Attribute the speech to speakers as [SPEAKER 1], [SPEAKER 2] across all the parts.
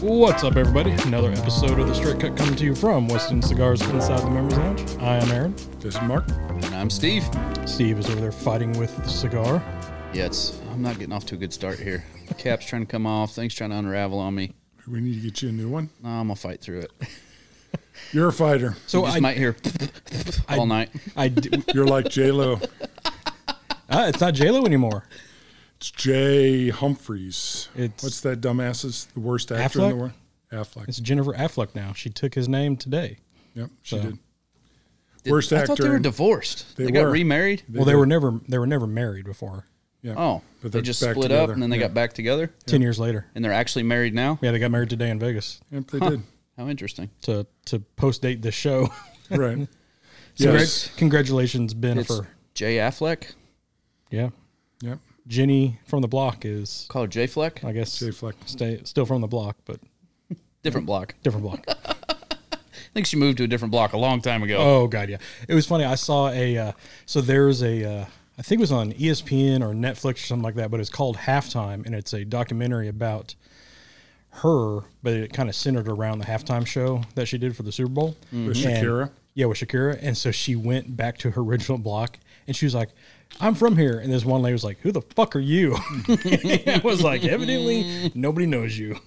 [SPEAKER 1] What's up, everybody? Another episode of The Straight Cut coming to you from Weston Cigars Inside the Members Lounge. I am Aaron. This is Mark.
[SPEAKER 2] And I'm Steve.
[SPEAKER 1] Steve is over there fighting with the cigar.
[SPEAKER 2] Yeah, it's, I'm not getting off to a good start here. Cap's trying to come off. Things trying to unravel on me.
[SPEAKER 3] We need to get you a new one.
[SPEAKER 2] No, I'm gonna fight through it.
[SPEAKER 3] You're a fighter.
[SPEAKER 1] So
[SPEAKER 2] You just
[SPEAKER 1] I,
[SPEAKER 2] might hear all night.
[SPEAKER 1] I d-
[SPEAKER 3] You're like J Lo.
[SPEAKER 1] ah, it's not JLo anymore.
[SPEAKER 3] It's Jay Humphreys.
[SPEAKER 1] It's-
[SPEAKER 3] What's that dumbass's the worst actor in the
[SPEAKER 1] Affleck?
[SPEAKER 3] world? Affleck.
[SPEAKER 1] It's Jennifer Affleck now. She took his name today.
[SPEAKER 3] yep, she
[SPEAKER 1] so-
[SPEAKER 3] did. Worst
[SPEAKER 2] I
[SPEAKER 3] actor.
[SPEAKER 2] thought they were
[SPEAKER 3] in-
[SPEAKER 2] divorced. They,
[SPEAKER 3] They
[SPEAKER 2] got
[SPEAKER 3] were.
[SPEAKER 2] remarried.
[SPEAKER 1] well, they
[SPEAKER 3] did.
[SPEAKER 1] were never they were never married before.
[SPEAKER 3] yeah.
[SPEAKER 2] Oh,
[SPEAKER 3] But
[SPEAKER 2] they
[SPEAKER 3] they're
[SPEAKER 2] just
[SPEAKER 3] back
[SPEAKER 2] split up
[SPEAKER 3] together.
[SPEAKER 2] and then they
[SPEAKER 3] Yeah.
[SPEAKER 2] got back together,
[SPEAKER 1] Ten years later.
[SPEAKER 2] and they're actually married now.
[SPEAKER 1] Yeah, they got married today in Vegas
[SPEAKER 3] Yep, they did.
[SPEAKER 2] How interesting.
[SPEAKER 1] to to post date this show.
[SPEAKER 3] Right.
[SPEAKER 1] So
[SPEAKER 3] Yes.
[SPEAKER 1] great- congratulations, Ben.
[SPEAKER 2] It's
[SPEAKER 1] For
[SPEAKER 2] Jay Affleck.
[SPEAKER 1] yeah,
[SPEAKER 3] Yep.
[SPEAKER 1] Jenny from the block is
[SPEAKER 2] Call her Jay Fleck.
[SPEAKER 1] I guess
[SPEAKER 3] Jay Fleck.
[SPEAKER 1] stay still from the block, but
[SPEAKER 2] Different block.
[SPEAKER 1] different block.
[SPEAKER 2] I think she moved to a different block a long time ago.
[SPEAKER 1] Oh god, yeah. It was funny. I saw a uh, so there's a uh, I think it was on E ESPN or Netflix or something like that, but it's called Halftime, and it's a documentary about her, but it kind of centered around the halftime show that she did for the Super Bowl
[SPEAKER 3] Mm-hmm. With
[SPEAKER 1] And-
[SPEAKER 3] Shakira.
[SPEAKER 1] yeah, with Shakira, and so she went back to her original block, and she was like. I'm from here, and this one lady was like, "Who the fuck are you?" I was like, "Evidently, nobody knows you."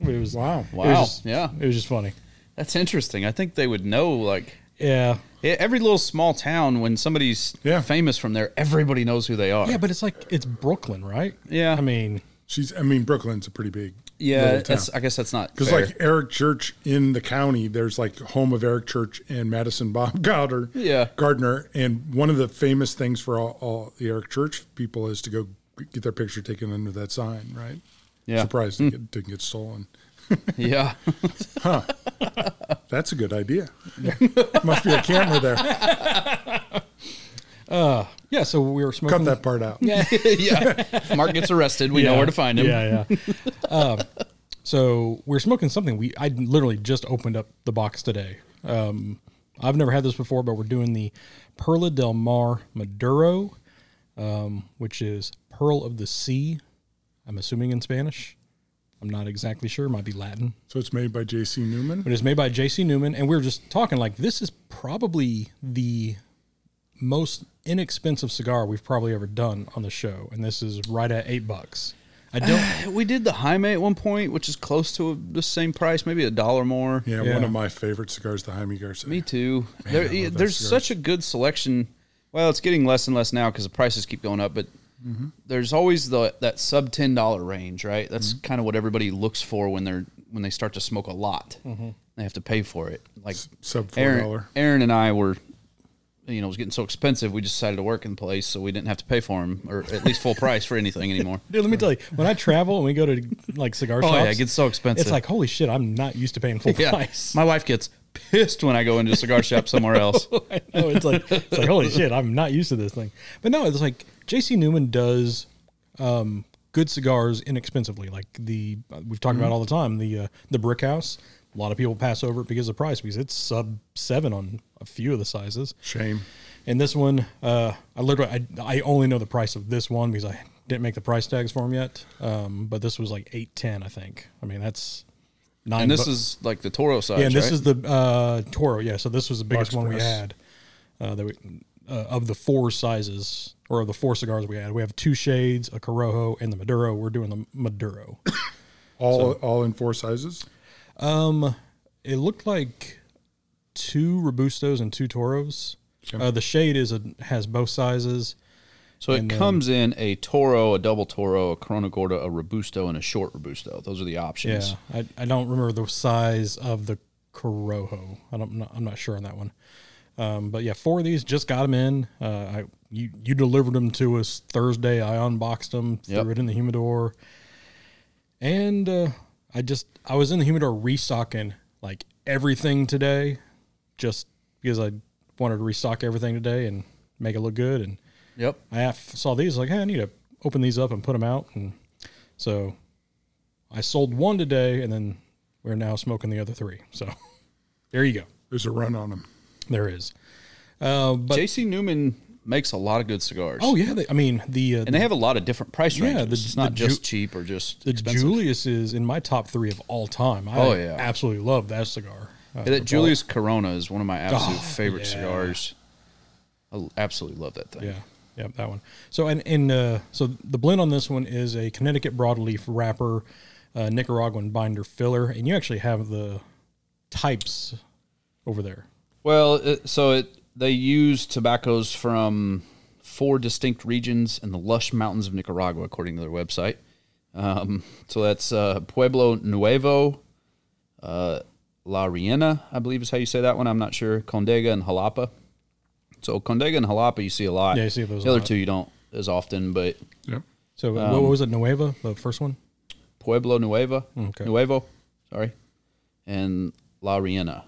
[SPEAKER 1] But it was
[SPEAKER 3] Wow.
[SPEAKER 1] It was
[SPEAKER 2] Wow,
[SPEAKER 1] just-
[SPEAKER 2] yeah.
[SPEAKER 1] it was just funny.
[SPEAKER 3] Oh.
[SPEAKER 2] That's interesting. I think they would know like
[SPEAKER 1] Yeah,
[SPEAKER 2] Yeah, every little small town, when somebody's
[SPEAKER 3] Yeah.
[SPEAKER 2] famous from there, everybody knows who they are.
[SPEAKER 1] Yeah, but it's like it's Brooklyn, right?
[SPEAKER 2] Yeah.
[SPEAKER 1] I mean,
[SPEAKER 3] She's. I mean, Brooklyn's a pretty big.
[SPEAKER 2] yeah,
[SPEAKER 3] little
[SPEAKER 2] that's,
[SPEAKER 3] town.
[SPEAKER 2] I guess that's not
[SPEAKER 3] Because
[SPEAKER 2] fair.
[SPEAKER 3] like Eric Church in the county, there's like home of Eric Church and Madison Bob Goddard,
[SPEAKER 2] Yeah.
[SPEAKER 3] Gardner, and one of the famous things for all, all the Eric Church people is to go get their picture taken under that sign, right?
[SPEAKER 2] Yeah. Hmm.
[SPEAKER 3] Surprised it get- didn't get stolen.
[SPEAKER 2] yeah,
[SPEAKER 3] That's a good idea. Must be a camera there.
[SPEAKER 1] yeah. So we were smoking.
[SPEAKER 3] Cut that part out.
[SPEAKER 2] yeah. If Mark gets arrested, we know
[SPEAKER 1] Yeah.
[SPEAKER 2] where to find him.
[SPEAKER 1] Yeah, yeah. um, so we are smoking something. We I literally just opened up the box today. Um, I've never had this before, but we're doing the Perla del Mar Maduro, um, which is Pearl of the Sea. I'm assuming in Spanish. I'm not exactly sure. Might be Latin.
[SPEAKER 3] So it's made by J.C. Newman.
[SPEAKER 1] but it's made by J.C. Newman, and we were just talking like this is probably the most inexpensive cigar we've probably ever done on the show, and this is right at eight bucks. I don't.
[SPEAKER 2] We did the Jaime at one point, which is close to the same price, maybe a dollar more.
[SPEAKER 3] Yeah,
[SPEAKER 1] Yeah.
[SPEAKER 3] one of my favorite cigars, the Jaime Garcia.
[SPEAKER 2] Me too. there,
[SPEAKER 3] I love that
[SPEAKER 2] there's
[SPEAKER 3] cigar.
[SPEAKER 2] such a good selection. Well, it's getting less and less now because the prices keep going up, but there's always the that sub ten dollar range, right? That's kind of what everybody looks for when they're when they start to smoke a lot. They have to pay for it. Like
[SPEAKER 3] Sub $4.
[SPEAKER 2] Aaron, Aaron and I were, you know, it was getting so expensive. We just decided to work in the place, so we didn't have to pay for them, or at least full price for anything anymore.
[SPEAKER 1] Dude, let me tell you, when I travel and we go to like cigar
[SPEAKER 2] Oh
[SPEAKER 1] shops,
[SPEAKER 2] yeah, it gets so expensive.
[SPEAKER 1] it's like holy shit, I'm not used to paying full
[SPEAKER 2] yeah,
[SPEAKER 1] price.
[SPEAKER 2] my wife gets pissed when I go into a cigar shop somewhere else.
[SPEAKER 1] I know it's like it's like holy shit, I'm not used to this thing. But no, it's like J.C. Newman does um, good cigars inexpensively. Like the we've talked
[SPEAKER 2] Mm-hmm.
[SPEAKER 1] about all the time the uh, the Brick House. A lot of people pass over it because of price because it's sub seven on a few of the sizes.
[SPEAKER 3] Shame.
[SPEAKER 1] And this one, uh, I literally I, I only know the price of this one because I didn't make the price tags for them yet. Um, but this was like eight ten, I think. I mean that's nine.
[SPEAKER 2] And this
[SPEAKER 1] bu-
[SPEAKER 2] is like the Toro size,
[SPEAKER 1] yeah, and this
[SPEAKER 2] right?
[SPEAKER 1] is the uh, Toro. Yeah, so this was the biggest
[SPEAKER 3] Box
[SPEAKER 1] one we
[SPEAKER 3] press.
[SPEAKER 1] had. Uh, that we uh, of the four sizes or of the four cigars we had, we have two shades, a Corojo, and the Maduro. We're doing the Maduro.
[SPEAKER 3] All all in four sizes.
[SPEAKER 1] it looked like two Robustos and two Toros. Uh, the shade is a, has both sizes.
[SPEAKER 2] So it comes in a Toro, a double Toro, a Corona Gorda, a Robusto, and a short Robusto. Those are the
[SPEAKER 1] Yeah,
[SPEAKER 2] options.
[SPEAKER 1] I, I don't remember the size of the Corojo. I don't I'm not, i am not sure on that one. Um, but yeah, four of these just got them in. Uh, I you you delivered them to us Thursday. I unboxed them,
[SPEAKER 2] Yep.
[SPEAKER 1] threw it in the humidor, and uh, I just I was in the humidor restocking like everything today, just because I wanted to restock everything today and make it look good. And
[SPEAKER 2] Yep.
[SPEAKER 1] I af- saw these like, hey, I need to open these up and put them out, and so I sold one today, and then we're now smoking the other three. So there you go.
[SPEAKER 3] There's a run on them.
[SPEAKER 1] There is. Uh, but
[SPEAKER 2] JC Newman makes a lot of good cigars.
[SPEAKER 1] Oh yeah, they, I mean the uh,
[SPEAKER 2] and they have a lot of different price ranges.
[SPEAKER 1] the-
[SPEAKER 2] it's not
[SPEAKER 1] the
[SPEAKER 2] just
[SPEAKER 1] Ju-
[SPEAKER 2] cheap or just
[SPEAKER 1] the
[SPEAKER 2] expensive.
[SPEAKER 1] Julius is in my top three of all time. I
[SPEAKER 2] Oh, yeah.
[SPEAKER 1] absolutely love that cigar. Uh,
[SPEAKER 2] Yeah, that Julius Corona is one of my absolute
[SPEAKER 1] Oh,
[SPEAKER 2] favorite
[SPEAKER 1] yeah.
[SPEAKER 2] cigars. I l- absolutely love that thing.
[SPEAKER 1] Yeah, yeah, that one. So and and uh, so the blend on this one is a Connecticut broadleaf wrapper, uh, Nicaraguan binder filler, and you actually have the types over there.
[SPEAKER 2] Well, it, so it they use tobaccos from four distinct regions in the lush mountains of Nicaragua, according to their website. Um, so that's uh, Pueblo Nuevo, uh, La Riena, I believe is how you say that one. I'm not sure. Condega and Jalapa. So Condega and Jalapa, you see a lot.
[SPEAKER 1] Yeah, you see those a
[SPEAKER 2] The other
[SPEAKER 1] lot.
[SPEAKER 2] two you don't as often, but
[SPEAKER 3] Yep.
[SPEAKER 1] So uh, what
[SPEAKER 2] Um,
[SPEAKER 1] was it, Nueva, the first one?
[SPEAKER 2] Pueblo Nueva,
[SPEAKER 1] Okay.
[SPEAKER 2] Nuevo, sorry, and La Riena.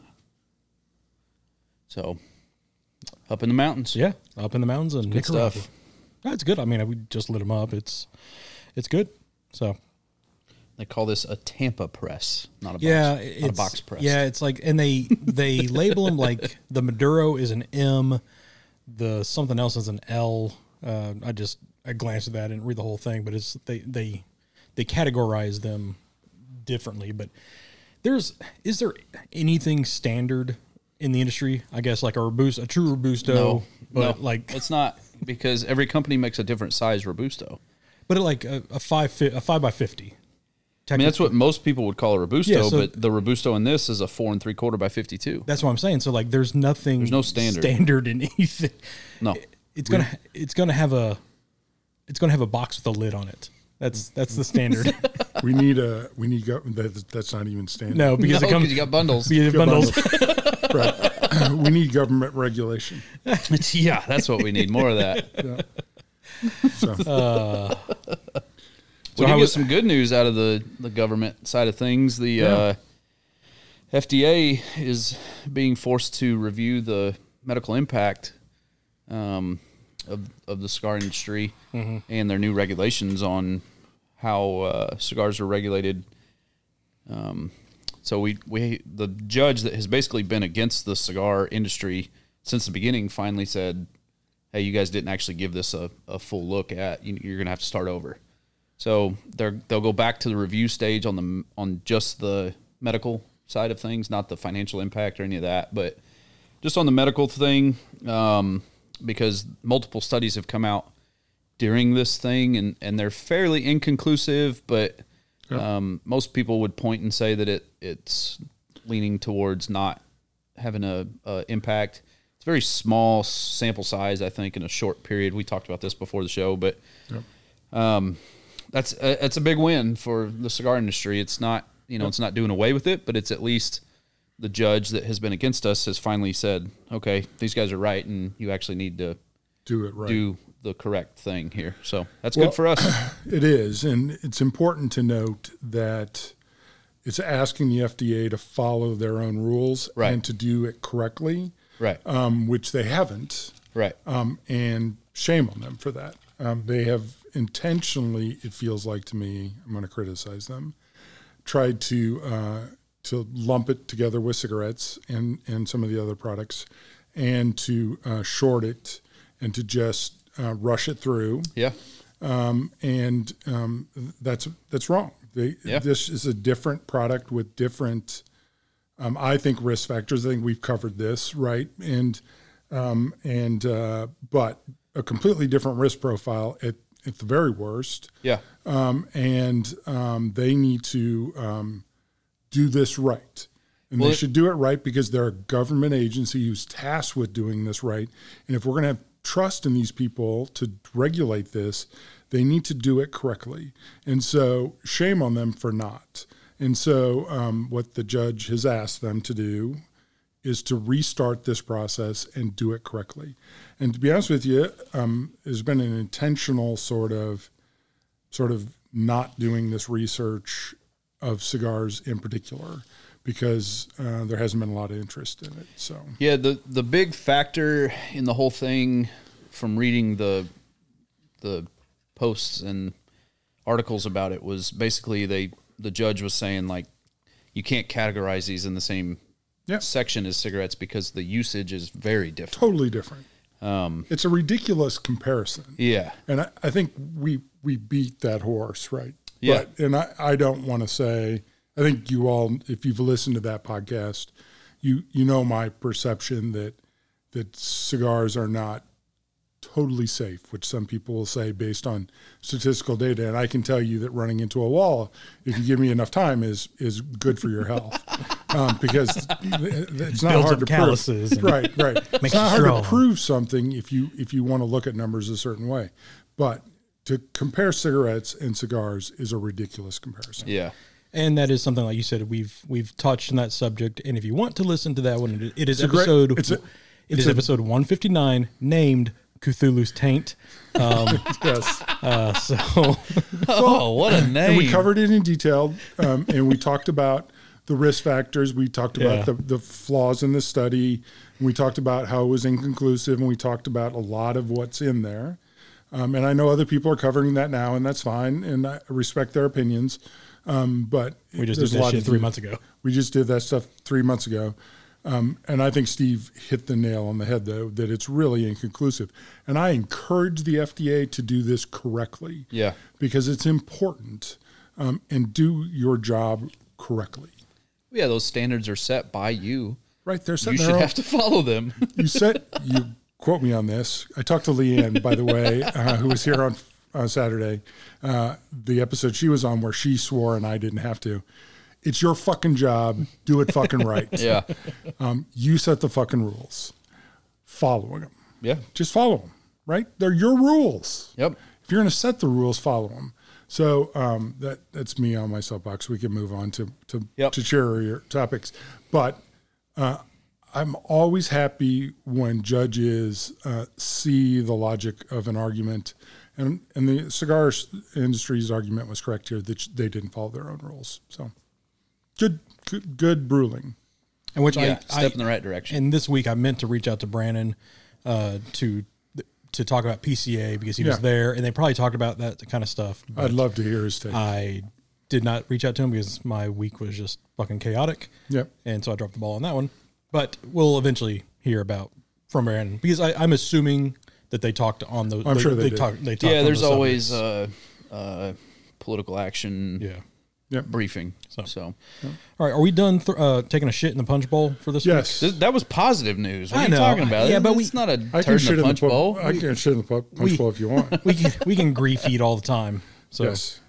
[SPEAKER 2] So, up in the mountains.
[SPEAKER 1] Yeah, up in the mountains and
[SPEAKER 2] good
[SPEAKER 1] Nicaragua.
[SPEAKER 2] stuff.
[SPEAKER 1] Yeah, it's good. I mean, we just lit them up. It's it's good. So
[SPEAKER 2] They call this a Tampa press, not a box,
[SPEAKER 1] yeah,
[SPEAKER 2] not
[SPEAKER 1] it's
[SPEAKER 2] a box press.
[SPEAKER 1] Yeah, it's like and they they label them like the Maduro is an M, the something else is an L. Uh, I just I glanced at that and read the whole thing, but it's they they they categorize them differently. But there's is there anything standard in the industry? I guess like a robusto, a true robusto,
[SPEAKER 2] no,
[SPEAKER 1] but
[SPEAKER 2] no,
[SPEAKER 1] like
[SPEAKER 2] it's not because every company makes a different size robusto.
[SPEAKER 1] But like a, a five fi- a five by fifty.
[SPEAKER 2] I mean, that's what most people would call a robusto,
[SPEAKER 1] Yeah, so-
[SPEAKER 2] but the robusto in this is a four and three quarter by fifty-two.
[SPEAKER 1] That's what I'm saying. So like, there's nothing. There's
[SPEAKER 2] no standard.
[SPEAKER 1] Standard in anything.
[SPEAKER 2] No,
[SPEAKER 1] It's gonna it's gonna have a it's gonna have a box with a lid on it. That's that's the standard.
[SPEAKER 3] We need a we need go, that, that's not even standard.
[SPEAKER 1] no, because
[SPEAKER 2] No,
[SPEAKER 1] it comes
[SPEAKER 2] 'cause you got bundles.
[SPEAKER 1] because it bundles.
[SPEAKER 3] Right. we need government regulation.
[SPEAKER 2] yeah, that's what we need more of that.
[SPEAKER 3] So
[SPEAKER 2] we
[SPEAKER 1] how
[SPEAKER 2] did get
[SPEAKER 1] was-
[SPEAKER 2] some good news out of the, the government side of things. The uh, FDA is being forced to review the medical impact um, of, of the cigar industry
[SPEAKER 1] Mm-hmm.
[SPEAKER 2] and their new regulations on how uh, cigars are regulated. Um, so we, we the judge that has basically been against the cigar industry since the beginning finally said, "Hey, you guys didn't actually give this a, a full look at. You, you're going to have to start over." So they're they'll go back to the review stage on the on just the medical side of things, not the financial impact or any of that, but just on the medical thing, um, because multiple studies have come out during this thing and and they're fairly inconclusive, but um, most people would point and say that it it's leaning towards not having a, a impact. It's a very small sample size, I think, in a short period. We talked about this before the show, but um, that's a, that's a big win for the cigar industry. It's not you know it's not doing away with it, but it's at least the judge that has been against us has finally said, okay, these guys are right, and you actually need to
[SPEAKER 3] do it right.
[SPEAKER 2] do the correct thing here. So that's
[SPEAKER 3] Well-
[SPEAKER 2] good for us.
[SPEAKER 3] It is, and it's important to note that it's asking the FDA to follow their own rules
[SPEAKER 2] Right.
[SPEAKER 3] and to do it correctly,
[SPEAKER 2] right,
[SPEAKER 3] um, which they haven't.
[SPEAKER 2] right,
[SPEAKER 3] Um, and shame on them for that. Um, they have intentionally, it feels like to me, I'm going to criticize them, tried to uh, to lump it together with cigarettes and and some of the other products, and to uh, short it and to just uh, rush it through
[SPEAKER 2] yeah,
[SPEAKER 3] and um, that's that's wrong. They,
[SPEAKER 2] Yeah.
[SPEAKER 3] This is a different product with different, um, I think, risk factors. I think we've covered this right, and um, and uh, but a completely different risk profile at at the very worst,
[SPEAKER 2] yeah,
[SPEAKER 3] um, and um, they need to um, do this right. And
[SPEAKER 2] Well,
[SPEAKER 3] they
[SPEAKER 2] it-
[SPEAKER 3] should do it right because they're a government agency who's tasked with doing this right. And if we're going to have trust in these people to regulate this, they need to do it correctly. And so, shame on them for not. And so, um, what the judge has asked them to do is to restart this process and do it correctly. And to be honest with you, um, there's been an intentional sort of sort of not doing this research of cigars in particular because uh, there hasn't been a lot of interest in it. So
[SPEAKER 2] yeah. The the big factor in the whole thing, from reading the the posts and articles about it, was basically they the judge was saying like, you can't categorize these in the same
[SPEAKER 3] yeah,
[SPEAKER 2] section is cigarettes because the usage is very different.
[SPEAKER 3] totally different. It's a ridiculous comparison.
[SPEAKER 2] Yeah.
[SPEAKER 3] And I, I think we we beat that horse, right?
[SPEAKER 2] Yeah.
[SPEAKER 3] But, and I, I don't want to say I think you all if you've listened to that podcast, you you know my perception that that cigars are not totally safe, which some people will say based on statistical data. And I can tell you that running into a wall, if you give me enough time, is is good for your health. Um, because it's not
[SPEAKER 1] Builds
[SPEAKER 3] hard
[SPEAKER 1] up
[SPEAKER 3] to
[SPEAKER 1] calluses and-
[SPEAKER 3] prove. Right, right. It's
[SPEAKER 1] Makes
[SPEAKER 3] not
[SPEAKER 1] you
[SPEAKER 3] hard to
[SPEAKER 1] strong.
[SPEAKER 3] prove something if you if you want to look at numbers a certain way. But to compare cigarettes and cigars is a ridiculous comparison.
[SPEAKER 2] Yeah.
[SPEAKER 1] And that is something like you said we've we've touched on that subject. And if you want to listen to that one, it- it is
[SPEAKER 3] a great-
[SPEAKER 1] episode
[SPEAKER 3] it's a-
[SPEAKER 1] it is
[SPEAKER 3] a-
[SPEAKER 1] episode one fifty nine named Cthulhu's Taint.
[SPEAKER 3] Yes.
[SPEAKER 1] Uh, so
[SPEAKER 2] Oh, what a name.
[SPEAKER 3] And we covered it in detail, um, and we talked about the risk factors. We talked about
[SPEAKER 1] Yeah.
[SPEAKER 3] the, the flaws in the study. We talked about how it was inconclusive, and we talked about a lot of what's in there. Um, and I know other people are covering that now, and that's fine, and I respect their opinions. Um, but
[SPEAKER 1] we just
[SPEAKER 3] there's
[SPEAKER 1] did that shit
[SPEAKER 3] to
[SPEAKER 1] three
[SPEAKER 3] do.
[SPEAKER 1] months ago.
[SPEAKER 3] We just did that stuff three months ago. Um, and I think Steve hit the nail on the head, though, that it's really inconclusive. And I encourage the FDA to do this correctly
[SPEAKER 2] Yeah.
[SPEAKER 3] because it's important um, and do your job correctly.
[SPEAKER 2] Yeah, those standards are set by you.
[SPEAKER 3] Right there, set
[SPEAKER 2] You
[SPEAKER 3] their
[SPEAKER 2] should
[SPEAKER 3] own-
[SPEAKER 2] have to follow them.
[SPEAKER 3] you said you quote me on this. I talked to Leanne, by the way, uh, who was here on on Saturday, uh, the episode she was on where she swore and I didn't have to. It's your fucking job. Do it fucking right.
[SPEAKER 2] yeah.
[SPEAKER 3] um, you set the fucking rules. Following them,
[SPEAKER 2] Yeah.
[SPEAKER 3] just follow them. Right? They're your rules.
[SPEAKER 2] Yep.
[SPEAKER 3] if you're going to set the rules, follow them. So um, that that's me on my soapbox. We can move on to to,
[SPEAKER 2] Yep.
[SPEAKER 3] to cheerier topics, but uh, I'm always happy when judges uh, see the logic of an argument, and and the cigar s- industry's argument was correct here that they didn't follow their own rules. So good good, good ruling.
[SPEAKER 1] And which
[SPEAKER 2] Yeah.
[SPEAKER 1] I,
[SPEAKER 2] Step
[SPEAKER 1] I
[SPEAKER 2] in the right direction.
[SPEAKER 1] and this week I meant to reach out to Brandon uh, to to talk about PCA because he was
[SPEAKER 3] Yeah.
[SPEAKER 1] there, and they probably talked about that kind of stuff. But
[SPEAKER 3] I'd love to hear his take.
[SPEAKER 2] Uh,
[SPEAKER 1] I did not reach out to him because my week was just fucking chaotic.
[SPEAKER 3] Yep.
[SPEAKER 1] And so I dropped the ball on that one. But we'll eventually hear about from Brandon because I, I'm assuming that they talked on those.
[SPEAKER 3] I'm sure they did.
[SPEAKER 1] talked. They talked.
[SPEAKER 2] yeah,
[SPEAKER 1] on
[SPEAKER 2] there's
[SPEAKER 1] the
[SPEAKER 2] always
[SPEAKER 1] subjects.
[SPEAKER 2] uh, uh, political action
[SPEAKER 1] yeah.
[SPEAKER 2] briefing. So,
[SPEAKER 1] All right, are we done th- uh, taking a shit in the punch bowl for this?
[SPEAKER 3] yes,
[SPEAKER 2] Th- that was positive news. What
[SPEAKER 1] I
[SPEAKER 2] are you
[SPEAKER 1] know.
[SPEAKER 2] talking about?
[SPEAKER 1] Yeah, but we-
[SPEAKER 2] it's not a
[SPEAKER 3] I can
[SPEAKER 2] turd
[SPEAKER 3] shit in
[SPEAKER 2] in a
[SPEAKER 3] the
[SPEAKER 2] punch
[SPEAKER 3] pu-
[SPEAKER 2] bowl.
[SPEAKER 3] I can shit in the pu- punch
[SPEAKER 1] we-
[SPEAKER 3] bowl if you want.
[SPEAKER 1] Week? We can we can grief eat all the time. So
[SPEAKER 3] yes.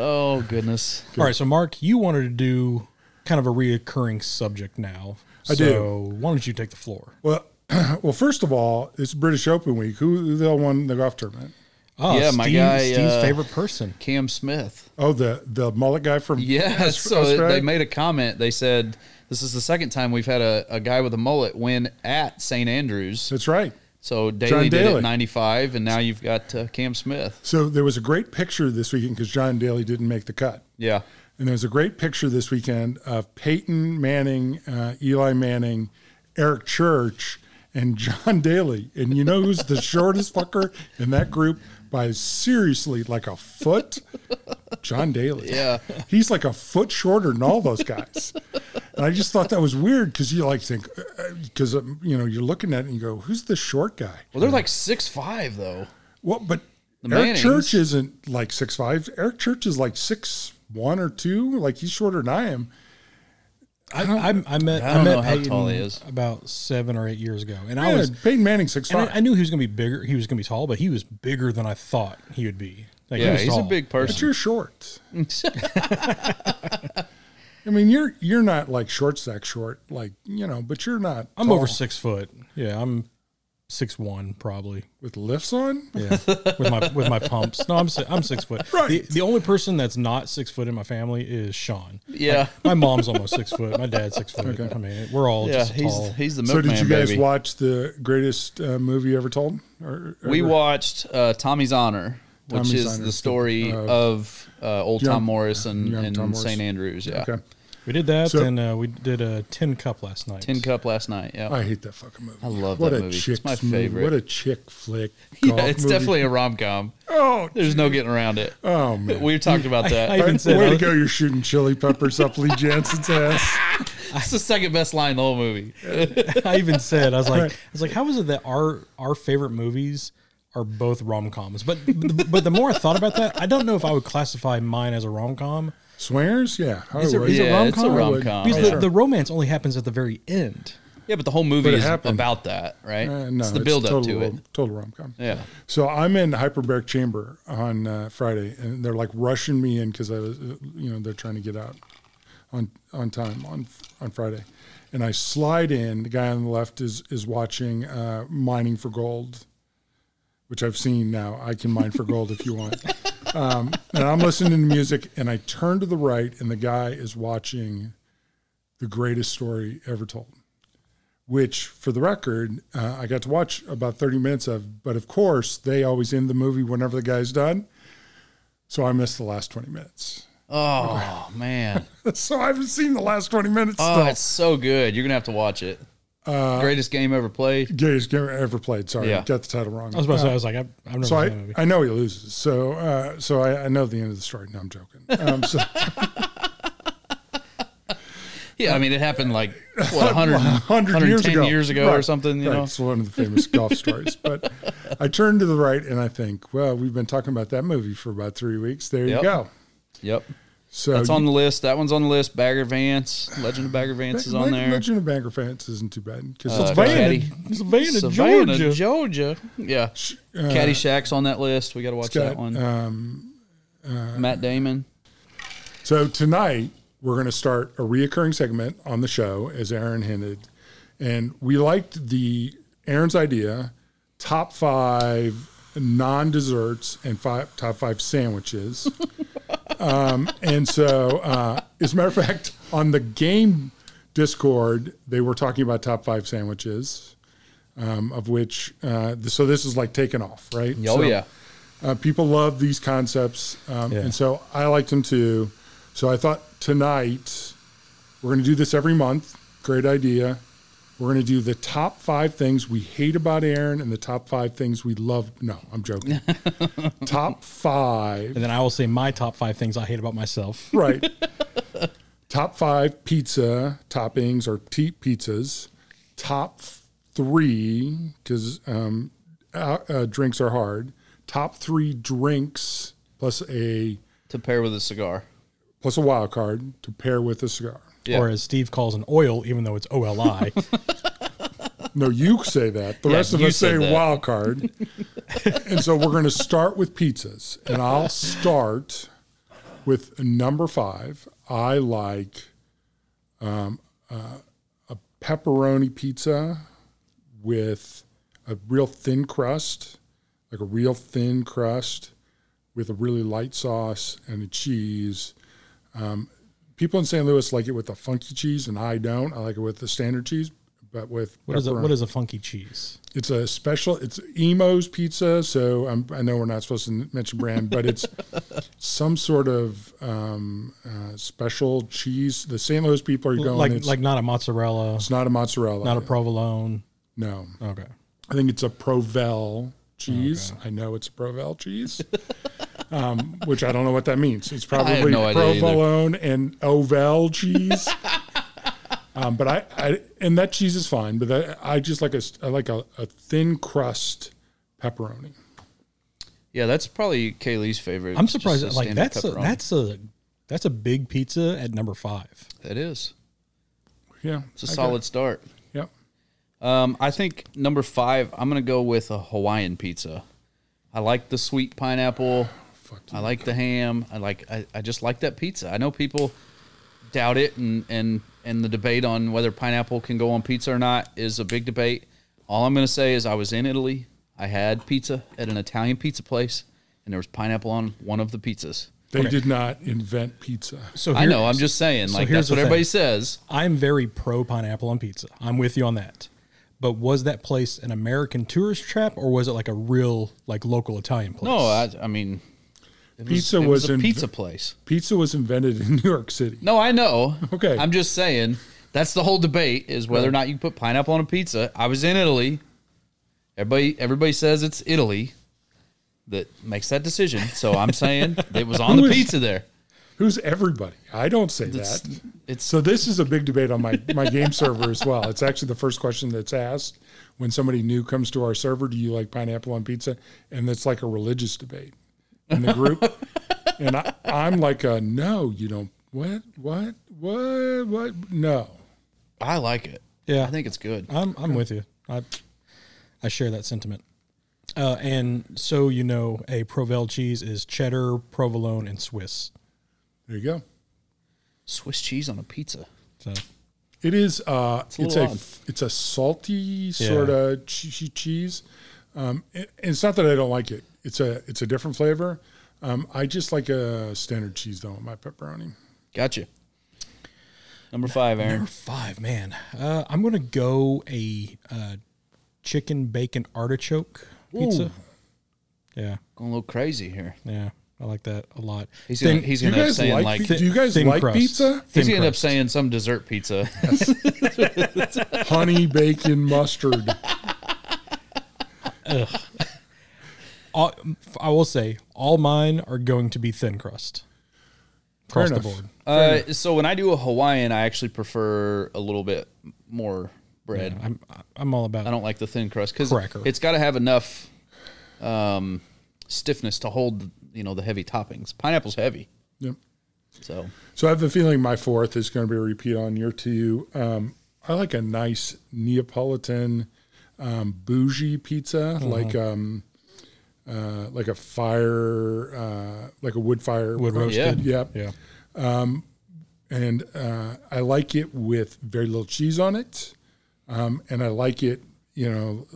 [SPEAKER 2] Oh goodness.
[SPEAKER 1] All right, so Mark, you wanted to do kind of a reoccurring subject now.
[SPEAKER 3] I
[SPEAKER 1] so
[SPEAKER 3] do.
[SPEAKER 1] Why don't you take the floor?
[SPEAKER 3] Well, well, first of all, it's British Open week. Who who the hell won the golf tournament?
[SPEAKER 1] Oh,
[SPEAKER 2] Yeah,
[SPEAKER 1] Steve,
[SPEAKER 2] my guy,
[SPEAKER 1] Steve's
[SPEAKER 2] uh,
[SPEAKER 1] favorite person.
[SPEAKER 2] Cam Smith.
[SPEAKER 3] Oh, the the mullet guy from
[SPEAKER 2] Yeah.
[SPEAKER 3] Aus-
[SPEAKER 2] So
[SPEAKER 3] Australia?
[SPEAKER 2] they made a comment. They said this is the second time we've had a, a guy with a mullet win at St. Andrews.
[SPEAKER 3] That's right.
[SPEAKER 2] So
[SPEAKER 3] John
[SPEAKER 2] Daly did it
[SPEAKER 3] Daly.
[SPEAKER 2] at 95, and now you've got uh, Cam Smith.
[SPEAKER 3] So there was a great picture this weekend because John Daly didn't make the cut,
[SPEAKER 2] Yeah.
[SPEAKER 3] and there was a great picture this weekend of Peyton Manning, uh, Eli Manning, Eric Church, and John Daly. And you know who's the shortest fucker in that group by seriously like a foot? John Daly.
[SPEAKER 2] Yeah.
[SPEAKER 3] He's like a foot shorter than all those guys. and I just thought that was weird because you like think, uh, because, um, you know, you're looking at it and you go, who's the short guy?
[SPEAKER 2] Well, they're like six five though.
[SPEAKER 3] Well, but
[SPEAKER 2] The
[SPEAKER 3] Eric
[SPEAKER 2] Mannings.
[SPEAKER 3] Church isn't like six five. Eric Church is like six one or two. Like he's shorter than I am.
[SPEAKER 1] I, I, I met
[SPEAKER 2] I
[SPEAKER 1] I,
[SPEAKER 2] don't
[SPEAKER 1] met
[SPEAKER 2] know how tall
[SPEAKER 1] Peyton
[SPEAKER 2] he is.
[SPEAKER 1] about seven or eight years ago, and I
[SPEAKER 3] Yeah,
[SPEAKER 1] was
[SPEAKER 3] Peyton Manning six
[SPEAKER 1] and
[SPEAKER 3] five.
[SPEAKER 1] I, I knew he was going to be bigger. He was going to be tall, but he was bigger than I thought he would be. Like, he
[SPEAKER 2] Yeah,
[SPEAKER 1] was
[SPEAKER 2] he's a
[SPEAKER 1] tall.
[SPEAKER 2] big
[SPEAKER 3] but
[SPEAKER 2] person.
[SPEAKER 3] you're short. I mean, you're you're not like short stack short, like you know. But you're not.
[SPEAKER 1] I'm
[SPEAKER 3] tall
[SPEAKER 1] over six foot. Yeah, I'm six one probably.
[SPEAKER 3] with lifts on.
[SPEAKER 1] Yeah, with my with my pumps. No, I'm si- I'm six foot.
[SPEAKER 3] Right.
[SPEAKER 1] The, the only person that's not six foot in my family is Sean.
[SPEAKER 2] Yeah.
[SPEAKER 1] My mom's almost six foot. My dad's six foot. I mean, we're all
[SPEAKER 2] Yeah,
[SPEAKER 1] just tall.
[SPEAKER 2] he's he's the
[SPEAKER 3] So
[SPEAKER 2] milkman
[SPEAKER 3] did you guys
[SPEAKER 2] baby.
[SPEAKER 3] watch the greatest uh, movie ever told? Or,
[SPEAKER 2] we
[SPEAKER 3] ever-
[SPEAKER 2] watched uh, Tommy's Honor, which
[SPEAKER 3] Tommy's
[SPEAKER 2] is
[SPEAKER 3] Honor.
[SPEAKER 2] the story
[SPEAKER 3] Of-
[SPEAKER 2] of uh, old
[SPEAKER 3] Young-
[SPEAKER 2] Tom Morris and,
[SPEAKER 3] young Tom
[SPEAKER 2] and
[SPEAKER 3] Morris.
[SPEAKER 2] St. Andrews. Yeah.
[SPEAKER 3] Okay.
[SPEAKER 1] We did that,
[SPEAKER 3] So-
[SPEAKER 1] and uh, we did a tin cup last night.
[SPEAKER 2] Tin Cup last night. Yeah.
[SPEAKER 3] I hate that fucking movie. I
[SPEAKER 2] love
[SPEAKER 3] what
[SPEAKER 2] that
[SPEAKER 3] a
[SPEAKER 2] movie. It's
[SPEAKER 3] Chick
[SPEAKER 2] my
[SPEAKER 3] movie.
[SPEAKER 2] favorite.
[SPEAKER 3] What a chick flick.
[SPEAKER 2] yeah,
[SPEAKER 3] golf
[SPEAKER 2] it's
[SPEAKER 3] movie.
[SPEAKER 2] definitely a rom com.
[SPEAKER 3] Oh,
[SPEAKER 2] There's no getting around it.
[SPEAKER 3] oh man.
[SPEAKER 2] We've talked about that.
[SPEAKER 1] I even said,
[SPEAKER 3] Way
[SPEAKER 1] I
[SPEAKER 3] to
[SPEAKER 1] was,
[SPEAKER 3] go! You're shooting chili peppers up Lee Jansen's ass.
[SPEAKER 2] That's the second best line in the whole movie.
[SPEAKER 1] I even said, I was like, I was like, how is it that our our favorite movies are both rom coms? But but the more I thought about that, I don't know if I would classify mine as a rom com
[SPEAKER 3] Swears? Yeah. I
[SPEAKER 1] Is it-
[SPEAKER 3] would.
[SPEAKER 1] is it
[SPEAKER 2] yeah, it's a
[SPEAKER 1] rom-com?
[SPEAKER 2] rom com.
[SPEAKER 1] because
[SPEAKER 2] Yeah.
[SPEAKER 1] the, the romance only happens at the very end.
[SPEAKER 2] Yeah, but the whole movie
[SPEAKER 3] But it
[SPEAKER 2] is
[SPEAKER 3] happened.
[SPEAKER 2] about that, right?
[SPEAKER 3] Uh, no,
[SPEAKER 2] it's the build up
[SPEAKER 3] total,
[SPEAKER 2] to it.
[SPEAKER 3] rom- Total rom com.
[SPEAKER 2] Yeah.
[SPEAKER 3] So I'm in hyperbaric chamber on uh, Friday, and they're like rushing me in because I was, uh, you know, they're trying to get out on on time on on Friday, and I slide in. The guy on the left is is watching uh, mining for gold, which I've seen now. I can mine for gold if you want. Um, and I'm listening to music, and I turn to the right, and the guy is watching the greatest story ever told which for the record, uh, I got to watch about 30 minutes of. But of course, they always end the movie whenever the guy's done. So I missed the last 20 minutes.
[SPEAKER 2] Oh man.
[SPEAKER 3] so I haven't seen the last 20 minutes.
[SPEAKER 2] Oh,
[SPEAKER 3] Oh,
[SPEAKER 2] it's so good. You're gonna have to watch it.
[SPEAKER 3] Uh,
[SPEAKER 2] Greatest game ever played.
[SPEAKER 3] Gayest game I ever played. Sorry,
[SPEAKER 2] Yeah.
[SPEAKER 3] got the title wrong.
[SPEAKER 1] I was about to say, I was like, I've, I've never
[SPEAKER 3] so
[SPEAKER 1] seen that
[SPEAKER 3] I,
[SPEAKER 1] movie.
[SPEAKER 3] I know he loses. So uh, so I, I know the end of the story. No, I'm joking. Um, so,
[SPEAKER 2] Yeah, I mean it happened like what 100,
[SPEAKER 3] 100 years
[SPEAKER 2] 110
[SPEAKER 3] ago,
[SPEAKER 2] years ago or
[SPEAKER 3] Right,
[SPEAKER 2] something. You
[SPEAKER 3] right.
[SPEAKER 2] know,
[SPEAKER 3] It's one of the famous golf stories. But I turn to the right and I think, well, we've been talking about that movie for about three weeks. There
[SPEAKER 2] Yep.
[SPEAKER 3] you go.
[SPEAKER 2] Yep.
[SPEAKER 3] So
[SPEAKER 2] That's
[SPEAKER 1] Oh,
[SPEAKER 3] you-
[SPEAKER 2] on the list. That one's on the list. Bagger Vance, Legend of Bagger Vance is on
[SPEAKER 3] Leg-
[SPEAKER 2] there.
[SPEAKER 3] Legend of Bagger Vance isn't too bad because
[SPEAKER 2] Uh,
[SPEAKER 3] it's Van.
[SPEAKER 2] Caddy.
[SPEAKER 1] Savannah,
[SPEAKER 2] Savannah,
[SPEAKER 1] Georgia. uh,
[SPEAKER 2] Georgia. Yeah. Caddyshack's on that list. We got to watch
[SPEAKER 3] got,
[SPEAKER 2] that one.
[SPEAKER 1] um, uh,
[SPEAKER 2] Matt Damon.
[SPEAKER 3] So tonight we're going to start a reoccurring segment on the show, as Aaron hinted, and we liked the Aaron's idea: top five non-desserts and five top five sandwiches. um, and so, uh, as a matter of fact, on the game Discord, they were talking about top five sandwiches. Um, of which, uh, so this is like taken off, right?
[SPEAKER 2] Oh
[SPEAKER 3] So-
[SPEAKER 2] yeah.
[SPEAKER 3] Uh, people love these concepts, um,
[SPEAKER 1] Yeah.
[SPEAKER 3] and so I liked them too. So I thought tonight we're going to do this every month. Great idea. We're going to do the top five things we hate about Aaron and the top five things we love. No, I'm joking. top five,
[SPEAKER 1] And then I will say my top five things I hate about myself.
[SPEAKER 3] right? top five pizza toppings or t- pizzas. Top three because um, uh, uh, drinks are hard. Top three drinks plus a
[SPEAKER 2] To pair with a cigar.
[SPEAKER 3] plus a wild card to pair with a cigar.
[SPEAKER 2] Yeah.
[SPEAKER 1] Or as Steve calls an oil, even though it's O L I.
[SPEAKER 3] No, you say that. The
[SPEAKER 2] Yeah,
[SPEAKER 3] rest of
[SPEAKER 2] you
[SPEAKER 3] us say
[SPEAKER 2] said that.
[SPEAKER 3] wild card. and so we're going to start with pizzas, and I'll start with number five. I like um, uh, a pepperoni pizza with a real thin crust, like a real thin crust with a really light sauce and a cheese. Um, people in St. Louis like it with the funky cheese, and I don't. I like it with the standard cheese, but with
[SPEAKER 1] What is a,
[SPEAKER 3] pepperoni.
[SPEAKER 1] what is a funky cheese?
[SPEAKER 3] It's a special. It's Emo's Pizza. So I'm, I know we're not supposed to mention brand, but it's some sort of um, uh, special cheese. The St. Louis people are going.
[SPEAKER 1] Like
[SPEAKER 3] it's,
[SPEAKER 1] like not a mozzarella,
[SPEAKER 3] it's not a mozzarella.
[SPEAKER 1] not a provolone.
[SPEAKER 3] no.
[SPEAKER 1] Okay.
[SPEAKER 3] I think it's a Provel cheese. I know it's a Provel cheese, um, which I don't know what that means. It's probably
[SPEAKER 2] no idea either.
[SPEAKER 3] provolone and Ovel cheese. um, but I, I and that cheese is fine. But that, I just like a s- I like a, a thin crust pepperoni.
[SPEAKER 2] Yeah, that's probably Kaylee's favorite.
[SPEAKER 1] I'm
[SPEAKER 2] It's just
[SPEAKER 1] surprised.
[SPEAKER 2] a
[SPEAKER 1] that, Like
[SPEAKER 2] standard
[SPEAKER 1] that's a,
[SPEAKER 2] pepperoni.
[SPEAKER 1] that's a that's a big pizza at number five.
[SPEAKER 2] that is.
[SPEAKER 3] Yeah,
[SPEAKER 2] It's a solid start.
[SPEAKER 3] Yeah,
[SPEAKER 2] Um, I think number five, I'm gonna go with a Hawaiian pizza. I like the sweet pineapple. I like the ham. I like I, I just like that pizza. I know people doubt it and, and and the debate on whether pineapple can go on pizza or not is a big debate. All I'm gonna say is I was in Italy. I had pizza at an Italian pizza place and there was pineapple on one of the pizzas.
[SPEAKER 3] they did not invent pizza.
[SPEAKER 1] So
[SPEAKER 2] I
[SPEAKER 1] here-
[SPEAKER 2] know, I'm just saying, like
[SPEAKER 1] here's
[SPEAKER 2] that's
[SPEAKER 1] the
[SPEAKER 2] what everybody
[SPEAKER 1] thing.
[SPEAKER 2] says.
[SPEAKER 1] I'm very pro pineapple on pizza. I'm with you on that. But was that place an American tourist trap or was it like a real like local Italian place?
[SPEAKER 2] No, I, I mean
[SPEAKER 3] Pizza
[SPEAKER 2] it
[SPEAKER 3] was,
[SPEAKER 2] was, a
[SPEAKER 3] in,
[SPEAKER 2] pizza place.
[SPEAKER 3] pizza was invented in New York City.
[SPEAKER 2] No, I know.
[SPEAKER 3] Okay.
[SPEAKER 2] I'm just saying that's the whole debate is whether or not you can put pineapple on a pizza. I was in Italy. Everybody everybody says it's Italy that makes that decision. So I'm saying it was on the
[SPEAKER 3] is-
[SPEAKER 2] pizza there.
[SPEAKER 3] Who's everybody? I don't say
[SPEAKER 2] It's,
[SPEAKER 3] that.
[SPEAKER 2] it's
[SPEAKER 3] So this is a big debate on my, my game server as well. It's actually the first question that's asked when somebody new comes to our server. Do you like pineapple on pizza? And it's like a religious debate in the group. and I, I'm like, a, no, you don't. What? What? What? What? No.
[SPEAKER 2] I like it.
[SPEAKER 1] Yeah.
[SPEAKER 2] I think it's good.
[SPEAKER 1] I'm I'm with you. I I share that sentiment. Uh, and so you know, a Provel cheese is cheddar, provolone, and Swiss.
[SPEAKER 3] There you go.
[SPEAKER 2] Swiss cheese on a pizza.
[SPEAKER 1] So
[SPEAKER 3] It is. Uh, it's
[SPEAKER 2] a
[SPEAKER 3] a,
[SPEAKER 2] little odd.
[SPEAKER 3] it's a salty sort of che- cheese. Um, it- and it's not that I don't like it. It's a it's a different flavor. Um, I just like a standard cheese though on my pepperoni.
[SPEAKER 2] Gotcha. Number five, Aaron.
[SPEAKER 1] number five, man. Uh, I'm gonna go a uh, chicken bacon artichoke pizza.
[SPEAKER 3] Ooh.
[SPEAKER 1] Yeah,
[SPEAKER 2] Going a little crazy here.
[SPEAKER 1] yeah, I like that a lot.
[SPEAKER 2] He's
[SPEAKER 1] Thin-
[SPEAKER 2] gonna, he's
[SPEAKER 3] Do you
[SPEAKER 2] gonna end up
[SPEAKER 3] guys
[SPEAKER 2] saying
[SPEAKER 3] like,
[SPEAKER 2] like,
[SPEAKER 3] pi- do you guys
[SPEAKER 1] thin
[SPEAKER 3] like
[SPEAKER 1] crust.
[SPEAKER 3] pizza?
[SPEAKER 1] Thin
[SPEAKER 2] he's gonna end up
[SPEAKER 1] crust.
[SPEAKER 2] saying some dessert pizza.
[SPEAKER 3] Honey bacon mustard.
[SPEAKER 1] all, I will say all mine are going to be thin crust across the
[SPEAKER 3] enough.
[SPEAKER 1] board.
[SPEAKER 2] Uh, so when I do a Hawaiian, I actually prefer a little bit more bread.
[SPEAKER 1] I'm I'm all about
[SPEAKER 2] I don't like the thin crust because
[SPEAKER 1] Cracker.
[SPEAKER 2] it's got to have enough um, stiffness to hold, you know, the heavy toppings. Pineapple's heavy,
[SPEAKER 3] Yep.
[SPEAKER 2] so
[SPEAKER 3] So I have the feeling my fourth is going to be a repeat on your two. Um, I like a nice Neapolitan um, bougie pizza,
[SPEAKER 1] Mm-hmm.
[SPEAKER 3] like um, uh, like a fire, uh, like a wood fire,
[SPEAKER 1] wood roasted.
[SPEAKER 3] Yep. Um,
[SPEAKER 1] Yeah.
[SPEAKER 3] and uh, I like it with very little cheese on it, um, and I like it, you know,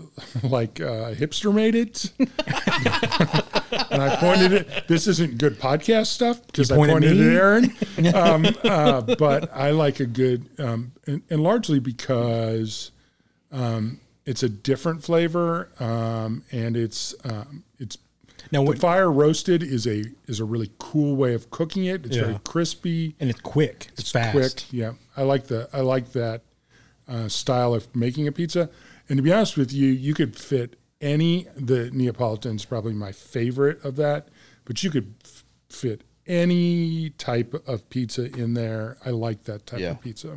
[SPEAKER 3] like uh, hipster made it. and I pointed it. This isn't good podcast stuff because I
[SPEAKER 1] pointed
[SPEAKER 3] pointed
[SPEAKER 1] me?
[SPEAKER 3] at Aaron. Um, uh, but I like a good, um, and, and largely because um, it's a different flavor, um, and it's um, it's
[SPEAKER 1] Now
[SPEAKER 3] the
[SPEAKER 1] what?
[SPEAKER 3] fire roasted is a is a really cool way of cooking it. It's
[SPEAKER 1] Yeah.
[SPEAKER 3] very crispy
[SPEAKER 1] And it's quick. It's, fast.
[SPEAKER 3] quick. Yeah, I like the I like that uh, style of making a pizza. And to be honest with you, you could fit any. The Neapolitan's probably my favorite of that, but you could f- fit any type of pizza in there. I like that type
[SPEAKER 2] Yeah.
[SPEAKER 3] of pizza. I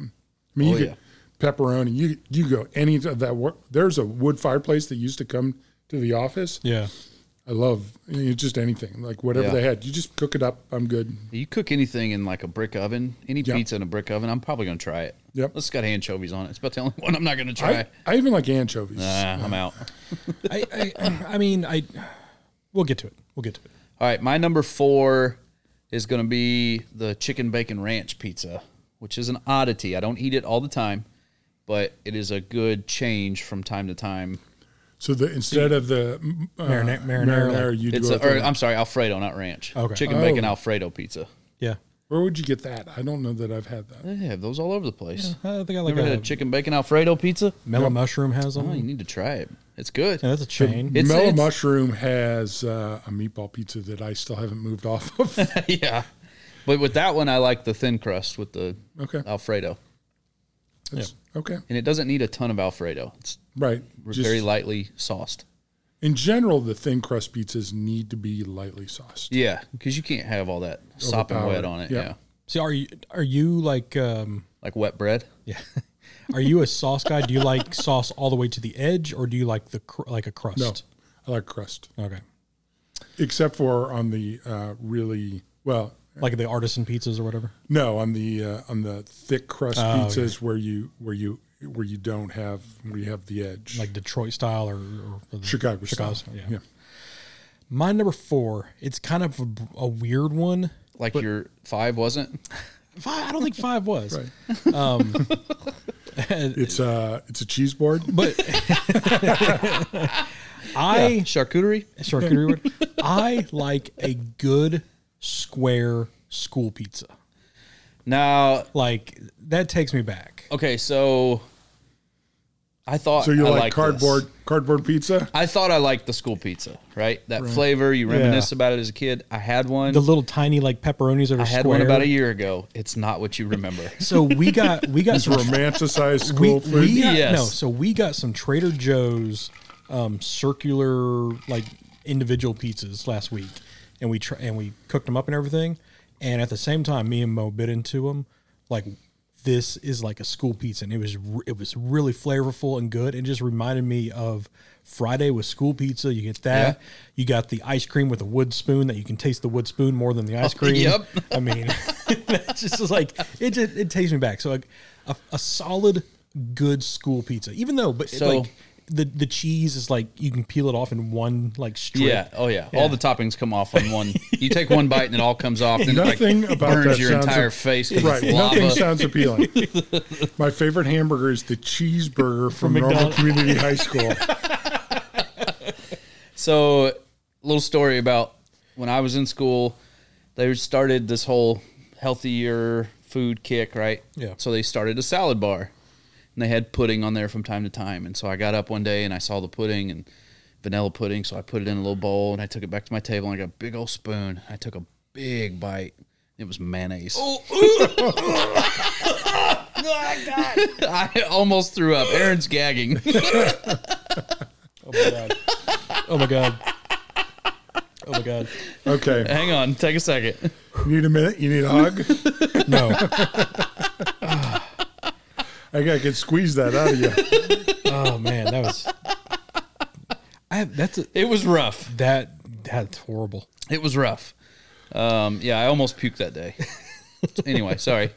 [SPEAKER 3] mean, you
[SPEAKER 2] Oh,
[SPEAKER 3] could
[SPEAKER 2] yeah.
[SPEAKER 3] pepperoni. You you go any of that. Work. There's a wood fireplace that used to come to the office.
[SPEAKER 1] Yeah.
[SPEAKER 3] I love you know, just anything like whatever
[SPEAKER 2] Yeah.
[SPEAKER 3] they had. You just cook it up. I'm good.
[SPEAKER 2] you cook anything in like a brick oven, any
[SPEAKER 3] Yeah.
[SPEAKER 2] pizza in a brick oven, I'm probably gonna try it.
[SPEAKER 3] Yep.
[SPEAKER 2] it's got anchovies on it. It's about the only one I'm not gonna try.
[SPEAKER 3] I, I even like anchovies.
[SPEAKER 2] Nah, I'm out.
[SPEAKER 1] I, I I mean I. We'll get to it. We'll get to it.
[SPEAKER 2] All right, my number four is going to be the chicken bacon ranch pizza, which is an oddity. I don't eat it all the time, but it is a good change from time to time.
[SPEAKER 3] So the instead of the mm, uh,
[SPEAKER 1] Marina- marinara.
[SPEAKER 3] marinara, you
[SPEAKER 2] It's
[SPEAKER 3] do
[SPEAKER 2] a,
[SPEAKER 3] it.
[SPEAKER 2] or, uh, I'm sorry, Alfredo, not ranch.
[SPEAKER 1] Okay.
[SPEAKER 2] Chicken bacon
[SPEAKER 3] Oh.
[SPEAKER 2] Alfredo pizza.
[SPEAKER 1] Yeah.
[SPEAKER 3] Where would you get that? I don't know that I've had that.
[SPEAKER 2] They have those all over the place.
[SPEAKER 1] I think I like
[SPEAKER 2] Ever had a
[SPEAKER 1] a
[SPEAKER 2] chicken bacon Alfredo pizza?
[SPEAKER 1] mellow mushroom has
[SPEAKER 2] Oh, you
[SPEAKER 1] on.
[SPEAKER 2] need to try it. It's good.
[SPEAKER 1] Yeah, that's a chain.
[SPEAKER 2] It's-
[SPEAKER 3] Mellow
[SPEAKER 2] it's-
[SPEAKER 3] Mushroom has uh, a meatball pizza that I still haven't moved off of.
[SPEAKER 2] yeah. But with that one, I like the thin crust with the
[SPEAKER 3] Okay.
[SPEAKER 2] Alfredo.
[SPEAKER 3] That's- Okay.
[SPEAKER 2] And it doesn't need a ton of Alfredo. It's
[SPEAKER 3] Right. Just-
[SPEAKER 2] very lightly sauced.
[SPEAKER 3] in general, the thin crust pizzas need to be lightly sauced.
[SPEAKER 2] Yeah, because you can't have all that sopping
[SPEAKER 3] Overpowered.
[SPEAKER 2] wet on it.
[SPEAKER 3] Yeah.
[SPEAKER 2] Yeah,
[SPEAKER 1] See, are you are you like um
[SPEAKER 2] like wet bread.
[SPEAKER 1] yeah? Are you a sauce guy? Do you like sauce all the way to the edge, or do you like the cr- like a
[SPEAKER 3] No,
[SPEAKER 1] crust?
[SPEAKER 3] I like crust,
[SPEAKER 1] Okay.
[SPEAKER 3] except for on the uh, really well.
[SPEAKER 1] Like the artisan pizzas or whatever.
[SPEAKER 3] No, on the uh, on the thick
[SPEAKER 1] Oh,
[SPEAKER 3] crust pizzas where you where you where you don't have where you have the edge,
[SPEAKER 1] like Detroit style or, or or the
[SPEAKER 3] Chicago, style.
[SPEAKER 1] style, yeah.
[SPEAKER 3] yeah.
[SPEAKER 1] My number four, it's kind of a, a weird one.
[SPEAKER 2] Like your five wasn't.
[SPEAKER 1] Five, I don't think five was, Um,
[SPEAKER 3] Right. It's a it's a cheese board.
[SPEAKER 1] but I
[SPEAKER 2] Charcuterie.
[SPEAKER 1] charcuterie board. I like a good square school pizza.
[SPEAKER 2] Now,
[SPEAKER 1] Like that takes me back.
[SPEAKER 2] okay, so I thought
[SPEAKER 3] So you
[SPEAKER 2] I
[SPEAKER 3] like
[SPEAKER 2] liked this.
[SPEAKER 3] cardboard cardboard pizza?
[SPEAKER 2] I thought I liked the school pizza, right? That flavor, you reminisce about it as a kid. I had one.
[SPEAKER 1] The little tiny like pepperonis that are
[SPEAKER 2] I had
[SPEAKER 1] square.
[SPEAKER 2] one about a year ago. It's not what you remember.
[SPEAKER 1] So we got we got some
[SPEAKER 3] Romanticized
[SPEAKER 1] we,
[SPEAKER 3] school food.
[SPEAKER 1] we got,
[SPEAKER 2] Yes.
[SPEAKER 1] no. So we got some Trader Joe's um, circular like individual pizzas last week, and we tr- and we cooked them up and everything. And at the same time, me and Mo bit into them like this is like a school pizza, and it was re- it was really flavorful and good, and just reminded me of Friday with school pizza. You get that. You got the ice cream with a wood spoon that you can taste the wood spoon more than the ice cream.
[SPEAKER 2] yep.
[SPEAKER 1] I mean, it's just is like it. Just, it takes me back. So like a, a solid, good school pizza. Even though, but
[SPEAKER 2] So-
[SPEAKER 1] like the the cheese is like you can peel it off in one like strip.
[SPEAKER 2] Yeah. Oh yeah. All the toppings come off on one. You take one bite and it all comes off. Then
[SPEAKER 3] Nothing
[SPEAKER 2] it like
[SPEAKER 3] about
[SPEAKER 2] burns
[SPEAKER 3] that
[SPEAKER 2] your
[SPEAKER 3] sounds
[SPEAKER 2] entire
[SPEAKER 3] ap-
[SPEAKER 2] face. 'cause
[SPEAKER 3] Right.
[SPEAKER 2] It's
[SPEAKER 3] Nothing
[SPEAKER 2] lava.
[SPEAKER 3] sounds appealing. My favorite hamburger is the cheeseburger from, Normal
[SPEAKER 1] McDonald's.
[SPEAKER 3] Community High School.
[SPEAKER 2] So, little story about when I was in school, they started this whole healthier food kick, right?
[SPEAKER 1] Yeah.
[SPEAKER 2] So they started a salad bar, and they had pudding on there from time to time. And so I got up one day and I saw the pudding and vanilla pudding, so I put it in a little bowl and I took it back to my table and I got a big old spoon. I took a big bite. It was mayonnaise. Oh, I almost threw up. Aaron's gagging.
[SPEAKER 1] Oh my god. Oh my god. Oh my god.
[SPEAKER 3] Okay.
[SPEAKER 2] Hang on, take a second.
[SPEAKER 3] You need a minute? You need a hug?
[SPEAKER 1] No.
[SPEAKER 3] I think I could squeeze that out of you.
[SPEAKER 1] Oh man, that was. I have, that's a,
[SPEAKER 2] It was rough.
[SPEAKER 1] that that's horrible.
[SPEAKER 2] It was rough. Um, yeah, I almost puked that day. anyway, sorry.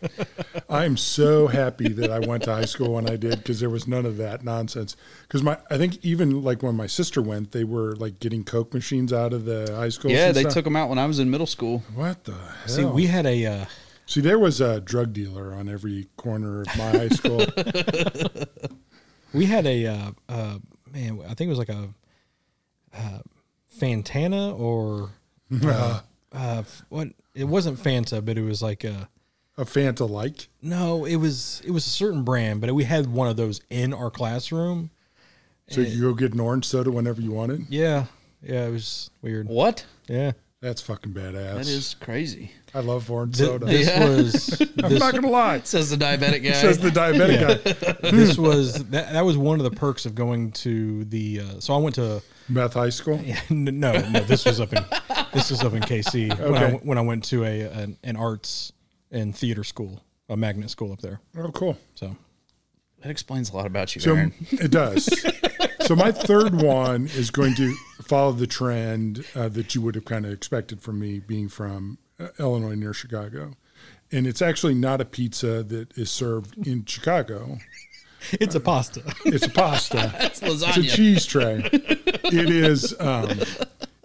[SPEAKER 3] I'm so happy that I went to high school when I did because there was none of that nonsense. Because my, I think even like when my sister went, they were like getting Coke machines out of the high school.
[SPEAKER 2] Yeah, they took them out when I was in middle school.
[SPEAKER 3] What the hell?
[SPEAKER 1] See, we had a. Uh,
[SPEAKER 3] See, there was a drug dealer on every corner of my high school.
[SPEAKER 1] We had a uh, uh, man. I think it was like a uh, Fantana or uh, uh, what? It wasn't Fanta, but it was like a
[SPEAKER 3] a Fanta like.
[SPEAKER 1] no. It was it was a certain brand, but we had one of those in our classroom.
[SPEAKER 3] So you go get an orange soda whenever you wanted.
[SPEAKER 1] Yeah, yeah. It was weird.
[SPEAKER 2] What?
[SPEAKER 1] Yeah,
[SPEAKER 3] That's fucking badass.
[SPEAKER 2] That is crazy.
[SPEAKER 3] I love orange
[SPEAKER 1] Th-
[SPEAKER 3] soda.
[SPEAKER 1] this
[SPEAKER 2] Yeah.
[SPEAKER 1] was
[SPEAKER 3] I'm
[SPEAKER 1] this,
[SPEAKER 3] not gonna lie.
[SPEAKER 2] Says the diabetic guy.
[SPEAKER 3] Says the diabetic guy.
[SPEAKER 1] this was that, that was one of the perks of going to the. Uh, so I went to
[SPEAKER 3] Meth high school.
[SPEAKER 1] N- no, no, this was up in this was up in KC when, I,
[SPEAKER 3] Okay.
[SPEAKER 1] w- when I went to a an, an arts and theater school, a magnet school up there.
[SPEAKER 3] Oh, cool.
[SPEAKER 1] So
[SPEAKER 2] that explains a lot about you,
[SPEAKER 3] So
[SPEAKER 2] Aaron.
[SPEAKER 3] it does. so my third one is going to follow the trend uh, that you would have kind of expected from me, being from uh, Illinois near Chicago, and it's actually not a pizza that is served in Chicago.
[SPEAKER 1] it's a pasta.
[SPEAKER 3] It's a pasta.
[SPEAKER 2] It's
[SPEAKER 3] It's a
[SPEAKER 2] lasagna.
[SPEAKER 3] cheese tray. It is. Um,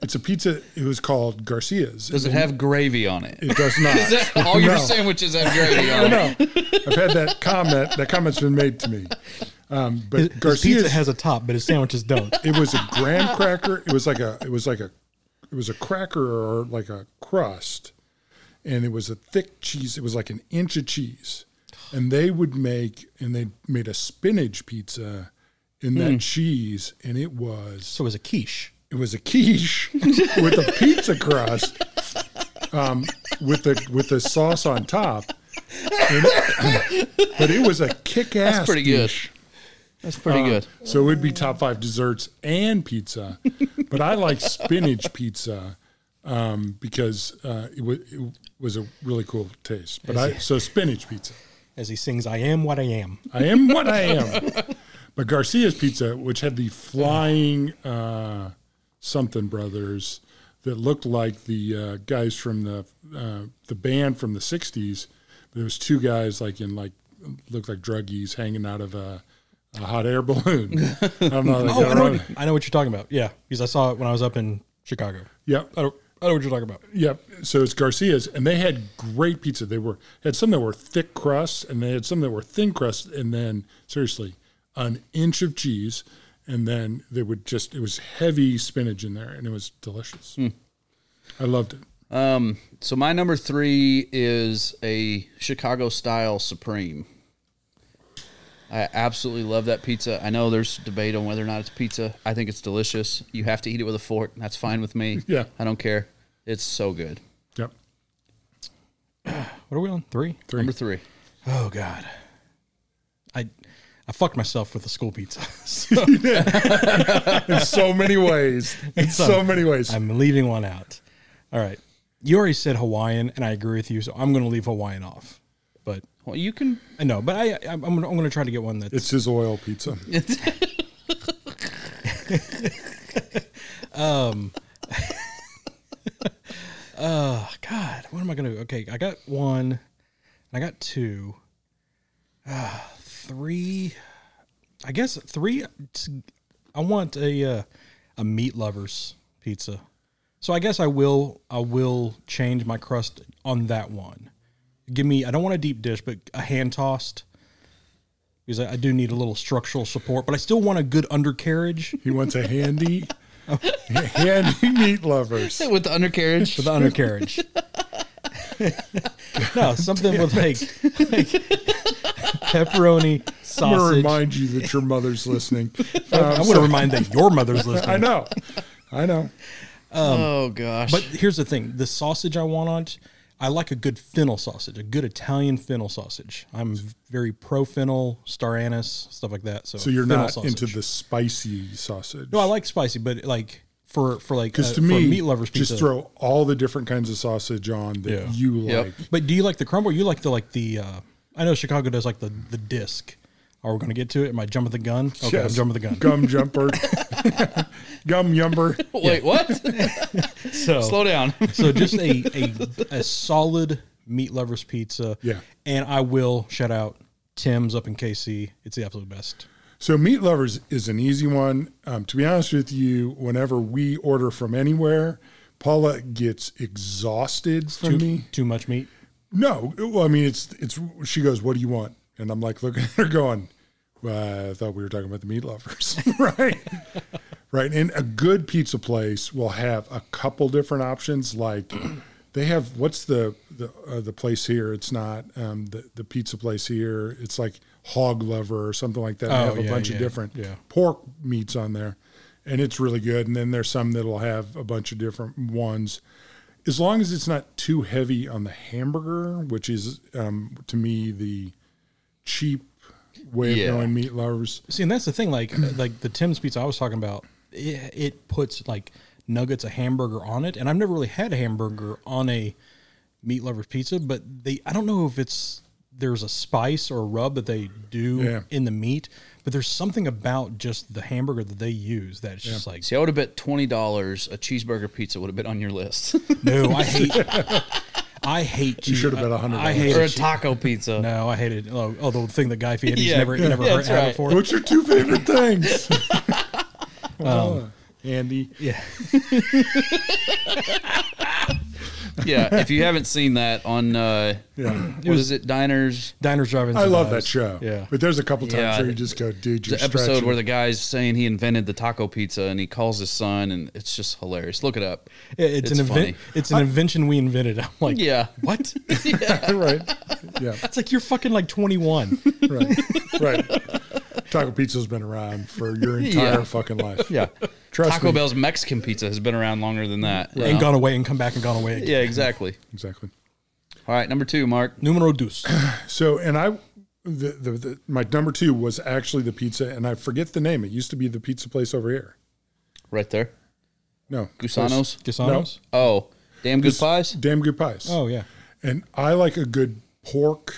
[SPEAKER 3] it's a pizza. It was called Garcia's.
[SPEAKER 2] Does it have gravy on it?
[SPEAKER 3] It does not.
[SPEAKER 2] Is that- all your
[SPEAKER 3] No.
[SPEAKER 2] sandwiches have gravy
[SPEAKER 3] I
[SPEAKER 2] on it.
[SPEAKER 3] know. I've had that comment. That comment's been made to me. Um, but
[SPEAKER 1] His
[SPEAKER 3] Garcia's
[SPEAKER 1] pizza has a top, but his sandwiches don't.
[SPEAKER 3] it was a graham cracker. It was like a it was like a it was a cracker or like a crust, and it was a thick cheese. It was like an inch of cheese, and they would make and they made a spinach pizza in
[SPEAKER 2] Hmm.
[SPEAKER 3] that cheese, and it was
[SPEAKER 1] So it was a quiche.
[SPEAKER 3] it was a quiche with a pizza crust, um, with the with the sauce on top. And it- but it was a kick ass.
[SPEAKER 2] That's pretty good. Uh, That's pretty good.
[SPEAKER 3] So it would be top five desserts and pizza, but I like spinach pizza um, because uh, it, w- it was a really cool taste. But I so spinach pizza.
[SPEAKER 1] As he sings, "I am what I am."
[SPEAKER 3] I am what I am. But Garcia's Pizza, which had the flying uh, something brothers that looked like the uh, guys from the uh, the band from the '60s, there was two guys like in like looked like druggies hanging out of a, a hot air balloon. I don't know. how they
[SPEAKER 1] Oh,
[SPEAKER 3] got
[SPEAKER 1] I know,
[SPEAKER 3] around
[SPEAKER 1] what,
[SPEAKER 3] it.
[SPEAKER 1] I know what you're talking about. Yeah, because I saw it when I was up in Chicago.
[SPEAKER 3] Yep.
[SPEAKER 1] I don't. I know what you're talking about.
[SPEAKER 3] Yep. So it's Garcia's, and they had great pizza. They were had some that were thick crusts, and they had some that were thin crust, and then seriously, an inch of cheese, and then they would just it was heavy spinach in there, and it was delicious. I loved it.
[SPEAKER 2] Um, so my number three is a Chicago style supreme. I absolutely love that pizza. I know there's debate on whether or not it's pizza. I think it's delicious. You have to eat it with a fork. That's fine with me.
[SPEAKER 3] Yeah.
[SPEAKER 2] I don't care. It's so good.
[SPEAKER 3] Yep.
[SPEAKER 1] What are we on? Three?
[SPEAKER 2] Number three.
[SPEAKER 1] Oh God, I I fucked myself with the school pizza.
[SPEAKER 3] In so many ways. In so many ways.
[SPEAKER 1] I'm leaving one out. All right, you already said Hawaiian, and I agree with you, so I'm going to leave Hawaiian off. But
[SPEAKER 2] Well, you can.
[SPEAKER 1] I know, but I I'm, I'm going to try to get one that's
[SPEAKER 3] It's his oil pizza.
[SPEAKER 1] oh God, what am I going to? Okay, I got one, and I got two, Ah, three. I guess three. I want a uh, a meat lovers pizza. So I guess I will I will change my crust on that one. Give me I don't want a deep dish, but a hand tossed because I, I do need a little structural support, but I still want a good undercarriage
[SPEAKER 3] He wants a handy, handy meat lovers.
[SPEAKER 2] With the undercarriage.
[SPEAKER 1] with the undercarriage. no, something with like, like pepperoni
[SPEAKER 3] I'm going to
[SPEAKER 1] sausage.
[SPEAKER 3] remind you that your mother's listening. Um,
[SPEAKER 1] I want to remind that your mother's listening.
[SPEAKER 3] I know. I know.
[SPEAKER 2] oh gosh.
[SPEAKER 1] But here's the thing: the sausage I want on it, I like a good fennel sausage, a good Italian fennel sausage. I'm very pro fennel, star anise, stuff like that. So,
[SPEAKER 3] So you're
[SPEAKER 1] fennel
[SPEAKER 3] not
[SPEAKER 1] sausage.
[SPEAKER 3] into the spicy sausage.
[SPEAKER 1] No, I like spicy, but like for for like
[SPEAKER 3] Because
[SPEAKER 1] uh,
[SPEAKER 3] to
[SPEAKER 1] for
[SPEAKER 3] me,
[SPEAKER 1] meat lovers pizza.
[SPEAKER 3] just throw all the different kinds of sausage on that
[SPEAKER 1] Yeah.
[SPEAKER 3] you
[SPEAKER 2] Yep.
[SPEAKER 3] like.
[SPEAKER 1] but do you like the crumble? You like the like the? Uh, I know Chicago does like the the disc. Are we going to get to it? Am I jumping the gun? Okay,
[SPEAKER 3] Yes.
[SPEAKER 1] I'm jumping the gun.
[SPEAKER 3] Gum jumper. Gum yumper.
[SPEAKER 2] Wait, what?
[SPEAKER 1] So
[SPEAKER 2] Slow down.
[SPEAKER 1] so just a, a a solid meat lovers pizza.
[SPEAKER 3] Yeah.
[SPEAKER 1] And I will shout out Tim's up in KC. It's the absolute best.
[SPEAKER 3] So meat lovers is an easy one. Um, to be honest with you, whenever we order from anywhere, Paula gets exhausted from
[SPEAKER 1] Too,
[SPEAKER 3] me.
[SPEAKER 1] too much meat.
[SPEAKER 3] No, well, I mean, it's it's. She goes, "What do you want?" And I'm like looking at her, going, well, "I thought we were talking about the meat lovers, right?" right. And a good pizza place will have a couple different options. Like they have what's the the uh, the place here? It's not um, the the pizza place here. It's like Hog Lover or something like that. they
[SPEAKER 1] Oh,
[SPEAKER 3] have a
[SPEAKER 1] yeah,
[SPEAKER 3] bunch
[SPEAKER 1] yeah,
[SPEAKER 3] of different
[SPEAKER 1] yeah.
[SPEAKER 3] pork meats on there, and it's really good. And then there's some that'll have a bunch of different ones as long as it's not too heavy on the hamburger, which is um, to me the cheap way
[SPEAKER 2] Yeah.
[SPEAKER 3] of knowing meat lovers.
[SPEAKER 1] See, and that's the thing. Like
[SPEAKER 3] Mm.
[SPEAKER 1] like the Tim's pizza I was talking about, it, it puts like nuggets, a hamburger on it, and I've never really had a hamburger on a meat lovers pizza. But they, I don't know if it's there's a spice or a rub that they do
[SPEAKER 3] Yeah.
[SPEAKER 1] in the meat, but there's something about just the hamburger that they use that's just like
[SPEAKER 2] See, I would have bet twenty dollars a cheeseburger pizza would have been on your list,
[SPEAKER 1] No, I hate. I hate. cheese-
[SPEAKER 3] should have bet
[SPEAKER 1] I-
[SPEAKER 3] $100.
[SPEAKER 1] I hate.
[SPEAKER 2] or a
[SPEAKER 1] it.
[SPEAKER 2] taco pizza.
[SPEAKER 1] No, I hated. Oh, oh, the thing that Guy Fieri's
[SPEAKER 2] Yeah,
[SPEAKER 1] never never
[SPEAKER 2] yeah,
[SPEAKER 1] heard
[SPEAKER 2] that's
[SPEAKER 1] had
[SPEAKER 2] right.
[SPEAKER 1] before.
[SPEAKER 3] What's your two favorite things? Well,
[SPEAKER 2] Um,
[SPEAKER 3] uh, Andy,
[SPEAKER 1] Yeah,
[SPEAKER 2] Yeah, if you haven't seen that on, uh,
[SPEAKER 3] yeah,
[SPEAKER 2] what is it, Diners?
[SPEAKER 1] diners, driving.
[SPEAKER 3] I love that show.
[SPEAKER 1] Yeah.
[SPEAKER 3] but there's a couple times
[SPEAKER 2] Yeah.
[SPEAKER 3] where you just go, dude, you're
[SPEAKER 2] The episode
[SPEAKER 3] stretching.
[SPEAKER 2] where the guy's saying he invented the taco pizza and he calls his son, and it's just hilarious. Look it up.
[SPEAKER 1] It's, an
[SPEAKER 2] funny.
[SPEAKER 1] invent. It's an invention we invented. I'm like,
[SPEAKER 2] Yeah.
[SPEAKER 1] What?
[SPEAKER 3] right? Yeah,
[SPEAKER 1] It's like you're fucking like 21.
[SPEAKER 3] right, right. Taco pizza's been around for your entire
[SPEAKER 2] Yeah.
[SPEAKER 3] fucking life.
[SPEAKER 2] Yeah.
[SPEAKER 3] Trust
[SPEAKER 2] Taco
[SPEAKER 3] me.
[SPEAKER 2] Bell's Mexican pizza has been around longer than that. you
[SPEAKER 1] and
[SPEAKER 2] know?
[SPEAKER 1] gone away and come back and gone away. Again.
[SPEAKER 2] Yeah, exactly.
[SPEAKER 3] exactly.
[SPEAKER 2] All right, number two, Mark.
[SPEAKER 1] Numero dos.
[SPEAKER 3] So, and I, the, the, the my number two was actually the pizza, and I forget the name. It used to be the pizza place over here.
[SPEAKER 2] Right there.
[SPEAKER 3] No,
[SPEAKER 2] Gusanos.
[SPEAKER 1] Gusanos.
[SPEAKER 2] Oh, damn good pies.
[SPEAKER 3] Damn good pies.
[SPEAKER 1] Oh yeah.
[SPEAKER 3] And I like a good pork,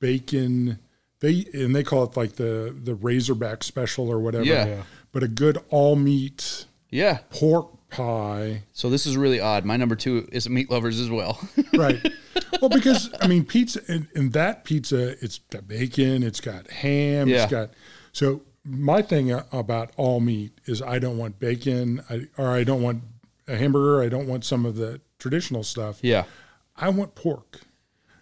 [SPEAKER 3] bacon. They and they call it like the the Razorback special or whatever.
[SPEAKER 2] Yeah. Yeah.
[SPEAKER 3] But a good all meat
[SPEAKER 2] Yeah.
[SPEAKER 3] pork pie.
[SPEAKER 2] So this is really odd. My number two is meat lovers as well.
[SPEAKER 3] Right. well, because I mean, pizza and, and that pizza, it's got bacon, it's got ham,
[SPEAKER 2] Yeah.
[SPEAKER 3] it's got. So my thing a- about all meat is I don't want bacon, I, or I don't want a hamburger, I don't want some of the traditional stuff.
[SPEAKER 2] yeah.
[SPEAKER 3] I want pork.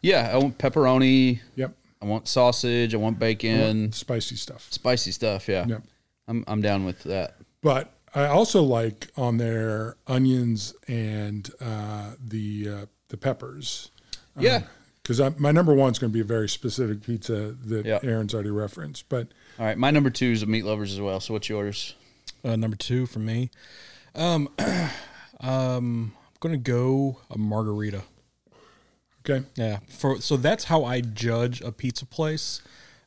[SPEAKER 2] Yeah. I want pepperoni.
[SPEAKER 3] Yep.
[SPEAKER 2] I want sausage. I want bacon.
[SPEAKER 3] Spicy stuff.
[SPEAKER 2] Spicy stuff. Yeah.
[SPEAKER 3] Yep.
[SPEAKER 2] I'm I'm down with that.
[SPEAKER 3] But I also like on there onions and uh, the uh, the peppers.
[SPEAKER 2] Yeah.
[SPEAKER 3] because my number one's going to be a very specific pizza that
[SPEAKER 2] Yeah.
[SPEAKER 3] Aaron's already referenced. But
[SPEAKER 2] All right, my number two is a meat lovers as well. So what's yours?
[SPEAKER 1] Uh, number two for me. Um, um, I'm gonna go a margarita.
[SPEAKER 3] okay,
[SPEAKER 1] Yeah. For so that's how I judge a pizza place.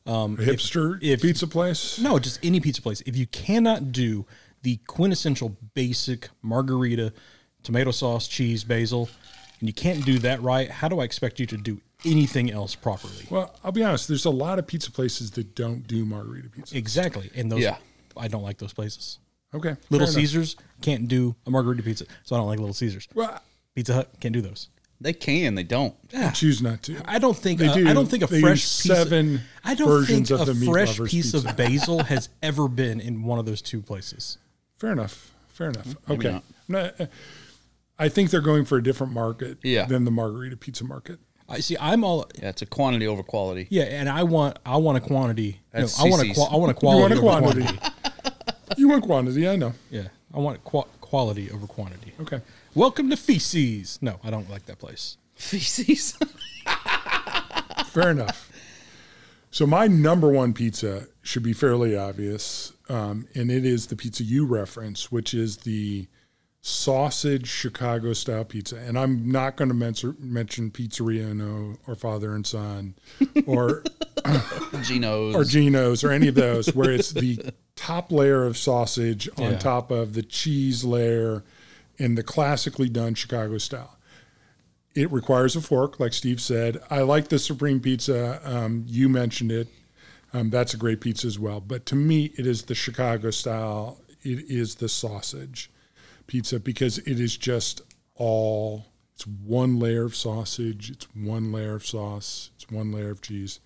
[SPEAKER 1] Um,
[SPEAKER 3] a hipster
[SPEAKER 1] if-
[SPEAKER 3] pizza place.
[SPEAKER 1] No, just any pizza place. If you cannot do the quintessential basic margarita, tomato sauce, cheese, basil, and you can't do that right, how do I expect you to do anything else properly?
[SPEAKER 3] Well, I'll be honest. There's a lot of pizza places that don't do margarita pizza.
[SPEAKER 1] Exactly. And those,
[SPEAKER 2] Yeah.
[SPEAKER 1] I don't like those places.
[SPEAKER 3] Okay, fair
[SPEAKER 1] Little
[SPEAKER 3] enough.
[SPEAKER 1] Caesars can't do a margarita pizza, so I don't like Little Caesars.
[SPEAKER 3] Well,
[SPEAKER 1] Pizza Hut can't do those.
[SPEAKER 2] They can, they don't.
[SPEAKER 3] I choose not to.
[SPEAKER 1] I don't think
[SPEAKER 3] They
[SPEAKER 1] uh,
[SPEAKER 3] do.
[SPEAKER 1] I don't think a
[SPEAKER 3] They
[SPEAKER 1] fresh
[SPEAKER 3] use
[SPEAKER 1] piece
[SPEAKER 3] seven
[SPEAKER 1] Of, I don't think
[SPEAKER 3] versions
[SPEAKER 1] a
[SPEAKER 3] of the meat
[SPEAKER 1] fresh
[SPEAKER 3] lovers
[SPEAKER 1] piece
[SPEAKER 3] pizza.
[SPEAKER 1] of basil has ever been in one of those two places.
[SPEAKER 3] Fair enough. Fair enough. Okay.
[SPEAKER 2] not.
[SPEAKER 3] No, uh, I think they're going for a different market
[SPEAKER 2] Yeah.
[SPEAKER 3] than the margarita pizza market.
[SPEAKER 1] I see. I'm all
[SPEAKER 2] Yeah, it's a quantity over quality.
[SPEAKER 1] yeah, and I want I want a quantity. No,
[SPEAKER 2] That's
[SPEAKER 1] I want a
[SPEAKER 2] CC's.
[SPEAKER 1] qua- I want a
[SPEAKER 3] You
[SPEAKER 1] quality.
[SPEAKER 3] want a
[SPEAKER 1] over
[SPEAKER 3] quantity. you want quantity. I know.
[SPEAKER 1] Yeah, I want qua- quality over quantity.
[SPEAKER 3] Okay.
[SPEAKER 1] Welcome to feces. No, I don't like that place.
[SPEAKER 2] Feces.
[SPEAKER 3] Fair enough. So my number one pizza should be fairly obvious, um, and it is the pizza you reference, which is the sausage Chicago style pizza. And I'm not going to mention, mention Pizzeria No or Father and Son or
[SPEAKER 2] Geno's.
[SPEAKER 3] or Geno's or any of those where it's the top layer of sausage on
[SPEAKER 1] Yeah.
[SPEAKER 3] top of the cheese layer in the classically done Chicago style. It requires a fork, like Steve said. I like the Supreme Pizza. Um, you mentioned it. Um, that's a great pizza as well. But to me, it is the Chicago style. It is the sausage pizza because it is just all. It's one layer of sausage. It's one layer of sauce. It's one layer of cheese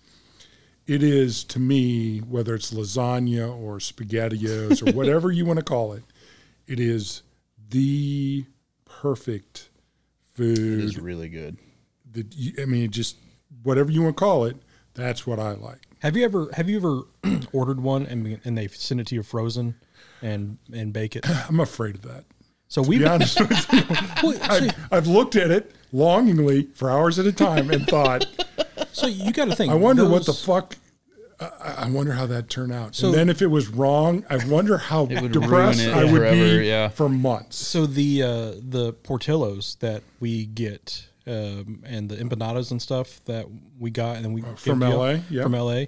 [SPEAKER 3] it is to me whether it's lasagna or spaghettios or whatever you want to call it it is the perfect
[SPEAKER 2] It
[SPEAKER 3] food
[SPEAKER 2] is really good.
[SPEAKER 3] that you, i mean it just whatever you want to call it that's what i like
[SPEAKER 1] Have you ever have you ever ordered one and and they send it to you frozen and and bake it?
[SPEAKER 3] i'm afraid of that
[SPEAKER 1] So
[SPEAKER 3] to
[SPEAKER 1] we
[SPEAKER 3] be honest with you I've, I've looked at it longingly for hours at a time and thought
[SPEAKER 1] so you got to think.
[SPEAKER 3] i wonder what the
[SPEAKER 1] those-
[SPEAKER 3] fuck I I wonder how that turned out.
[SPEAKER 1] So-
[SPEAKER 3] and then if it was wrong, I wonder how
[SPEAKER 2] would
[SPEAKER 3] depressed
[SPEAKER 2] ruin it
[SPEAKER 3] I would
[SPEAKER 2] forever,
[SPEAKER 3] be
[SPEAKER 2] yeah.
[SPEAKER 3] for months.
[SPEAKER 1] So the uh, the portillos that we get um, and the empanadas and stuff that we got and then we
[SPEAKER 3] Uh, from
[SPEAKER 1] get-
[SPEAKER 3] LA, yeah.
[SPEAKER 1] from LA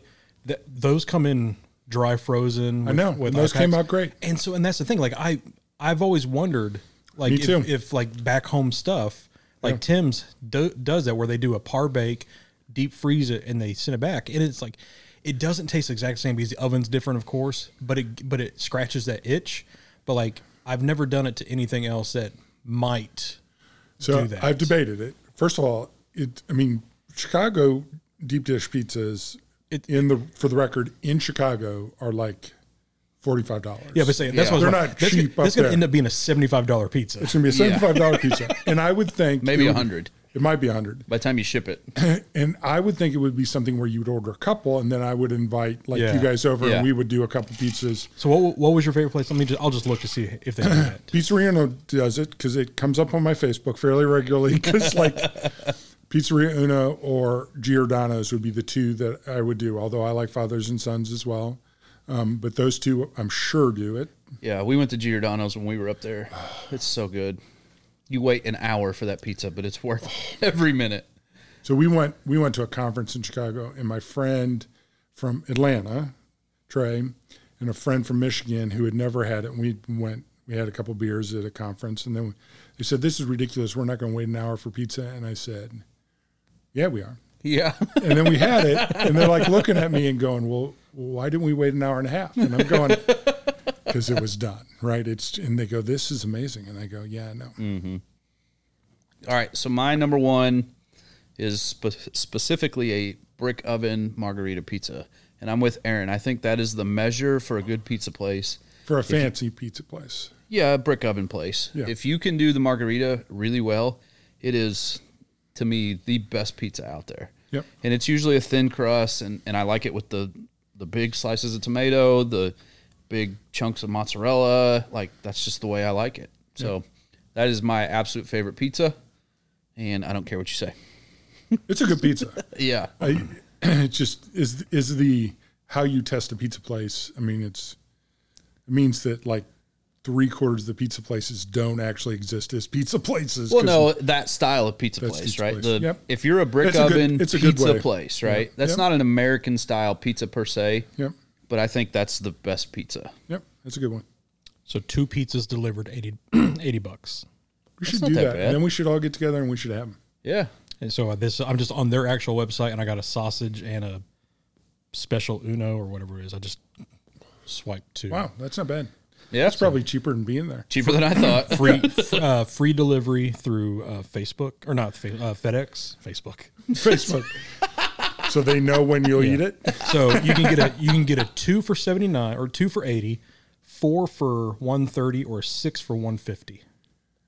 [SPEAKER 1] that those come in dry frozen. With,
[SPEAKER 3] know, and those
[SPEAKER 1] ice
[SPEAKER 3] came
[SPEAKER 1] packs.
[SPEAKER 3] out great.
[SPEAKER 1] And so and that's the thing. Like I I've always wondered like
[SPEAKER 3] Me
[SPEAKER 1] if,
[SPEAKER 3] too.
[SPEAKER 1] if like back home stuff like Tim's do, does that where they do a par bake, deep freeze it, and they send it back, and it's like it doesn't taste the exact same because the oven's different, of course, but it but it scratches that itch. But like I've never done it to anything else that might.
[SPEAKER 3] So
[SPEAKER 1] do that.
[SPEAKER 3] I've debated it. First of all, it I mean Chicago deep dish pizzas in the for the record in Chicago are like forty five dollars.
[SPEAKER 1] Yeah, but saying that's
[SPEAKER 2] Yeah.
[SPEAKER 1] what I was
[SPEAKER 3] They're
[SPEAKER 1] like,
[SPEAKER 3] not
[SPEAKER 1] that's gonna-
[SPEAKER 3] cheap up
[SPEAKER 1] That's going
[SPEAKER 3] there.
[SPEAKER 1] to end up being a seventy-five dollar pizza.
[SPEAKER 3] it's gonna be a seventy five dollar pizza, and I would think
[SPEAKER 2] Maybe
[SPEAKER 3] it
[SPEAKER 2] a
[SPEAKER 3] would-
[SPEAKER 2] hundred
[SPEAKER 3] It might be a hundred,
[SPEAKER 2] by the time you ship it.
[SPEAKER 3] and I would think it would be something where you would order a couple, and then I would invite like
[SPEAKER 1] Yeah.
[SPEAKER 3] you guys over,
[SPEAKER 2] Yeah.
[SPEAKER 3] and we would do a couple pizzas.
[SPEAKER 1] So what what was your favorite place? Let me just I'll just look to see if they do that.
[SPEAKER 3] Pizzeria Uno does it because it comes up on my Facebook fairly regularly. Because like Pizzeria Uno or Giordano's would be the two that I would do. Although I like Fathers and Sons as well, um, but those two I'm sure do it.
[SPEAKER 2] Yeah, we went to Giordano's when we were up there. It's so good. You wait an hour for that pizza, but it's worth every minute.
[SPEAKER 3] So we went we went to a conference in Chicago, and my friend from Atlanta, Trey, and a friend from Michigan who had never had it. And we went we had a couple beers at a conference, and then we, they said, "This is ridiculous. We're not going to wait an hour for pizza." And I said, "Yeah, we are."
[SPEAKER 2] Yeah.
[SPEAKER 3] And then we had it, and they're like looking at me and going, "Well, why didn't we wait an hour and a half?" And I'm going, "Because it was done, right?" It's and they go, "This is amazing," and I go, "Yeah, no,
[SPEAKER 2] Mm. All right. So my number one is spe- specifically a brick oven margarita pizza, and I'm with Aaron. I think that is the measure for a good pizza place.
[SPEAKER 3] for a fancy pizza place."
[SPEAKER 2] Yeah, a brick oven place.
[SPEAKER 3] Yeah.
[SPEAKER 2] If you can do the margarita really well, it is to me the best pizza out there.
[SPEAKER 3] Yep.
[SPEAKER 2] And it's usually a thin crust and, and I like it with the the big slices of tomato, the big chunks of mozzarella. Like that's just the way I like it. So that is my absolute favorite pizza. And I don't care what you say.
[SPEAKER 3] It's a good pizza.
[SPEAKER 2] Yeah.
[SPEAKER 3] I, it just is is the how you test a pizza place. I mean, it's it means that like three quarters of the pizza places don't actually exist as pizza places.
[SPEAKER 2] Well,
[SPEAKER 3] 'cause
[SPEAKER 2] no, that style of pizza
[SPEAKER 3] That's
[SPEAKER 2] place,
[SPEAKER 3] pizza
[SPEAKER 2] right?
[SPEAKER 3] place.
[SPEAKER 2] The
[SPEAKER 3] Yep.
[SPEAKER 2] if you're a brick
[SPEAKER 3] It's a good-
[SPEAKER 2] oven
[SPEAKER 3] it's a good
[SPEAKER 2] pizza
[SPEAKER 3] way.
[SPEAKER 2] place, right? That's
[SPEAKER 3] Yep.
[SPEAKER 2] not an American style pizza per se,
[SPEAKER 3] Yep.
[SPEAKER 2] but I think that's the best pizza.
[SPEAKER 3] Yep. That's a good one.
[SPEAKER 1] So two pizzas delivered 80, 80 bucks.
[SPEAKER 3] We should
[SPEAKER 2] not
[SPEAKER 3] do
[SPEAKER 2] that
[SPEAKER 3] that.
[SPEAKER 2] bad.
[SPEAKER 3] And then we should all get together and we should have them.
[SPEAKER 2] Yeah.
[SPEAKER 1] And so this, I'm just on their actual website, and I got a sausage and a special Uno or whatever it is. I just swiped to
[SPEAKER 3] Wow, that's not bad.
[SPEAKER 2] Yeah.
[SPEAKER 3] That's probably cheaper than being there.
[SPEAKER 2] cheaper than I thought.
[SPEAKER 1] free f- uh, free delivery through uh, Facebook or not fa- uh, FedEx, Facebook.
[SPEAKER 3] Facebook. so they know when you'll eat it.
[SPEAKER 1] So you can get a you can get a two for seventy nine or two for eighty, four for one thirty or six for one fifty.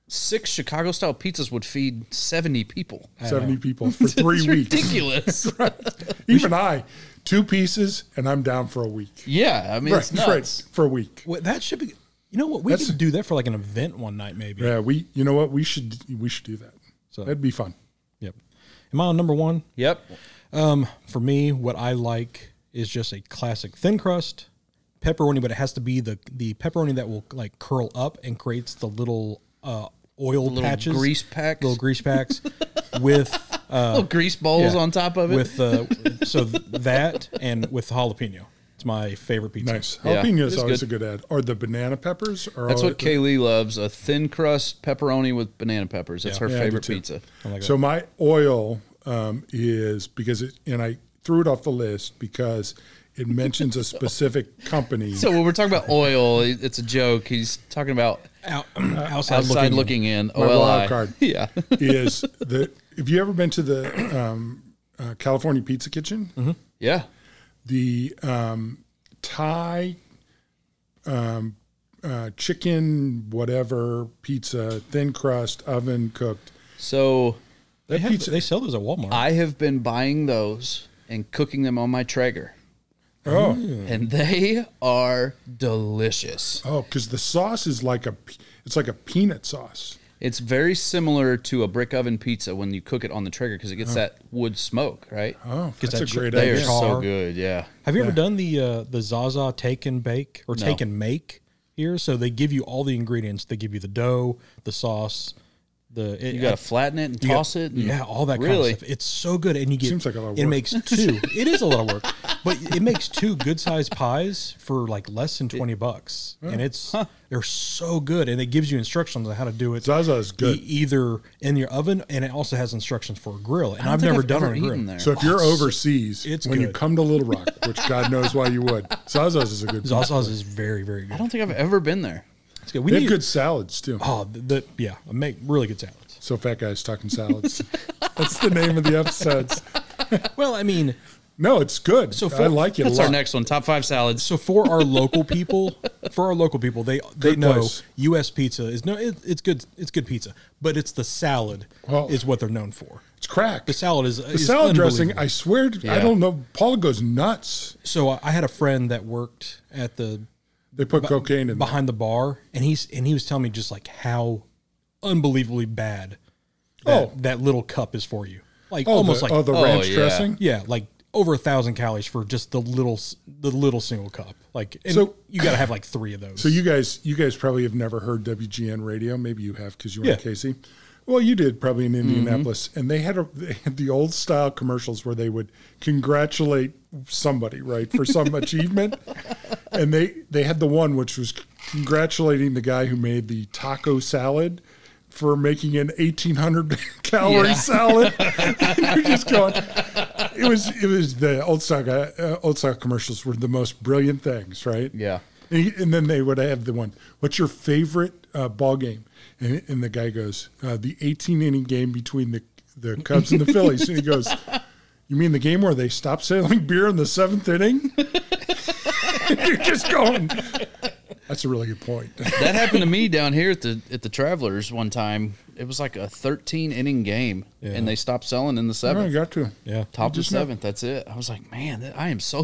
[SPEAKER 2] Six Chicago style pizzas would feed 70 people.
[SPEAKER 3] 70 people for three
[SPEAKER 2] It's
[SPEAKER 3] weeks.
[SPEAKER 2] ridiculous.
[SPEAKER 3] Even I, two pieces, and I'm down for a week.
[SPEAKER 2] yeah, I mean it's
[SPEAKER 3] Right,
[SPEAKER 2] nuts.
[SPEAKER 3] right, for a week.
[SPEAKER 1] Well, that should be. You know what? We
[SPEAKER 3] That's-
[SPEAKER 1] could do that for like an event one night, maybe.
[SPEAKER 3] Yeah, we. You know what? We should. We should do that.
[SPEAKER 1] So-
[SPEAKER 3] That'd be fun.
[SPEAKER 1] Yep. Am I on number one?
[SPEAKER 2] Yep.
[SPEAKER 1] For me, what I like is just a classic thin crust pepperoni, but it has to be the the pepperoni that will like curl up and creates the little uh, oil
[SPEAKER 2] Little
[SPEAKER 1] patches,
[SPEAKER 2] grease packs.
[SPEAKER 1] little grease packs with uh,
[SPEAKER 2] Little grease bowls
[SPEAKER 1] yeah,
[SPEAKER 2] on top of it.
[SPEAKER 1] With uh, so th- that and with jalapeno, it's my favorite pizza.
[SPEAKER 3] Nice.
[SPEAKER 2] Yeah,
[SPEAKER 3] Jalapeno
[SPEAKER 2] it
[SPEAKER 3] is
[SPEAKER 2] is
[SPEAKER 3] always
[SPEAKER 2] good.
[SPEAKER 3] a good ad. Are the banana peppers? Are
[SPEAKER 2] That's
[SPEAKER 3] all-
[SPEAKER 2] what Kaylee loves: a thin crust pepperoni with banana peppers. That's her
[SPEAKER 3] Yeah, I do
[SPEAKER 2] favorite
[SPEAKER 3] too.
[SPEAKER 2] pizza. Oh
[SPEAKER 3] so my oil um, is because it, and I threw it off the list because it mentions a specific company.
[SPEAKER 2] So when we're talking about oil, it- it's a joke. He's talking about
[SPEAKER 1] Out, outside,
[SPEAKER 2] outside
[SPEAKER 1] looking,
[SPEAKER 2] looking, in.
[SPEAKER 3] My
[SPEAKER 2] OLI.
[SPEAKER 3] wild card.
[SPEAKER 2] Yeah.
[SPEAKER 3] is the have you ever been to the um, uh, California Pizza Kitchen?
[SPEAKER 2] Yeah.
[SPEAKER 3] The um, Thai um, uh, chicken whatever pizza thin crust oven cooked.
[SPEAKER 2] So
[SPEAKER 1] They,
[SPEAKER 3] That
[SPEAKER 1] have,
[SPEAKER 3] pizza.
[SPEAKER 1] they sell those at Walmart.
[SPEAKER 2] I have been buying those and cooking them on my Traeger,
[SPEAKER 3] oh.
[SPEAKER 2] and
[SPEAKER 1] Mm-hmm.
[SPEAKER 2] they are delicious.
[SPEAKER 3] Oh, because the sauce is like a, pe- it's like a peanut sauce.
[SPEAKER 2] It's very similar to a brick oven pizza when you cook it on the Traeger because it gets that wood smoke, right?
[SPEAKER 3] Oh, that's
[SPEAKER 1] that
[SPEAKER 3] a
[SPEAKER 1] chi-
[SPEAKER 3] great
[SPEAKER 2] They are
[SPEAKER 3] idea.
[SPEAKER 2] so
[SPEAKER 1] Char.
[SPEAKER 2] good. Yeah.
[SPEAKER 1] have you ever done the uh, the Zaza take and bake or take and make here? So they give you all the ingredients. They give you the dough, the sauce, the it,
[SPEAKER 2] You got to flatten it and
[SPEAKER 1] you got-
[SPEAKER 2] toss it. and-
[SPEAKER 1] yeah, all that
[SPEAKER 2] Really?
[SPEAKER 1] kind of stuff. It's so good, and you get
[SPEAKER 3] Seems like a lot of
[SPEAKER 1] It
[SPEAKER 3] work.
[SPEAKER 1] makes two. it is a lot of work, but it makes two good sized pies for like less than twenty bucks, and it's they're so good, and it gives you instructions on how to do it.
[SPEAKER 3] Zaza is good.
[SPEAKER 1] e- either in your oven, and it also has instructions for a grill, and
[SPEAKER 2] I don't
[SPEAKER 1] I've
[SPEAKER 2] think
[SPEAKER 1] never done it
[SPEAKER 2] ever
[SPEAKER 1] on a grill.
[SPEAKER 2] eaten there.
[SPEAKER 3] So if you're overseas,
[SPEAKER 1] it's
[SPEAKER 3] when you
[SPEAKER 1] good.
[SPEAKER 3] come to Little Rock, which God knows why you would, Zaza's is a good. pizza.
[SPEAKER 1] Zaza's is very very
[SPEAKER 2] I
[SPEAKER 1] good.
[SPEAKER 2] don't think I've ever been there.
[SPEAKER 1] It's good. We
[SPEAKER 3] They have
[SPEAKER 1] need
[SPEAKER 3] good salads too.
[SPEAKER 1] Oh, the, the yeah, make really good salads.
[SPEAKER 3] So fat guys talking salads. that's the name of the episodes.
[SPEAKER 1] Well, I mean,
[SPEAKER 3] No, it's good.
[SPEAKER 1] So
[SPEAKER 3] I
[SPEAKER 1] for-
[SPEAKER 3] like it a
[SPEAKER 2] That's our
[SPEAKER 3] lot.
[SPEAKER 2] next one. Top five salads.
[SPEAKER 1] so for our local people, for our local people, they they
[SPEAKER 3] Good
[SPEAKER 1] know
[SPEAKER 3] place.
[SPEAKER 1] U.S. pizza is no, it, it's good, it's good pizza, but it's the salad
[SPEAKER 3] Well-
[SPEAKER 1] is what they're known for.
[SPEAKER 3] it's crack.
[SPEAKER 1] The salad is
[SPEAKER 3] The salad dressing. I swear,
[SPEAKER 2] Yeah.
[SPEAKER 3] I don't know. Paula goes nuts.
[SPEAKER 1] so I, I had a friend that worked at the
[SPEAKER 3] They put cocaine in. Behind
[SPEAKER 1] behind the bar, and he's and he was telling me just like how unbelievably bad that,
[SPEAKER 3] Oh.
[SPEAKER 1] that little cup is for you, like
[SPEAKER 3] oh,
[SPEAKER 1] almost
[SPEAKER 3] the,
[SPEAKER 1] like
[SPEAKER 3] oh, the
[SPEAKER 2] Oh,
[SPEAKER 3] ranch
[SPEAKER 2] yeah.
[SPEAKER 3] dressing.
[SPEAKER 1] Yeah, like over a thousand calories for just the little s- the little single cup. Like, and
[SPEAKER 3] So-
[SPEAKER 1] you got to have like three of those.
[SPEAKER 3] So you guys, you guys probably have never heard WGN radio. Maybe you have because you were
[SPEAKER 1] Yeah.
[SPEAKER 3] in Casey. Well, you did probably in Indianapolis, and they had, a, they had the old style commercials where they would congratulate somebody, right, for some achievement, and they they had the one which was congratulating the guy who made the taco salad for making an eighteen hundred calorie
[SPEAKER 2] Yeah.
[SPEAKER 3] salad. And you're just going. It was it was the old style guy, uh, old style commercials were the most brilliant things, right?
[SPEAKER 2] Yeah.
[SPEAKER 3] And, he, and then they would have the one, what's your favorite uh, ball game? And, and the guy goes, uh, the 18 inning game between the, the Cubs and the Phillies. And he goes, you mean the game where they stop selling beer in the seventh inning? You're just going, that's a really good point.
[SPEAKER 2] That happened to me down here at the at the Travelers one time. It was like a 13 inning game, and they stopped selling in the
[SPEAKER 3] I
[SPEAKER 2] seventh.
[SPEAKER 3] got to.
[SPEAKER 1] yeah,
[SPEAKER 2] Top of seventh. That's it. I was like, man, that- I am so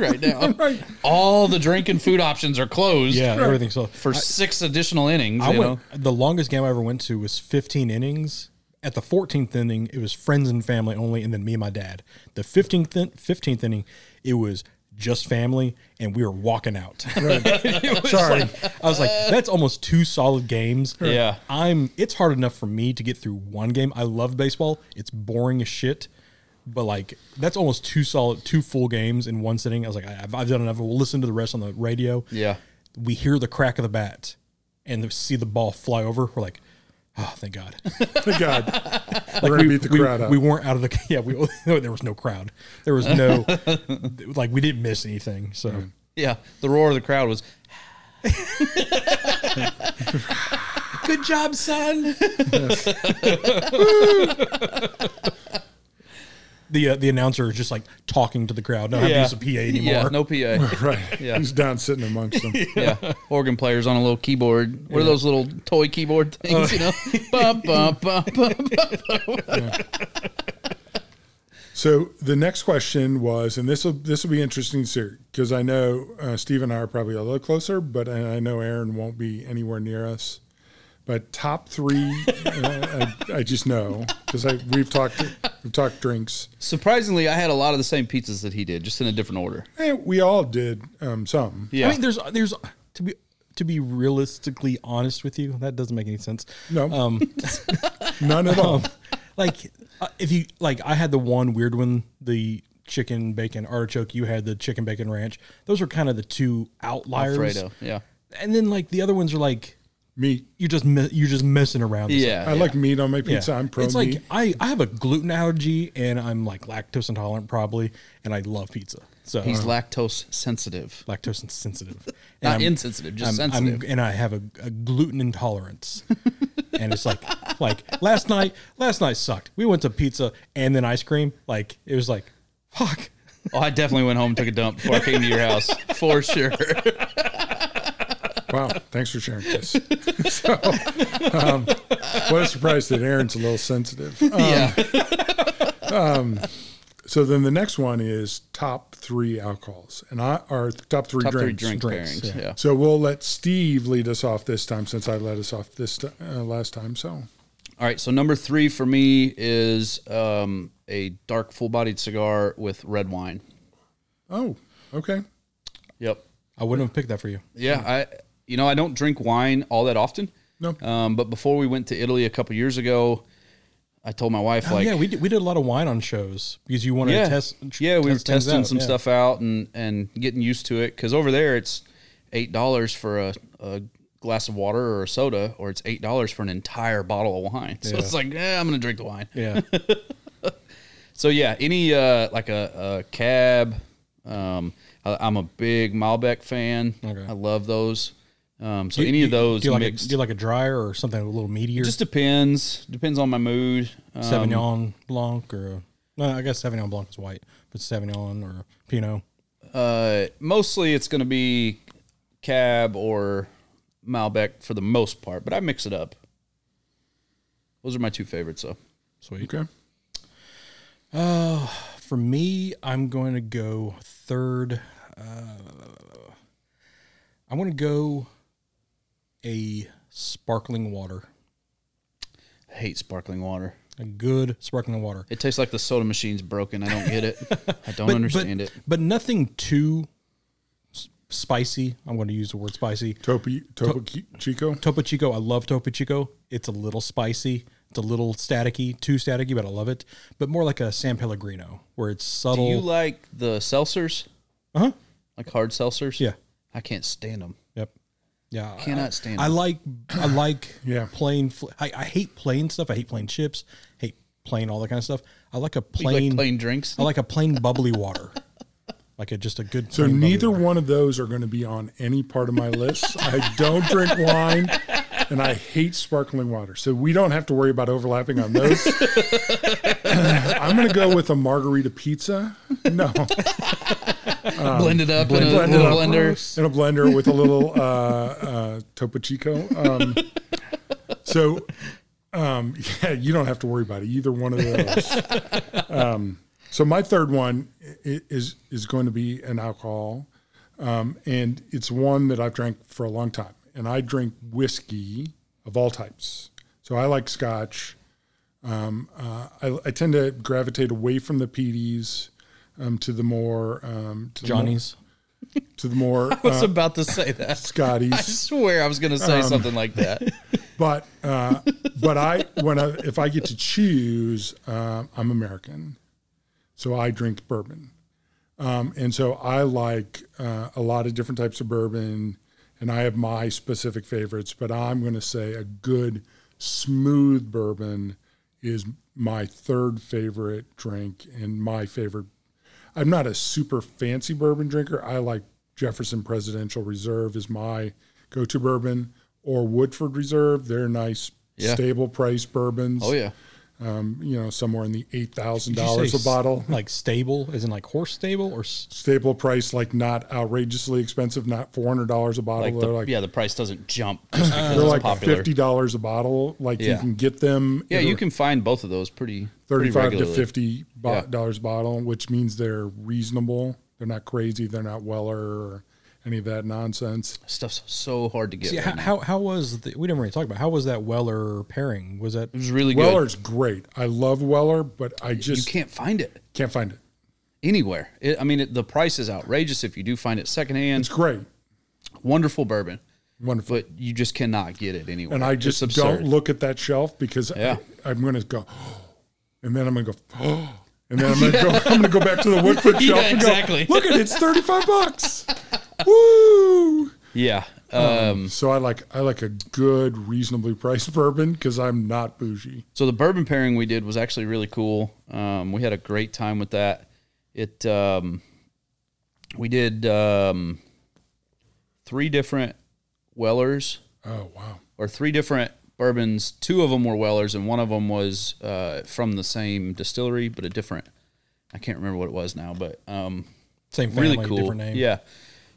[SPEAKER 2] right now.
[SPEAKER 3] Right.
[SPEAKER 2] All the drink and food options are closed.
[SPEAKER 1] yeah, everything's so.
[SPEAKER 2] For six additional innings,
[SPEAKER 1] I
[SPEAKER 2] you
[SPEAKER 1] went
[SPEAKER 2] know.
[SPEAKER 1] the longest game I ever went to was 15 innings, at the 14th inning, it was friends and family only, and then me and my dad. The 15th, in- 15th inning, it was just family, and we were walking out. It was
[SPEAKER 3] Sorry.
[SPEAKER 1] like- I was like, that's almost two solid games.
[SPEAKER 2] Yeah.
[SPEAKER 1] I'm. It's hard enough for me to get through one game. I love baseball. It's boring as shit, but like that's almost two solid, two full games in one sitting. I was like, I- I've, I've done enough. We'll listen to the rest on the radio.
[SPEAKER 2] Yeah.
[SPEAKER 1] we hear the crack of the bat and see the ball fly over. We're like, oh, thank God.
[SPEAKER 3] Thank God. We're going to beat the
[SPEAKER 1] we,
[SPEAKER 3] crowd up.
[SPEAKER 1] we weren't out of the. Yeah, we there was no crowd. There was no like we didn't miss anything. So.
[SPEAKER 2] Mm. Yeah, the roar of the crowd was,
[SPEAKER 1] Good job, son. the uh, the announcer is just like talking to the crowd. Not having
[SPEAKER 2] yeah,
[SPEAKER 1] to use a PA anymore.
[SPEAKER 2] Yeah, no PA.
[SPEAKER 3] right.
[SPEAKER 2] Yeah.
[SPEAKER 3] He's down sitting amongst them.
[SPEAKER 2] yeah, organ players on a little keyboard. What are those little toy keyboard
[SPEAKER 1] Uh.
[SPEAKER 2] things? You know, bum, bum, bum, bum.
[SPEAKER 3] So the next question was, and this will this will be interesting to see because I know uh, Steve and I are probably a little closer, but I I know Aaron won't be anywhere near us. But top three, uh, I, I just know because I we've talked we've talked drinks.
[SPEAKER 2] Surprisingly, I had a lot of the same pizzas that he did, just in a different order.
[SPEAKER 3] Eh, we all did um, some.
[SPEAKER 2] Yeah,
[SPEAKER 1] I mean, there's there's to be to be realistically honest with you, that doesn't make any sense.
[SPEAKER 3] No, none at
[SPEAKER 1] Um.
[SPEAKER 3] all.
[SPEAKER 1] Like uh, if you like, I had the one weird one, the chicken bacon artichoke. You had the chicken bacon ranch. Those are kind of the two outliers.
[SPEAKER 2] Alfredo. Yeah,
[SPEAKER 1] And then like the other ones are like
[SPEAKER 3] meat.
[SPEAKER 1] you just mi- you're just messing around. It's
[SPEAKER 2] yeah.
[SPEAKER 3] I like meat on my
[SPEAKER 1] Yeah.
[SPEAKER 3] pizza. I'm pro
[SPEAKER 1] it's
[SPEAKER 3] meat.
[SPEAKER 1] like I, I have a gluten allergy and I'm like lactose intolerant probably, and I love pizza. So
[SPEAKER 2] He's
[SPEAKER 1] I'm
[SPEAKER 2] lactose sensitive.
[SPEAKER 1] lactose insensitive. And
[SPEAKER 2] Not
[SPEAKER 1] I'm-
[SPEAKER 2] insensitive, just
[SPEAKER 1] I'm- I'm-
[SPEAKER 2] sensitive.
[SPEAKER 1] and I have a, a gluten intolerance. and it's like like last night last night sucked. We went to pizza and then ice cream. Like it was like fuck.
[SPEAKER 2] Oh, I definitely went home and took a dump before I came to your house for sure.
[SPEAKER 3] Wow, thanks for sharing this. so, um, what a surprise that Aaron's a little sensitive.
[SPEAKER 1] Uh.
[SPEAKER 2] yeah,
[SPEAKER 3] So then the next one is top three alcohols, and I are top three
[SPEAKER 2] top three
[SPEAKER 3] drinks.
[SPEAKER 2] drink
[SPEAKER 1] drinks,
[SPEAKER 2] pairings.
[SPEAKER 1] yeah.
[SPEAKER 2] Yeah.
[SPEAKER 3] So we'll let Steve lead us off this time since I led us off this t- uh, last time. So
[SPEAKER 2] All right. So number three for me is um, a dark, full-bodied cigar with red wine.
[SPEAKER 3] oh okay,
[SPEAKER 2] Yep.
[SPEAKER 1] I wouldn't have picked that for you.
[SPEAKER 2] Yeah, I you know I don't drink wine all that often.
[SPEAKER 3] No.
[SPEAKER 2] Um, but before we went to Italy a couple years ago, I told my wife like
[SPEAKER 1] Oh, yeah, we did, we did a lot of wine on shows because you wanted
[SPEAKER 2] yeah,
[SPEAKER 1] to test.
[SPEAKER 2] yeah, we were
[SPEAKER 1] test things
[SPEAKER 2] testing
[SPEAKER 1] out,
[SPEAKER 2] some
[SPEAKER 1] yeah.
[SPEAKER 2] stuff out and and getting used to it because over there it's eight dollars for a, a glass of water or a soda, or it's eight dollars for an entire bottle of wine. So
[SPEAKER 1] Yeah.
[SPEAKER 2] it's like, eh, I'm gonna drink the wine.
[SPEAKER 1] Yeah,
[SPEAKER 2] So yeah, any uh, like a, a cab. Um, I, I'm a big Malbec fan.
[SPEAKER 1] Okay.
[SPEAKER 2] I love those. Um, so any of those
[SPEAKER 1] Do you, like a,
[SPEAKER 2] mixed.
[SPEAKER 1] do you like a dryer or something a little meatier?
[SPEAKER 2] Just depends. Depends on my mood. Um,
[SPEAKER 1] Sauvignon Blanc or no, I guess Sauvignon Blanc is white, but Sauvignon or Pinot.
[SPEAKER 2] Uh, mostly it's going to be cab or Malbec for the most part, but I mix it up. Those are my two favorites, though.
[SPEAKER 1] Sweet.
[SPEAKER 3] okay.
[SPEAKER 1] For me, I'm going to go third. Uh, I'm going to go a sparkling water,
[SPEAKER 2] I hate sparkling water.
[SPEAKER 1] a good sparkling water.
[SPEAKER 2] It tastes like the soda machine's broken. I don't get it. I don't understand
[SPEAKER 1] but,
[SPEAKER 2] it.
[SPEAKER 1] But nothing too s- spicy. I'm going to use the word spicy.
[SPEAKER 3] Topi Topo Chico.
[SPEAKER 1] Topo Chico, I love Topo Chico. It's a little spicy. It's a little staticky, too staticky, but I love it. But more like a San Pellegrino, where it's
[SPEAKER 2] Do
[SPEAKER 1] subtle.
[SPEAKER 2] you like the seltzers?
[SPEAKER 1] Uh huh.
[SPEAKER 2] Like hard seltzers?
[SPEAKER 1] Yeah.
[SPEAKER 2] I can't stand them.
[SPEAKER 1] Yep. Yeah. I-
[SPEAKER 2] Cannot stand
[SPEAKER 1] I
[SPEAKER 2] them.
[SPEAKER 1] like. I like.
[SPEAKER 3] Yeah.
[SPEAKER 1] Plain. Fl- I, I hate plain stuff. I hate plain chips. Hate plain all that kind of stuff. I like a
[SPEAKER 2] You
[SPEAKER 1] plain. Um,
[SPEAKER 2] like plain drinks?
[SPEAKER 1] I like a plain bubbly water. Like a just a good.
[SPEAKER 3] So
[SPEAKER 1] plain bubbly
[SPEAKER 3] neither
[SPEAKER 1] water.
[SPEAKER 3] one of those are going to be on any part of my list. I don't drink wine, and I hate sparkling water, so we don't have to worry about overlapping on those. I'm going to go with a margarita pizza. No.
[SPEAKER 2] blend it up in a
[SPEAKER 3] blend it up.
[SPEAKER 2] little blender.
[SPEAKER 3] in a blender with a little uh, uh, Topo Chico. Um, so, um, yeah, you don't have to worry about it. Either one of those. Um, so my third one i- i- is is going to be an alcohol, um, and it's one that I've drank for a long time, and I drink whiskey of all types. So I like Scotch. Um, uh, I, I tend to gravitate away from the PDs um, to the more um, to the more-
[SPEAKER 1] Johnny's.
[SPEAKER 3] to the more
[SPEAKER 2] I was
[SPEAKER 3] uh,
[SPEAKER 2] about to say that. I
[SPEAKER 3] Scotties.
[SPEAKER 2] swear I was going to say something like that.
[SPEAKER 3] But uh, but I when I if I get to choose, um, I'm American, so I drink bourbon, um, and so I like uh, a lot of different types of bourbon, and I have my specific favorites. But I'm going to say a good smooth bourbon is my third favorite drink and my favorite. I'm not a super fancy bourbon drinker. I like Jefferson Presidential Reserve is my go-to bourbon or Woodford Reserve. They're nice,
[SPEAKER 2] Yeah.
[SPEAKER 3] stable price bourbons.
[SPEAKER 2] Oh yeah.
[SPEAKER 3] You know, somewhere in the eight thousand
[SPEAKER 1] Did you
[SPEAKER 3] dollars
[SPEAKER 1] say
[SPEAKER 3] a bottle.
[SPEAKER 1] s- Like stable, as in like horse stable or s-
[SPEAKER 3] Stable price, like not outrageously expensive, not four hundred dollars a bottle.
[SPEAKER 2] Like
[SPEAKER 3] they're
[SPEAKER 2] the,
[SPEAKER 3] like Uh,
[SPEAKER 2] yeah, the price doesn't jump just because
[SPEAKER 3] they're
[SPEAKER 2] it's
[SPEAKER 3] like
[SPEAKER 2] popular.
[SPEAKER 3] fifty dollars a bottle. Like you
[SPEAKER 2] Yeah.
[SPEAKER 3] can get them.
[SPEAKER 2] yeah,
[SPEAKER 3] at a-
[SPEAKER 2] you can find both of those pretty pretty
[SPEAKER 3] 35 to
[SPEAKER 2] regularly.
[SPEAKER 3] 50 bo-
[SPEAKER 2] Yeah.
[SPEAKER 3] dollars a bottle, which means they're reasonable. They're not crazy. They're not Weller or any of that nonsense.
[SPEAKER 2] Stuff's so hard to get.
[SPEAKER 1] See,
[SPEAKER 2] right
[SPEAKER 1] how,
[SPEAKER 2] now.
[SPEAKER 1] how how was the, we didn't really talk about how was that Weller pairing? Was that
[SPEAKER 2] it was really good.
[SPEAKER 3] Weller's great. I love Weller, but I
[SPEAKER 2] you
[SPEAKER 3] just can't,
[SPEAKER 2] can't find it
[SPEAKER 3] find it.
[SPEAKER 2] anywhere. It, I mean, it, the price is outrageous if you do find it secondhand.
[SPEAKER 3] It's great.
[SPEAKER 2] Wonderful bourbon,
[SPEAKER 3] Wonderful.
[SPEAKER 2] but you just cannot get it anywhere.
[SPEAKER 3] and I
[SPEAKER 2] It's
[SPEAKER 3] just
[SPEAKER 2] absurd.
[SPEAKER 3] don't look at that shelf because
[SPEAKER 2] Yeah.
[SPEAKER 3] I, I'm going to go, and then I'm going to go, and then I'm going to go, I'm going to go back to the Woodford shelf and go,
[SPEAKER 2] exactly.
[SPEAKER 3] look at it, it's 35 bucks. Woo!
[SPEAKER 2] Yeah. Um,
[SPEAKER 3] So I like I like a good, reasonably priced bourbon because I'm not bougie.
[SPEAKER 2] So the bourbon pairing we did was actually really cool. Um, we had a great time with that. It um, we did um, three different Wellers
[SPEAKER 3] Oh wow.
[SPEAKER 2] or three different bourbons. Two of them were Wellers, and one of them was uh, from the same distillery but a different. I can't remember what it was now, but um,
[SPEAKER 1] same family,
[SPEAKER 2] really cool.
[SPEAKER 1] different name?
[SPEAKER 2] Yeah.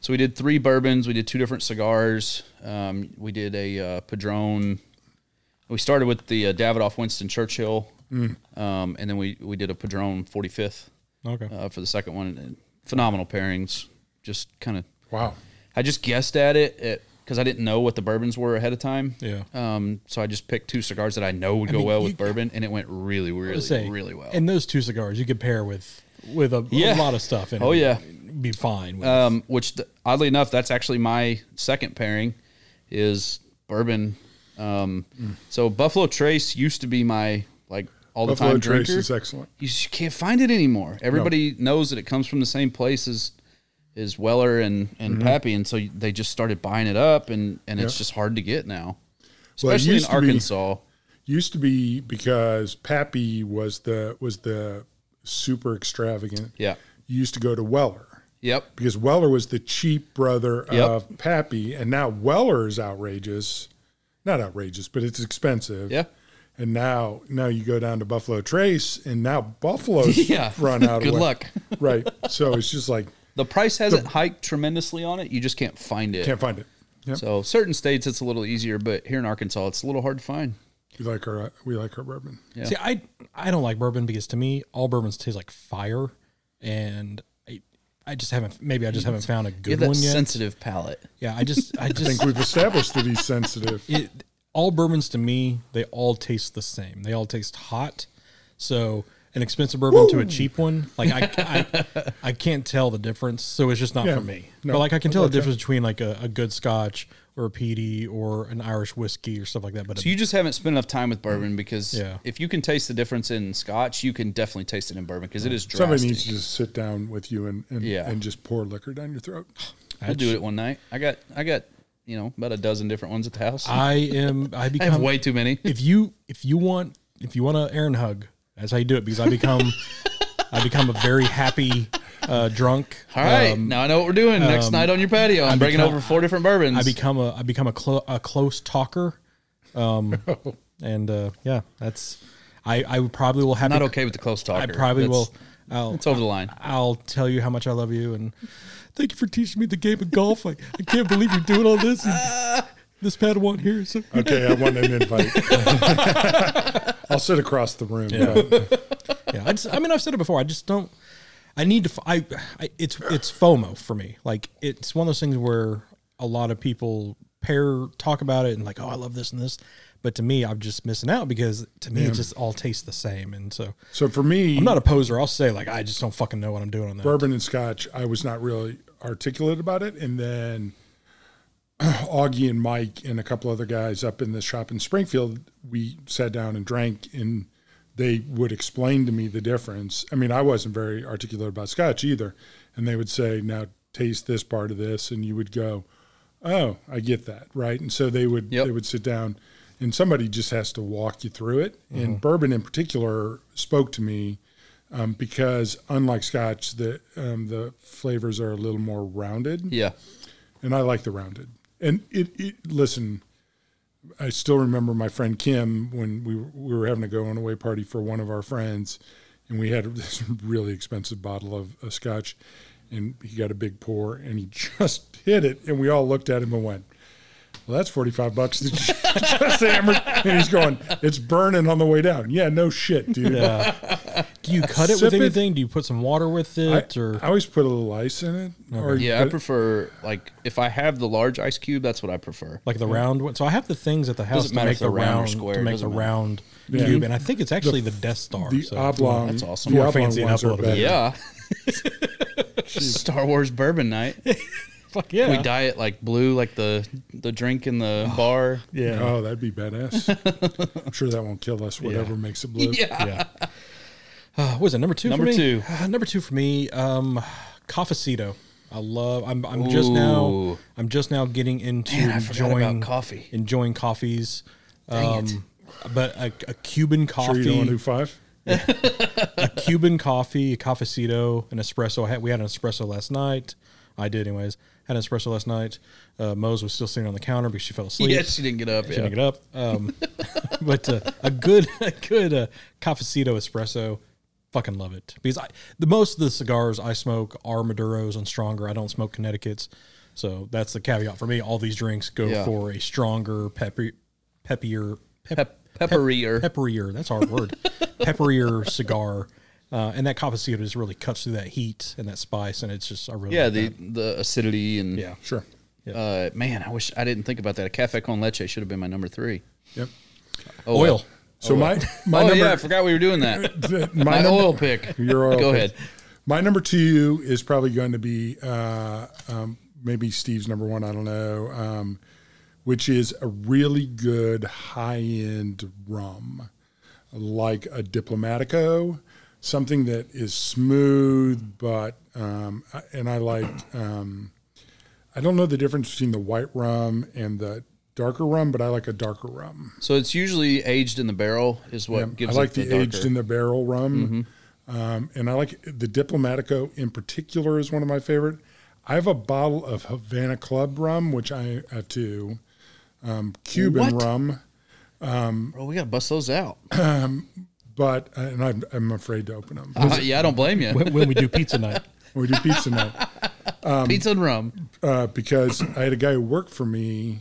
[SPEAKER 2] So we did three bourbons. We did two different cigars. Um, we did a uh, Padron. We started with the uh, Davidoff Winston Churchill,
[SPEAKER 1] Mm.
[SPEAKER 2] um, and then we, we did a Padron 45th
[SPEAKER 1] Okay.
[SPEAKER 2] uh, for the second one. And phenomenal pairings. Just kind of,
[SPEAKER 3] Wow.
[SPEAKER 2] I just guessed at it because I didn't know what the bourbons were ahead of time.
[SPEAKER 1] Yeah.
[SPEAKER 2] Um, so I just picked two cigars that I know would go
[SPEAKER 1] mean,
[SPEAKER 2] well
[SPEAKER 1] you-
[SPEAKER 2] with bourbon, and it went really, really,
[SPEAKER 1] Let's say,
[SPEAKER 2] really well.
[SPEAKER 1] And those two cigars you could pair with with a, a
[SPEAKER 2] Yeah.
[SPEAKER 1] lot of stuff. And
[SPEAKER 2] Oh,
[SPEAKER 1] it
[SPEAKER 2] yeah.
[SPEAKER 1] would be fine. With
[SPEAKER 2] um, which th- oddly enough, that's actually my second pairing is bourbon. Um, So Buffalo Trace used to be my like all the
[SPEAKER 3] Buffalo
[SPEAKER 2] time
[SPEAKER 3] Trace
[SPEAKER 2] drinker.
[SPEAKER 3] is excellent.
[SPEAKER 2] You just can't find it anymore. Everybody knows that it comes from the same place as is Weller and and
[SPEAKER 3] Mm-hmm.
[SPEAKER 2] Pappy, and so you- they just started buying it up, and and it's just hard to get now,
[SPEAKER 3] Well, it
[SPEAKER 2] especially in
[SPEAKER 3] used to be-
[SPEAKER 2] Arkansas.
[SPEAKER 3] Used to be because Pappy was the was the super extravagant.
[SPEAKER 2] Yeah.
[SPEAKER 3] You used to go to Weller
[SPEAKER 2] Yep.
[SPEAKER 3] because Weller was the cheap brother
[SPEAKER 2] Yep.
[SPEAKER 3] of Pappy, and now Weller is outrageous. Not outrageous, but it's expensive.
[SPEAKER 2] Yeah.
[SPEAKER 3] And now now you go down to Buffalo Trace, and now Buffalo's
[SPEAKER 2] Yeah.
[SPEAKER 3] run out.
[SPEAKER 2] Good
[SPEAKER 3] of
[SPEAKER 2] luck.
[SPEAKER 3] Right. So it's just like
[SPEAKER 2] The price hasn't hiked tremendously on it. You just can't find it.
[SPEAKER 3] can't find it. Yep.
[SPEAKER 2] So certain states it's a little easier, but here in Arkansas it's a little hard to find.
[SPEAKER 3] We like our uh, we like our bourbon.
[SPEAKER 2] Yeah.
[SPEAKER 1] See, I I don't like bourbon because to me all bourbons taste like fire, and I I just haven't maybe I just haven't found a
[SPEAKER 2] You have
[SPEAKER 1] good
[SPEAKER 2] that
[SPEAKER 1] one yet.
[SPEAKER 2] sensitive palate.
[SPEAKER 1] yeah, I just I
[SPEAKER 3] I think
[SPEAKER 1] just
[SPEAKER 3] we've established that he's sensitive.
[SPEAKER 1] it, all bourbons to me they all taste the same. They all taste hot. So an expensive bourbon to a cheap one, like I, I I can't tell the difference. So it's just not
[SPEAKER 3] Yeah,
[SPEAKER 1] for me.
[SPEAKER 3] no,
[SPEAKER 1] but like I can tell the
[SPEAKER 3] okay.
[SPEAKER 1] difference between like a, a good Scotch or a PD or an Irish whiskey or stuff like that. But a-
[SPEAKER 2] So you just haven't spent enough time with bourbon because
[SPEAKER 1] Yeah.
[SPEAKER 2] if you can taste the difference in Scotch, you can definitely taste it in bourbon because it is drastic.
[SPEAKER 3] Somebody needs to just sit down with you and and,
[SPEAKER 2] Yeah.
[SPEAKER 3] and just pour liquor down your throat.
[SPEAKER 2] We'll do it one night. I got I got you know about a dozen different ones at the house. I,
[SPEAKER 1] I am I become
[SPEAKER 2] have way too many.
[SPEAKER 1] if you if you want if you want to Aaron hug, that's how you do it because I become I become a very happy uh, drunk.
[SPEAKER 2] All right, now I know what we're doing next night on your patio. I'm bringing
[SPEAKER 1] Um, become-
[SPEAKER 2] over four different bourbons.
[SPEAKER 1] I become a I become a, clo- a close talker, um, and uh, yeah, that's I I probably will have
[SPEAKER 2] not okay with the close talker.
[SPEAKER 1] I probably
[SPEAKER 2] That's-
[SPEAKER 1] will. I'll,
[SPEAKER 2] It's over the line.
[SPEAKER 1] I'll tell you how much I love you and thank you for teaching me the game of golf. I, I can't believe you're doing all this. And this Padawan here. So.
[SPEAKER 3] Okay, I want an invite. I'll sit across the room. but
[SPEAKER 1] yeah I, just, I mean i've said it before i just don't i need to f- I, I it's it's fomo for me like it's one of those things where a lot of people pair talk about it and like oh i love this and this But to me, I'm just missing out because to me, it just all tastes the same. And so
[SPEAKER 3] So for me,
[SPEAKER 1] I'm not a poser. I'll say like I just don't fucking know what I'm doing on that.
[SPEAKER 3] bourbon and scotch, I was not really articulate about it. And then Augie and Mike and a couple other guys up in the shop in Springfield, we sat down and drank, and they would explain to me the difference. I mean, I wasn't very articulate about scotch either. And they would say, now taste this part of this. And you would go, oh, I get that. Right. And so they would,
[SPEAKER 2] Yep.
[SPEAKER 3] they would sit down. And somebody just has to walk you through it. And bourbon in particular spoke to me um, because unlike scotch, the um, the flavors are a little more rounded,
[SPEAKER 2] Yeah.
[SPEAKER 3] and I like the rounded. And it, it listen, I still remember my friend Kim when we were, we were having a going away party for one of our friends, and we had this really expensive bottle of, of scotch, and he got a big pour, and he just hit it, and we all looked at him and went. Well, that's forty-five bucks that you just hammered, and he's going. It's burning on the way down. Yeah, no shit, dude.
[SPEAKER 1] Uh, Do you cut it
[SPEAKER 3] Sip
[SPEAKER 1] with
[SPEAKER 3] it.
[SPEAKER 1] anything? Do you put some water with
[SPEAKER 3] I,
[SPEAKER 1] it or
[SPEAKER 3] I always put a little ice in it. Or
[SPEAKER 2] Yeah, I
[SPEAKER 3] but-
[SPEAKER 2] prefer like if I have the large ice cube, that's what I prefer.
[SPEAKER 1] like the round one? So I have the things at the house to
[SPEAKER 2] matter
[SPEAKER 1] make
[SPEAKER 2] if they're
[SPEAKER 1] the
[SPEAKER 2] round or
[SPEAKER 1] round
[SPEAKER 2] square,
[SPEAKER 1] to
[SPEAKER 2] it
[SPEAKER 1] make the
[SPEAKER 2] doesn't matter.
[SPEAKER 1] round cube, and I think it's actually the, Death Star.
[SPEAKER 3] the
[SPEAKER 1] so-
[SPEAKER 3] oblong.
[SPEAKER 2] that's awesome.
[SPEAKER 3] the
[SPEAKER 2] More
[SPEAKER 3] oblong
[SPEAKER 1] fancying
[SPEAKER 3] ones
[SPEAKER 1] up a
[SPEAKER 3] are
[SPEAKER 1] little bit.
[SPEAKER 3] better.
[SPEAKER 2] Yeah. Star Wars bourbon night.
[SPEAKER 1] Fuck yeah,
[SPEAKER 2] We dye it like blue, like the the drink in the bar.
[SPEAKER 1] yeah.
[SPEAKER 3] Oh, that'd be badass. I'm sure that won't kill us. Whatever makes it blue.
[SPEAKER 1] yeah. Uh, what was it number two?
[SPEAKER 2] Number
[SPEAKER 1] for me?
[SPEAKER 2] two.
[SPEAKER 1] Uh, number two for me. Um, Cafecito. I love. I'm, I'm just now.
[SPEAKER 2] Ooh.
[SPEAKER 1] I'm just now getting into
[SPEAKER 2] Man, I forgot about
[SPEAKER 1] enjoying
[SPEAKER 2] coffee.
[SPEAKER 1] Enjoying coffees. Um,
[SPEAKER 2] Dang it.
[SPEAKER 1] But a, a Cuban
[SPEAKER 3] Sure you don't want to
[SPEAKER 1] coffee,
[SPEAKER 3] do five?
[SPEAKER 1] a Cuban coffee, a cafecito, an espresso. I had, we had an espresso last night. I did, anyways. Had an espresso last night. Uh, Mose was still sitting on the counter because she fell asleep.
[SPEAKER 2] Yeah, she didn't get up.
[SPEAKER 1] Shouldn't it
[SPEAKER 2] Yeah.
[SPEAKER 1] up. Um, but uh, a good, a good uh, cafecito espresso, fucking love it because I, the most of the cigars I smoke are Maduros and stronger. I don't smoke Connecticut's, so that's the caveat for me. All these drinks go
[SPEAKER 2] Yeah.
[SPEAKER 1] for a stronger, pepper, peppier, pep,
[SPEAKER 2] Pep- pepperier.
[SPEAKER 1] pepperier. That's a hard word. pepperier cigar. Uh, and that cafecito just really cuts through that heat and that spice, and it's just I really
[SPEAKER 2] yeah,
[SPEAKER 1] like
[SPEAKER 2] the
[SPEAKER 1] that.
[SPEAKER 2] the acidity and
[SPEAKER 1] yeah
[SPEAKER 3] Sure.
[SPEAKER 2] Uh, man, I wish I didn't think about that. A cafe con leche should have been my number three.
[SPEAKER 3] Yep.
[SPEAKER 2] Oh,
[SPEAKER 1] oil.
[SPEAKER 2] well.
[SPEAKER 3] So my my
[SPEAKER 2] oh
[SPEAKER 3] number
[SPEAKER 2] yeah, I forgot we were doing that.
[SPEAKER 3] th-
[SPEAKER 2] my
[SPEAKER 3] number-
[SPEAKER 2] oil pick.
[SPEAKER 3] Your oil
[SPEAKER 2] Go
[SPEAKER 3] pick.
[SPEAKER 2] ahead.
[SPEAKER 3] My number two is probably going to be uh, um, maybe Steve's number one. I don't know, um, which is a really good high end rum, like a Diplomatico, something that is smooth, but um, I- and I like. Um, I don't know the difference between the white rum and the darker rum, but I like a darker rum.
[SPEAKER 2] So it's usually aged in the barrel is what gives
[SPEAKER 3] I like
[SPEAKER 2] it
[SPEAKER 3] the,
[SPEAKER 2] the,
[SPEAKER 3] aged
[SPEAKER 2] darker. Mm-hmm.
[SPEAKER 3] in the barrel rum, um, and I like the Diplomatico in particular is one of my favorite. I have a bottle of Havana Club rum, which I have too. Um, Cuban
[SPEAKER 2] What?
[SPEAKER 3] rum,
[SPEAKER 2] Bro, we gotta bust those out.
[SPEAKER 3] but uh, and I'm, I'm afraid to open them.
[SPEAKER 2] Uh, yeah, I don't blame you.
[SPEAKER 1] when, when we do pizza night.
[SPEAKER 3] we do pizza night
[SPEAKER 2] Pizza and rum.
[SPEAKER 3] uh, because I had a guy who worked for me,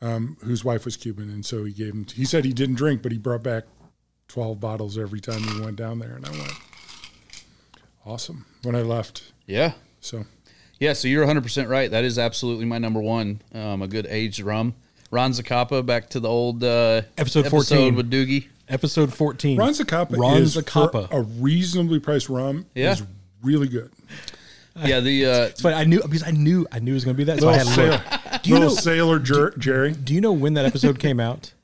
[SPEAKER 3] um, whose wife was Cuban, and so he gave him. He said he didn't drink, but he brought back twelve bottles every time he went down there, and I went, awesome. When I left,
[SPEAKER 2] Yeah.
[SPEAKER 3] so.
[SPEAKER 2] Yeah, so you're 100% right. That is absolutely my number one. Um, a good aged rum. Ron Zacapa, back to the old uh,
[SPEAKER 1] Episode 14.
[SPEAKER 2] with Doogie.
[SPEAKER 1] Episode fourteen.
[SPEAKER 3] Ron Zacapa
[SPEAKER 1] Ron
[SPEAKER 3] is for
[SPEAKER 1] Zacapa.
[SPEAKER 3] a reasonably priced rum.
[SPEAKER 2] Yeah.
[SPEAKER 3] is really good.
[SPEAKER 2] Yeah, the uh,
[SPEAKER 1] It's funny. I knew because I knew I knew it was going to be that. So I
[SPEAKER 3] Little,
[SPEAKER 1] had to look.
[SPEAKER 3] sailor,
[SPEAKER 1] Do you
[SPEAKER 3] little
[SPEAKER 1] know?
[SPEAKER 3] sailor Jer- Jerry,
[SPEAKER 1] do you know when that episode came out?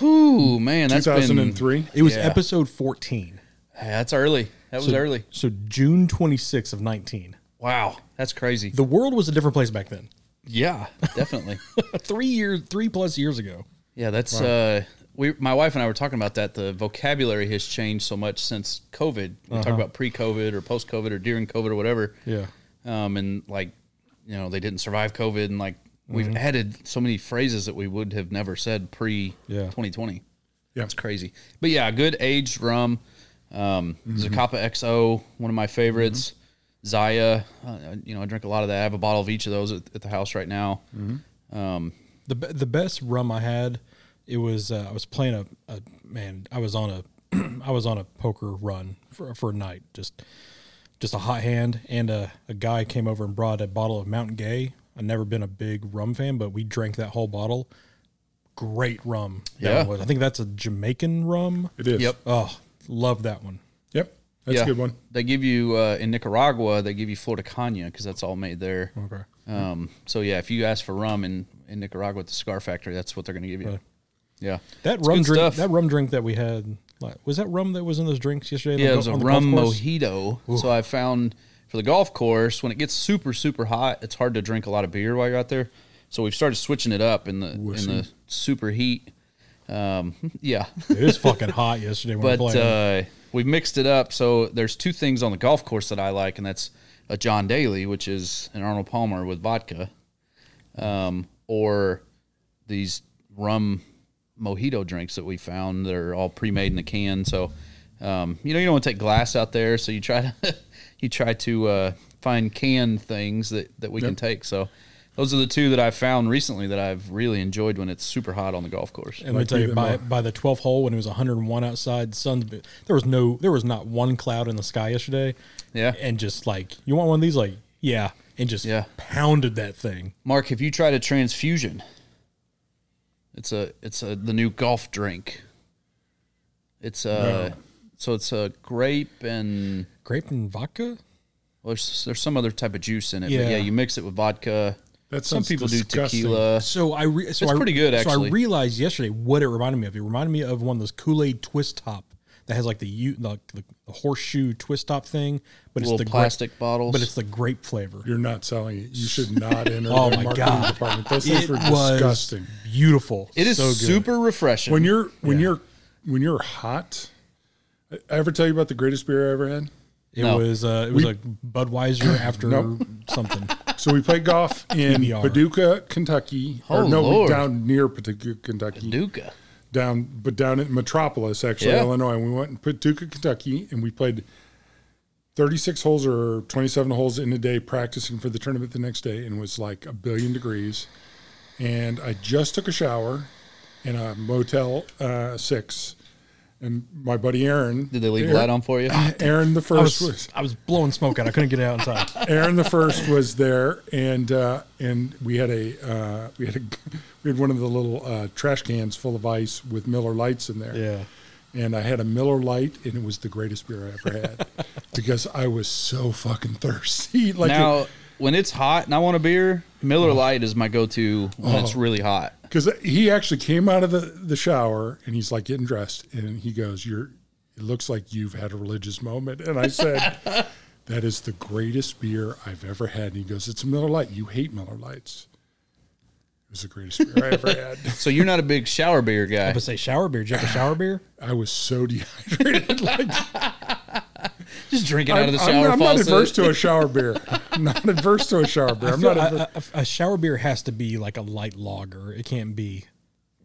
[SPEAKER 2] whew, man, that's been
[SPEAKER 3] 2003.
[SPEAKER 1] It was
[SPEAKER 2] Yeah.
[SPEAKER 1] episode fourteen.
[SPEAKER 2] Yeah, that's early. That was early.
[SPEAKER 1] So June twenty sixth of nineteen.
[SPEAKER 2] Wow, that's crazy.
[SPEAKER 1] The world was a different place back then.
[SPEAKER 2] yeah, definitely.
[SPEAKER 1] three years, three plus years ago.
[SPEAKER 2] Yeah, that's uh, we. My wife and I were talking about that. The vocabulary has changed so much since COVID. We
[SPEAKER 1] Uh-huh.
[SPEAKER 2] talk about pre-COVID or post-COVID or during COVID or whatever.
[SPEAKER 1] Yeah.
[SPEAKER 2] Um, and like, you know, they didn't survive COVID, and like we've added so many phrases that we would have never said pre
[SPEAKER 1] Yeah.
[SPEAKER 2] 2020.
[SPEAKER 3] Yeah.
[SPEAKER 2] That's crazy. But yeah, good aged rum. Um, Zacapa XO, one of my favorites. Zaya, uh, you know, I drink a lot of that. I have a bottle of each of those at, at the house right now.
[SPEAKER 1] The be- the best rum I had. It was uh, I was playing a, a man. I was on a I was on a poker run for for a night. Just just a hot hand, and a, a guy came over and brought a bottle of Mountain Gay. I've never been a big rum fan, but we drank that whole bottle. great rum. that
[SPEAKER 2] Yeah.
[SPEAKER 1] one was. I think that's a Jamaican rum.
[SPEAKER 3] It is.
[SPEAKER 2] Yep.
[SPEAKER 1] Oh, love that one.
[SPEAKER 3] Yep. That's
[SPEAKER 2] Yeah.
[SPEAKER 3] a good one.
[SPEAKER 2] They give you uh, in Nicaragua. They give you Florida Caña because that's all made there.
[SPEAKER 1] Okay.
[SPEAKER 2] Um, so yeah, if you ask for rum in, in Nicaragua at the Cigar Factory, that's what they're going to give you.
[SPEAKER 1] Right.
[SPEAKER 2] Yeah,
[SPEAKER 1] That
[SPEAKER 2] It's
[SPEAKER 1] rum
[SPEAKER 2] good
[SPEAKER 1] drink.
[SPEAKER 2] stuff.
[SPEAKER 1] That rum drink that we had like, was that rum that was in those drinks yesterday. on
[SPEAKER 2] yeah, it
[SPEAKER 1] the
[SPEAKER 2] was a
[SPEAKER 1] go- on the golf
[SPEAKER 2] rum
[SPEAKER 1] course?
[SPEAKER 2] mojito. So I found for the golf course when it gets super super hot, it's hard to drink a lot of beer while you're out there. So we've started switching it up in the in the super heat. Um, yeah,
[SPEAKER 1] It was fucking hot yesterday when we
[SPEAKER 2] but
[SPEAKER 1] played.
[SPEAKER 2] uh, we've mixed it up. So there's two things on the golf course that I like, and that's a John Daly, which is an Arnold Palmer with vodka, um, or these rum mojito drinks that we found. They're all pre-made in a can. So um, you know you don't want to take glass out there, so you try to you try to uh, find canned things that that we can take. So. Those are the two that I've found recently that I've really enjoyed when it's super hot on the golf course.
[SPEAKER 1] and let me
[SPEAKER 3] like
[SPEAKER 1] tell you,
[SPEAKER 3] even
[SPEAKER 1] by
[SPEAKER 3] more.
[SPEAKER 1] by the twelfth hole when it was 101 outside, the sun's been- there was no there was not one cloud in the sky yesterday.
[SPEAKER 2] Yeah.
[SPEAKER 1] and just like you want one of these, like yeah, and just
[SPEAKER 2] Yeah.
[SPEAKER 1] pounded that thing.
[SPEAKER 2] Mark, have you tried a transfusion? It's a it's a the new golf drink. It's a so it's a grape and
[SPEAKER 1] Grape and vodka.
[SPEAKER 2] well, there's, there's some other type of juice in it. But
[SPEAKER 1] Yeah.
[SPEAKER 2] yeah, you mix it with vodka.
[SPEAKER 3] That
[SPEAKER 2] Some
[SPEAKER 3] sounds
[SPEAKER 2] people
[SPEAKER 3] disgusting.
[SPEAKER 2] do tequila.
[SPEAKER 1] So I re- so
[SPEAKER 2] It's
[SPEAKER 1] I-
[SPEAKER 2] pretty good,
[SPEAKER 1] So I
[SPEAKER 2] actually.
[SPEAKER 1] realized yesterday what it reminded me of. It reminded me of one of those Kool Aid twist top that has like the U like the, the horseshoe twist top thing, but
[SPEAKER 2] Little
[SPEAKER 1] it's the grape-
[SPEAKER 2] plastic bottles.
[SPEAKER 1] but it's the grape flavor.
[SPEAKER 3] You're not selling it. You should not enter
[SPEAKER 1] Oh
[SPEAKER 3] the
[SPEAKER 1] my
[SPEAKER 3] marketing
[SPEAKER 1] God.
[SPEAKER 3] department. Those
[SPEAKER 1] It
[SPEAKER 3] things were
[SPEAKER 1] was
[SPEAKER 3] disgusting.
[SPEAKER 1] beautiful.
[SPEAKER 2] it is
[SPEAKER 1] so good.
[SPEAKER 2] super refreshing.
[SPEAKER 3] When you're when you're when you're hot. I I ever tell you about the greatest beer I ever had?
[SPEAKER 1] It
[SPEAKER 2] No.
[SPEAKER 1] was uh, it was a Budweiser after
[SPEAKER 3] Nope.
[SPEAKER 1] something.
[SPEAKER 3] So we played golf in
[SPEAKER 1] PBR.
[SPEAKER 3] Paducah, Kentucky.
[SPEAKER 2] Oh,
[SPEAKER 3] or no, we-
[SPEAKER 2] Lord.
[SPEAKER 3] down near Paducah, Kentucky.
[SPEAKER 2] Duca.
[SPEAKER 3] down but down at Metropolis, actually,
[SPEAKER 2] Yeah.
[SPEAKER 3] Illinois. And we went in Paducah, Kentucky, and we played 36 holes or 27 holes in a day practicing for the tournament the next day and it was like a billion degrees. And I just took a shower in a Motel uh, 6. And my buddy Aaron.
[SPEAKER 2] Did they leave
[SPEAKER 3] Aaron,
[SPEAKER 2] light on for you?
[SPEAKER 3] Aaron the
[SPEAKER 1] I
[SPEAKER 3] first was
[SPEAKER 1] was I was blowing smoke out. I couldn't get it out in time.
[SPEAKER 3] Aaron the first was there, and uh, and we had a uh, we had a we had one of the little uh, trash cans full of ice with Miller Lights in there.
[SPEAKER 1] Yeah.
[SPEAKER 3] And I had a Miller Light, and it was the greatest beer I ever had because I was so fucking thirsty. Like,
[SPEAKER 2] now when it's hot and I want a beer, Miller Lite is my go-to when it's really hot.
[SPEAKER 3] because he actually came out of the, the shower and he's like getting dressed, and he goes, "You're, it looks like you've had a religious moment." And I said, "That is the greatest beer I've ever had." And he goes, "It's a Miller Light. You hate Miller Lights." It was the greatest beer I ever had.
[SPEAKER 2] So you're not a big shower beer guy.
[SPEAKER 1] But say shower beer. Did you have a shower beer?
[SPEAKER 3] I was so dehydrated. Like,
[SPEAKER 2] Just drinking out
[SPEAKER 3] I'm,
[SPEAKER 2] of the
[SPEAKER 3] I'm-
[SPEAKER 2] shower
[SPEAKER 3] I'm not
[SPEAKER 2] faucet.
[SPEAKER 3] adverse to a shower beer. I'm not adverse to a shower beer. I'm not.
[SPEAKER 1] I
[SPEAKER 3] Adver-
[SPEAKER 1] feel- I- I- a shower beer has to be like a light lager. It can't be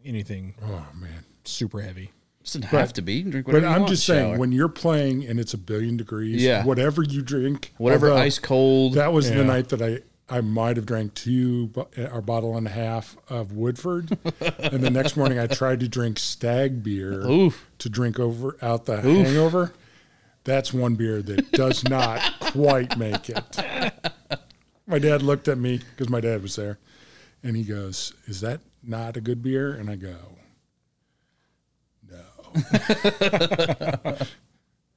[SPEAKER 1] anything
[SPEAKER 3] oh man.
[SPEAKER 1] super heavy.
[SPEAKER 2] Doesn't have to be. You can Drink whatever
[SPEAKER 3] But
[SPEAKER 2] you
[SPEAKER 3] I'm
[SPEAKER 2] want in
[SPEAKER 3] just
[SPEAKER 2] the
[SPEAKER 3] saying,
[SPEAKER 2] shower.
[SPEAKER 3] when you're playing and it's a billion degrees,
[SPEAKER 2] Yeah.
[SPEAKER 3] whatever you drink,
[SPEAKER 2] whatever
[SPEAKER 3] although
[SPEAKER 2] ice cold.
[SPEAKER 3] uh, That was
[SPEAKER 1] Yeah.
[SPEAKER 3] the night that I I might have drank two bo- uh, a bottle and a half of Woodford, and the next morning I tried to drink stag beer
[SPEAKER 2] Oof.
[SPEAKER 3] to drink over out the hangover. That's one beer that does not quite make it. My dad looked at me because my dad was there, and he goes, "Is that not a good beer?" And I go, "No."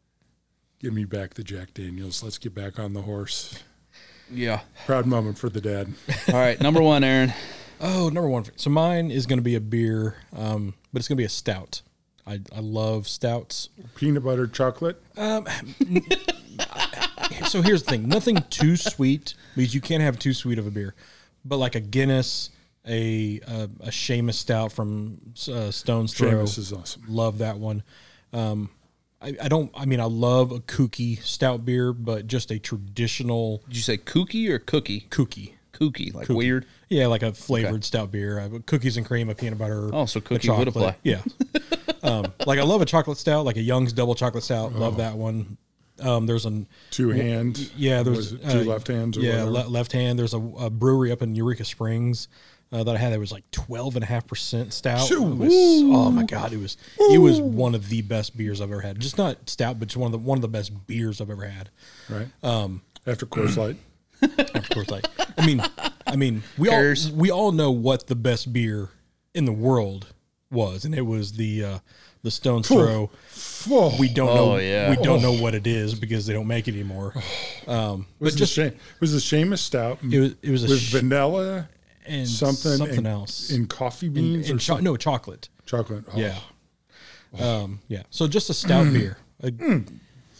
[SPEAKER 3] Give me back the Jack Daniels. Let's get back on the horse.
[SPEAKER 2] yeah.
[SPEAKER 3] Proud moment for the dad.
[SPEAKER 2] All right, number one, Aaron.
[SPEAKER 1] Oh, number one. So mine is going to be a beer, um, but it's going to be a stout. I, I love stouts.
[SPEAKER 3] Peanut butter chocolate.
[SPEAKER 1] So here's the thing: nothing too sweet because you can't have too sweet of a beer, but like a Guinness, a a, a Seamus stout from uh, Stone's Throw.
[SPEAKER 3] Seamus is awesome.
[SPEAKER 1] Love that one. Um, I, I don't. I mean, I love a kooky stout beer, but just a traditional
[SPEAKER 2] Did you say kooky or cookie?
[SPEAKER 1] kooky.
[SPEAKER 2] Kooky, like weird.
[SPEAKER 1] Yeah, like a flavored stout beer, uh, cookies and cream, a peanut butter.
[SPEAKER 2] Oh, so
[SPEAKER 1] a
[SPEAKER 2] cookie would
[SPEAKER 1] chocolate.
[SPEAKER 2] apply.
[SPEAKER 1] Yeah, um, like I love a chocolate stout, like a Young's double chocolate stout. Love that one. Um, there's an
[SPEAKER 3] Two hand.
[SPEAKER 1] yeah, there
[SPEAKER 3] Was
[SPEAKER 1] was,
[SPEAKER 3] it two
[SPEAKER 1] uh,
[SPEAKER 3] left hands. Or
[SPEAKER 1] yeah,
[SPEAKER 3] whatever?
[SPEAKER 1] le- left hand. There's a, a brewery up in Eureka Springs uh, that I had that was like twelve and a half percent stout. It was- oh my god, it was it was one of the best beers I've ever had. Just not stout, but just one of the one of the best beers I've ever had.
[SPEAKER 3] right.
[SPEAKER 1] um,
[SPEAKER 3] After Coors Light.
[SPEAKER 1] Of course, like I mean, I mean, we
[SPEAKER 2] Cheers.
[SPEAKER 1] all we all know what the best beer in the world was, and it was the uh, the stone's throw.
[SPEAKER 3] Oh,
[SPEAKER 1] We don't
[SPEAKER 2] Oh,
[SPEAKER 1] know.
[SPEAKER 2] yeah.
[SPEAKER 1] We don't know what it is because they don't make it anymore. Um,
[SPEAKER 3] was
[SPEAKER 1] but just
[SPEAKER 3] the, Shea- was the Seamus stout
[SPEAKER 1] it was it was a
[SPEAKER 3] with
[SPEAKER 1] sh-
[SPEAKER 3] vanilla
[SPEAKER 1] and
[SPEAKER 3] something
[SPEAKER 1] something
[SPEAKER 3] and-
[SPEAKER 1] else
[SPEAKER 3] and coffee
[SPEAKER 1] and,
[SPEAKER 3] beans
[SPEAKER 1] and
[SPEAKER 3] or
[SPEAKER 1] cho- no chocolate.
[SPEAKER 3] chocolate. Oh,
[SPEAKER 1] Yeah.
[SPEAKER 2] Oh.
[SPEAKER 1] Um, yeah. So just a
[SPEAKER 2] Mm.
[SPEAKER 1] stout beer. A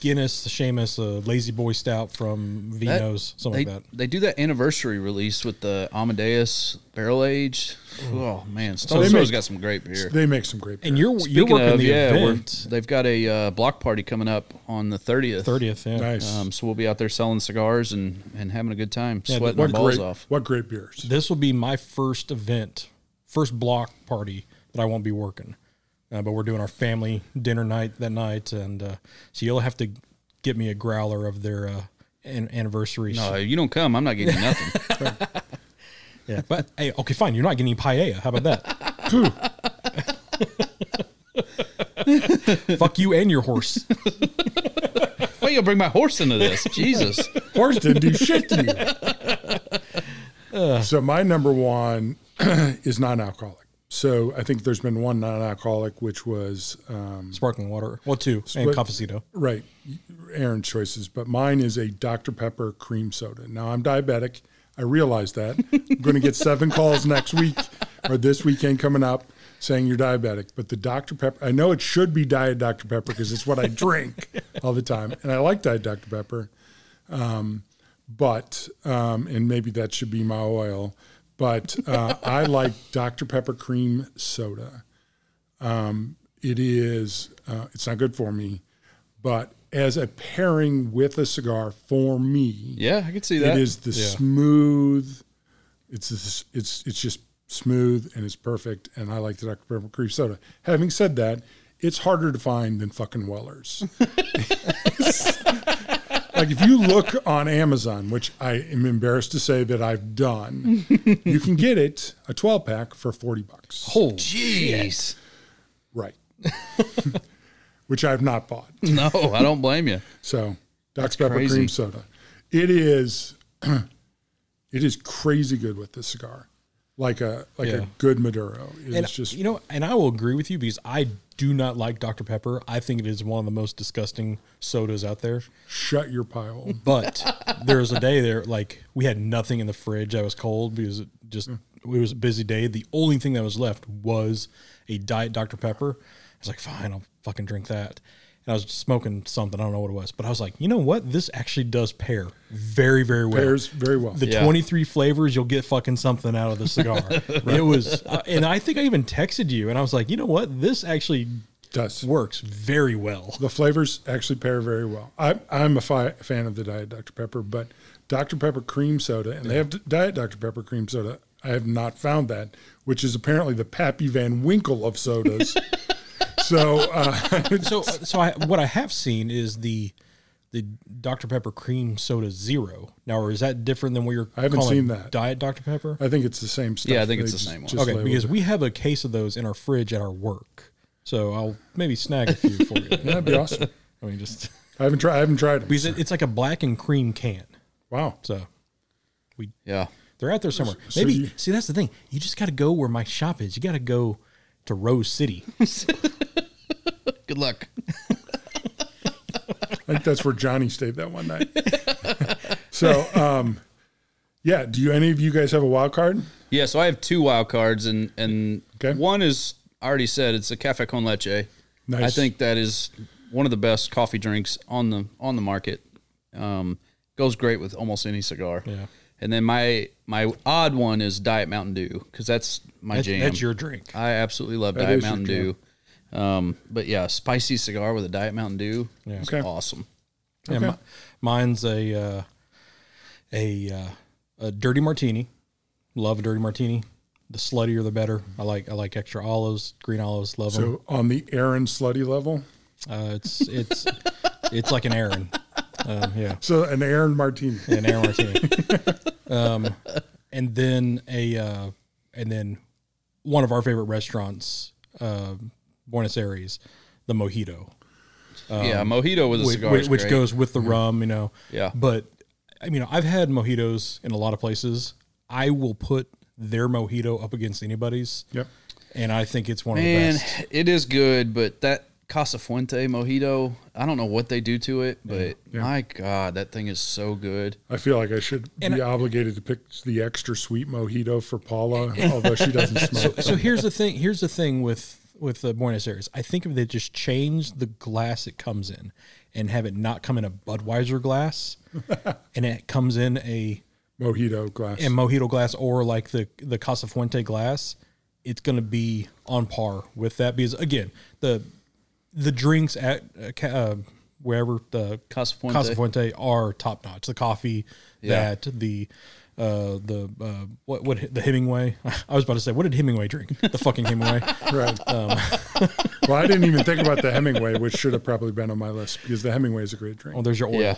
[SPEAKER 1] Guinness, a Seamus, a Lazy Boy Stout from
[SPEAKER 2] That-
[SPEAKER 1] Vino's,
[SPEAKER 2] they,
[SPEAKER 1] something like that.
[SPEAKER 2] They do that anniversary release with the Amadeus barrel aged. Oh man,
[SPEAKER 3] they
[SPEAKER 2] Stone Throw's
[SPEAKER 3] make-
[SPEAKER 2] got some great beer.
[SPEAKER 3] They make some great.
[SPEAKER 1] And
[SPEAKER 3] beer.
[SPEAKER 1] you're you're
[SPEAKER 2] Speaking
[SPEAKER 1] working
[SPEAKER 2] of,
[SPEAKER 1] the
[SPEAKER 2] yeah, we're-
[SPEAKER 1] event
[SPEAKER 2] they've got a uh, block party coming up on the thirtieth.
[SPEAKER 1] thirtieth. Yeah.
[SPEAKER 3] nice.
[SPEAKER 2] Um, so we'll be out there selling cigars and, and having a good time, sweating our
[SPEAKER 3] what
[SPEAKER 2] balls
[SPEAKER 3] great,
[SPEAKER 2] off.
[SPEAKER 3] what great beers.
[SPEAKER 1] This will be my first event, first block party that I won't be working, uh, but we're doing our family dinner night that night, and uh, so you'll have to get me a growler of their uh, an- anniversary.
[SPEAKER 2] No, you don't come. I'm not getting you nothing.
[SPEAKER 1] Yeah, but hey, okay, fine. You're not getting paella. How about that? Fuck you and your horse.
[SPEAKER 2] Why you gonna bring my horse into this? Jesus.
[SPEAKER 3] Horse didn't do shit to
[SPEAKER 1] Uh.
[SPEAKER 3] you. so my number one is non-alcoholic. So I think there's been one non-alcoholic, which was um,
[SPEAKER 1] Sparkling water. Well, two and
[SPEAKER 3] Split-
[SPEAKER 1] cafecito.
[SPEAKER 3] Right. Aaron's choices, but mine is a Dr. Pepper cream soda. Now I'm diabetic. I realize that. I'm going to get seven calls next week or this weekend coming up saying you're diabetic. But the Dr. Pepper, I know it should be Diet Dr. Pepper because it's what I drink all the time. And I like Diet Dr. Pepper but um, and maybe that should be my oil. But uh, I like Dr Pepper cream soda. Um, it is uh, it's not good for me, but as a pairing with a cigar for me,
[SPEAKER 2] Yeah, I can see that.
[SPEAKER 3] it is the smooth. It's this, it's it's just smooth and it's perfect, and I like the Dr Pepper cream soda. Having said that, it's harder to find than fucking Weller's. like if you look on Amazon, which I am embarrassed to say that I've done, you can get it a twelve pack for forty bucks.
[SPEAKER 1] Holy
[SPEAKER 2] Oh, Jeez.
[SPEAKER 3] Right. which I've not bought.
[SPEAKER 2] No, I don't blame you.
[SPEAKER 3] So Dr. Pepper
[SPEAKER 2] crazy.
[SPEAKER 3] cream soda. It is it is crazy good with this cigar. Like a like
[SPEAKER 1] Yeah.
[SPEAKER 3] a good Maduro. It's
[SPEAKER 1] and
[SPEAKER 3] just
[SPEAKER 1] you know, and I will agree with you because I do not like Dr Pepper. I think it is one of the most disgusting sodas out there.
[SPEAKER 3] shut your pie hole.
[SPEAKER 1] But there was a day there, like we had nothing in the fridge. I was cold because it just it was a busy day. The only thing that was left was a diet Dr Pepper. I was like, fine, I'll fucking drink that. And I was smoking something. I don't know what it was, but I was like, you know what? This actually does pair very, very well.
[SPEAKER 3] Pairs very well.
[SPEAKER 1] the
[SPEAKER 2] Yeah.
[SPEAKER 1] 23 flavors you'll get fucking something out of the cigar it was uh, and i think i even texted you and i was like you know what this actually
[SPEAKER 3] does.
[SPEAKER 1] works very well
[SPEAKER 3] The flavors actually pair very well. I, I'm a fi- fan of the Diet Dr. Pepper, but Dr. Pepper cream soda, and they have d- Diet Dr. Pepper cream soda. I have not found that, which is apparently the Pappy Van Winkle of sodas. so, uh,
[SPEAKER 1] so so I, what i have seen is the the dr pepper cream soda zero now is that different than what you're
[SPEAKER 3] I haven't
[SPEAKER 1] calling
[SPEAKER 3] seen that.
[SPEAKER 1] diet dr pepper
[SPEAKER 3] I think it's the same stuff.
[SPEAKER 2] Yeah, I think
[SPEAKER 3] They
[SPEAKER 2] it's the
[SPEAKER 3] just-
[SPEAKER 2] same one.
[SPEAKER 3] just
[SPEAKER 1] okay
[SPEAKER 3] labeled
[SPEAKER 1] because
[SPEAKER 3] it.
[SPEAKER 1] we have a case of those in our fridge at our work so i'll maybe snag a few for you
[SPEAKER 3] that'd be awesome.
[SPEAKER 1] i mean just
[SPEAKER 3] I haven't tried. I haven't tried them.
[SPEAKER 1] because it, it's like a black and cream can
[SPEAKER 3] Wow.
[SPEAKER 1] so we
[SPEAKER 2] Yeah.
[SPEAKER 1] They're out there somewhere.
[SPEAKER 3] So
[SPEAKER 1] Maybe
[SPEAKER 3] you-
[SPEAKER 1] see that's the thing. You just got to go where my shop is. You got to go to Rose City.
[SPEAKER 2] Good luck.
[SPEAKER 3] I think that's where Johnny stayed that one night. so, um, yeah. Do you any of you guys have a wild card?
[SPEAKER 2] Yeah, so I have two wild cards, and and
[SPEAKER 3] Okay.
[SPEAKER 2] one is I already said it's a cafe con leche.
[SPEAKER 3] Nice.
[SPEAKER 2] I think that is one of the best coffee drinks on the on the market. Um, goes great with almost any cigar.
[SPEAKER 1] Yeah.
[SPEAKER 2] And then my my odd one is Diet Mountain Dew because that's my
[SPEAKER 1] That's,
[SPEAKER 2] jam.
[SPEAKER 1] that's your drink.
[SPEAKER 2] I absolutely love
[SPEAKER 3] That
[SPEAKER 2] Diet
[SPEAKER 3] is your
[SPEAKER 2] Mountain Dew. Um, but yeah, spicy cigar with a Diet Mountain Dew is
[SPEAKER 3] Okay.
[SPEAKER 2] awesome.
[SPEAKER 1] Yeah, mi- mine's a uh, a uh, a dirty martini. Love a dirty martini. The sluttier the better. I like I like extra olives, green olives. Love them.
[SPEAKER 3] So on the Aaron slutty level.
[SPEAKER 1] Uh, it's it's it's like an Aaron. Um, yeah.
[SPEAKER 3] So an Aaron Martini.
[SPEAKER 1] an Aaron Martini. um, and then a uh, and then one of our favorite restaurants, uh, Buenos Aires, the Mojito,
[SPEAKER 2] yeah, a mojito with a
[SPEAKER 1] which,
[SPEAKER 2] cigar,
[SPEAKER 1] which,
[SPEAKER 2] is
[SPEAKER 1] which
[SPEAKER 2] great.
[SPEAKER 1] goes with the rum, you know.
[SPEAKER 2] Yeah.
[SPEAKER 1] But I mean, I've had mojitos in a lot of places. I will put their mojito up against anybody's.
[SPEAKER 3] Yep.
[SPEAKER 1] and I think it's one of the
[SPEAKER 2] Man,
[SPEAKER 1] best.
[SPEAKER 2] it is good, but that Casa Fuente mojito, I don't know what they do to it, but my God, that thing is so good.
[SPEAKER 3] I feel like I should be obligated to pick the extra sweet mojito for Paula, although she doesn't smoke.
[SPEAKER 1] So here's the thing. Here's the thing with with the Buenos Aires. I think if they just change the glass it comes in, and have it not come in a Budweiser glass, and it comes in a
[SPEAKER 3] mojito glass.
[SPEAKER 1] a mojito glass or like the the Casa Fuente glass, it's going to be on par with that because again the the drinks at uh, ca- uh, wherever the
[SPEAKER 2] Casa Fuente.
[SPEAKER 1] Casa Fuente are top notch. The coffee
[SPEAKER 2] Yeah.
[SPEAKER 1] that the uh, the uh, what what the Hemingway? I was about to say what did Hemingway drink? The fucking Hemingway.
[SPEAKER 3] Right.
[SPEAKER 1] um,
[SPEAKER 3] well, I didn't even think about the Hemingway, which should have probably been on my list because the Hemingway is a great drink.
[SPEAKER 1] Oh, there's your oil.
[SPEAKER 2] Yeah.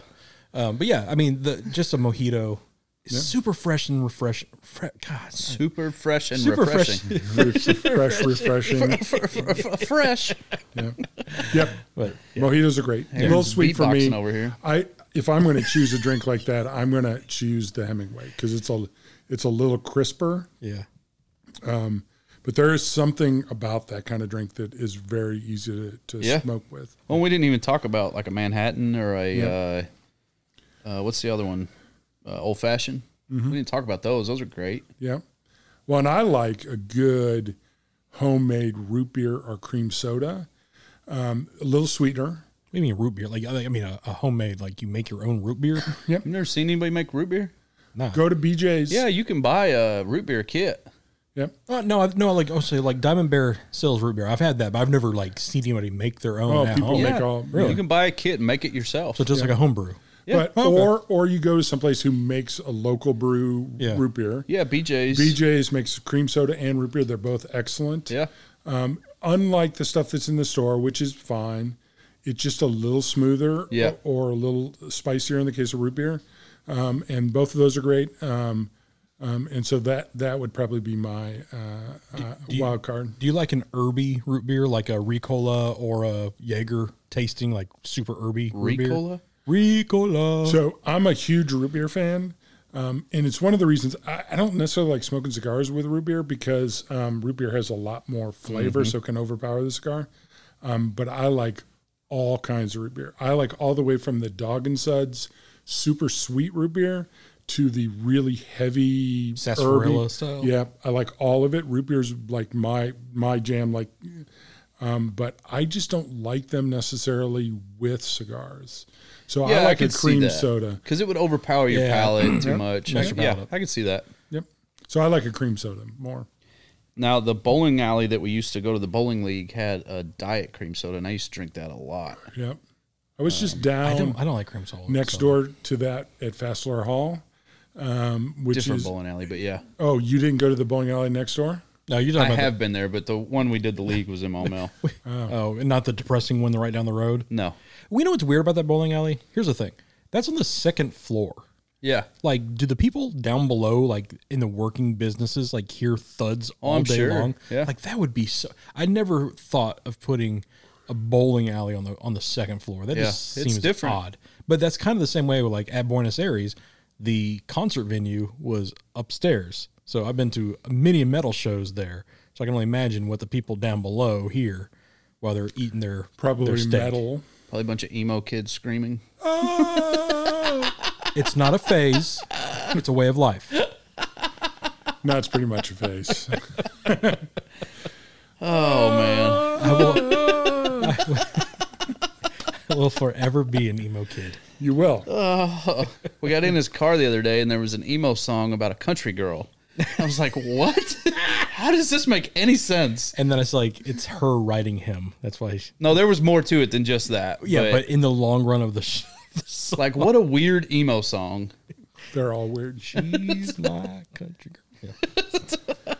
[SPEAKER 1] Um, but yeah, I mean the just a mojito, is super fresh and refresh. Fre- God,
[SPEAKER 2] Super fresh and
[SPEAKER 1] super
[SPEAKER 2] refreshing.
[SPEAKER 1] fresh.
[SPEAKER 3] Fresh, fresh, refreshing.
[SPEAKER 2] fresh.
[SPEAKER 3] Yeah. Yep.
[SPEAKER 1] but
[SPEAKER 3] Mojitos are great. a little sweet for me.
[SPEAKER 2] beatboxing over here.
[SPEAKER 3] I if I'm going to choose a drink like that, I'm going to choose the Hemingway because it's a it's a little crisper.
[SPEAKER 1] yeah,
[SPEAKER 3] But there is something about that kind of drink that is very easy to, to
[SPEAKER 2] Yeah.
[SPEAKER 3] smoke with.
[SPEAKER 2] Well, we didn't even talk about like a Manhattan or a uh, uh, what's the other one? Uh, old fashioned.
[SPEAKER 1] Mm-hmm.
[SPEAKER 2] We didn't talk about those. Those are great.
[SPEAKER 3] Yeah. Well, and I like a good homemade root beer or cream soda, um, a little sweetener.
[SPEAKER 1] What do you mean root beer? Like I I mean a, a homemade like you make your own root beer.
[SPEAKER 2] You've never seen anybody make root beer?
[SPEAKER 1] Nah.
[SPEAKER 3] Go to BJ's.
[SPEAKER 2] Yeah, you can buy a root beer kit.
[SPEAKER 3] Yep.
[SPEAKER 1] Oh, no, I've, no, like oh, so like Diamond Bear sells root beer. I've had that, but I've never like seen anybody make their own
[SPEAKER 3] Oh,
[SPEAKER 1] at
[SPEAKER 3] people
[SPEAKER 1] home.
[SPEAKER 3] make
[SPEAKER 2] Yeah.
[SPEAKER 3] all.
[SPEAKER 2] You can buy a kit and make it yourself.
[SPEAKER 1] So just like a homebrew. oh,
[SPEAKER 3] But
[SPEAKER 2] Oh,
[SPEAKER 3] or or you go to someplace who makes a local brew
[SPEAKER 1] Yeah.
[SPEAKER 3] root beer.
[SPEAKER 2] yeah, BJ's.
[SPEAKER 3] BJ's makes cream soda and root beer. They're both excellent.
[SPEAKER 2] Yeah.
[SPEAKER 3] Unlike the stuff that's in the store, which is fine, it's just a little smoother
[SPEAKER 2] Yeah.
[SPEAKER 3] or, or a little spicier in the case of root beer. Um, and both of those are great. Um, um, and so that that would probably be my uh, uh, wild card.
[SPEAKER 1] Do you like an herby root beer, like a Ricola or a Jaeger tasting, like super herby root beer?
[SPEAKER 2] Ricola?
[SPEAKER 1] Ricola.
[SPEAKER 3] So I'm a huge root beer fan. Um, and it's one of the reasons I, I don't necessarily like smoking cigars with root beer because um, root beer has a lot more flavor,
[SPEAKER 2] Mm-hmm.
[SPEAKER 3] so it can overpower the cigar. Um, but I like all kinds of root beer. I like all the way from the Dog and Suds super sweet root beer to the really heavy herby-
[SPEAKER 1] Sarsaparilla style?
[SPEAKER 3] Yeah, I like all of it. Root beer's like my my jam. Like um, but I just don't like them necessarily with cigars. So
[SPEAKER 2] Yeah,
[SPEAKER 3] I
[SPEAKER 2] I,
[SPEAKER 3] like a
[SPEAKER 2] could see
[SPEAKER 3] cream
[SPEAKER 2] that.
[SPEAKER 3] soda.
[SPEAKER 2] because it would overpower your
[SPEAKER 1] Yeah.
[SPEAKER 2] palate too much.
[SPEAKER 1] Mess your
[SPEAKER 2] I- yeah,
[SPEAKER 1] palate.
[SPEAKER 2] I could see that.
[SPEAKER 3] Yep. So I like a cream soda more.
[SPEAKER 2] Now the bowling alley that we used to go to, the bowling league had a diet cream soda, and I used to drink that a lot.
[SPEAKER 3] Yep. I was just
[SPEAKER 1] I
[SPEAKER 3] down
[SPEAKER 1] don't. I don't like cream soda.
[SPEAKER 3] next
[SPEAKER 1] so-
[SPEAKER 3] door to that at Fastler Hall, um, which
[SPEAKER 2] Different
[SPEAKER 3] is
[SPEAKER 2] bowling alley, but yeah,
[SPEAKER 3] oh, you didn't go to the bowling alley next door?
[SPEAKER 1] No, you're talking
[SPEAKER 2] I
[SPEAKER 1] about.
[SPEAKER 2] have been there, but the one we did the league was in Maumelle.
[SPEAKER 1] the, oh, and not the depressing one, the right down the road.
[SPEAKER 2] no,
[SPEAKER 1] We know what's weird about that bowling alley. Here's the thing. That's on the second floor.
[SPEAKER 2] yeah,
[SPEAKER 1] like do the people down below like in the working businesses like hear thuds all
[SPEAKER 2] Oh, I'm
[SPEAKER 1] day
[SPEAKER 2] sure.
[SPEAKER 1] long
[SPEAKER 2] Yeah.
[SPEAKER 1] like that would be so i never thought of putting a bowling alley on the on the second floor that
[SPEAKER 2] Yeah,
[SPEAKER 1] just
[SPEAKER 2] it's
[SPEAKER 1] seems
[SPEAKER 2] different.
[SPEAKER 1] odd but that's kind of the same way with like at buenos aires the concert venue was upstairs so i've been to many metal shows there so i can only imagine what the people down below hear while they're eating their their
[SPEAKER 3] Probably
[SPEAKER 1] steak.
[SPEAKER 3] metal.
[SPEAKER 2] probably a bunch of emo kids screaming.
[SPEAKER 1] it's not a phase it's a way of life
[SPEAKER 3] No, it's pretty much a face.
[SPEAKER 2] Oh man,
[SPEAKER 1] I will. I will forever be an emo kid.
[SPEAKER 3] you will.
[SPEAKER 2] we got in his car the other day, and there was an emo song about a country girl. I was like, what? How does this make any sense?
[SPEAKER 1] And then it's like it's her writing him. That's why. She,
[SPEAKER 2] No, there was more to it than just that.
[SPEAKER 1] yeah, but in the long run of the, sh- the song,
[SPEAKER 2] like, what a weird emo song.
[SPEAKER 3] They're all weird.
[SPEAKER 1] she's my country girl,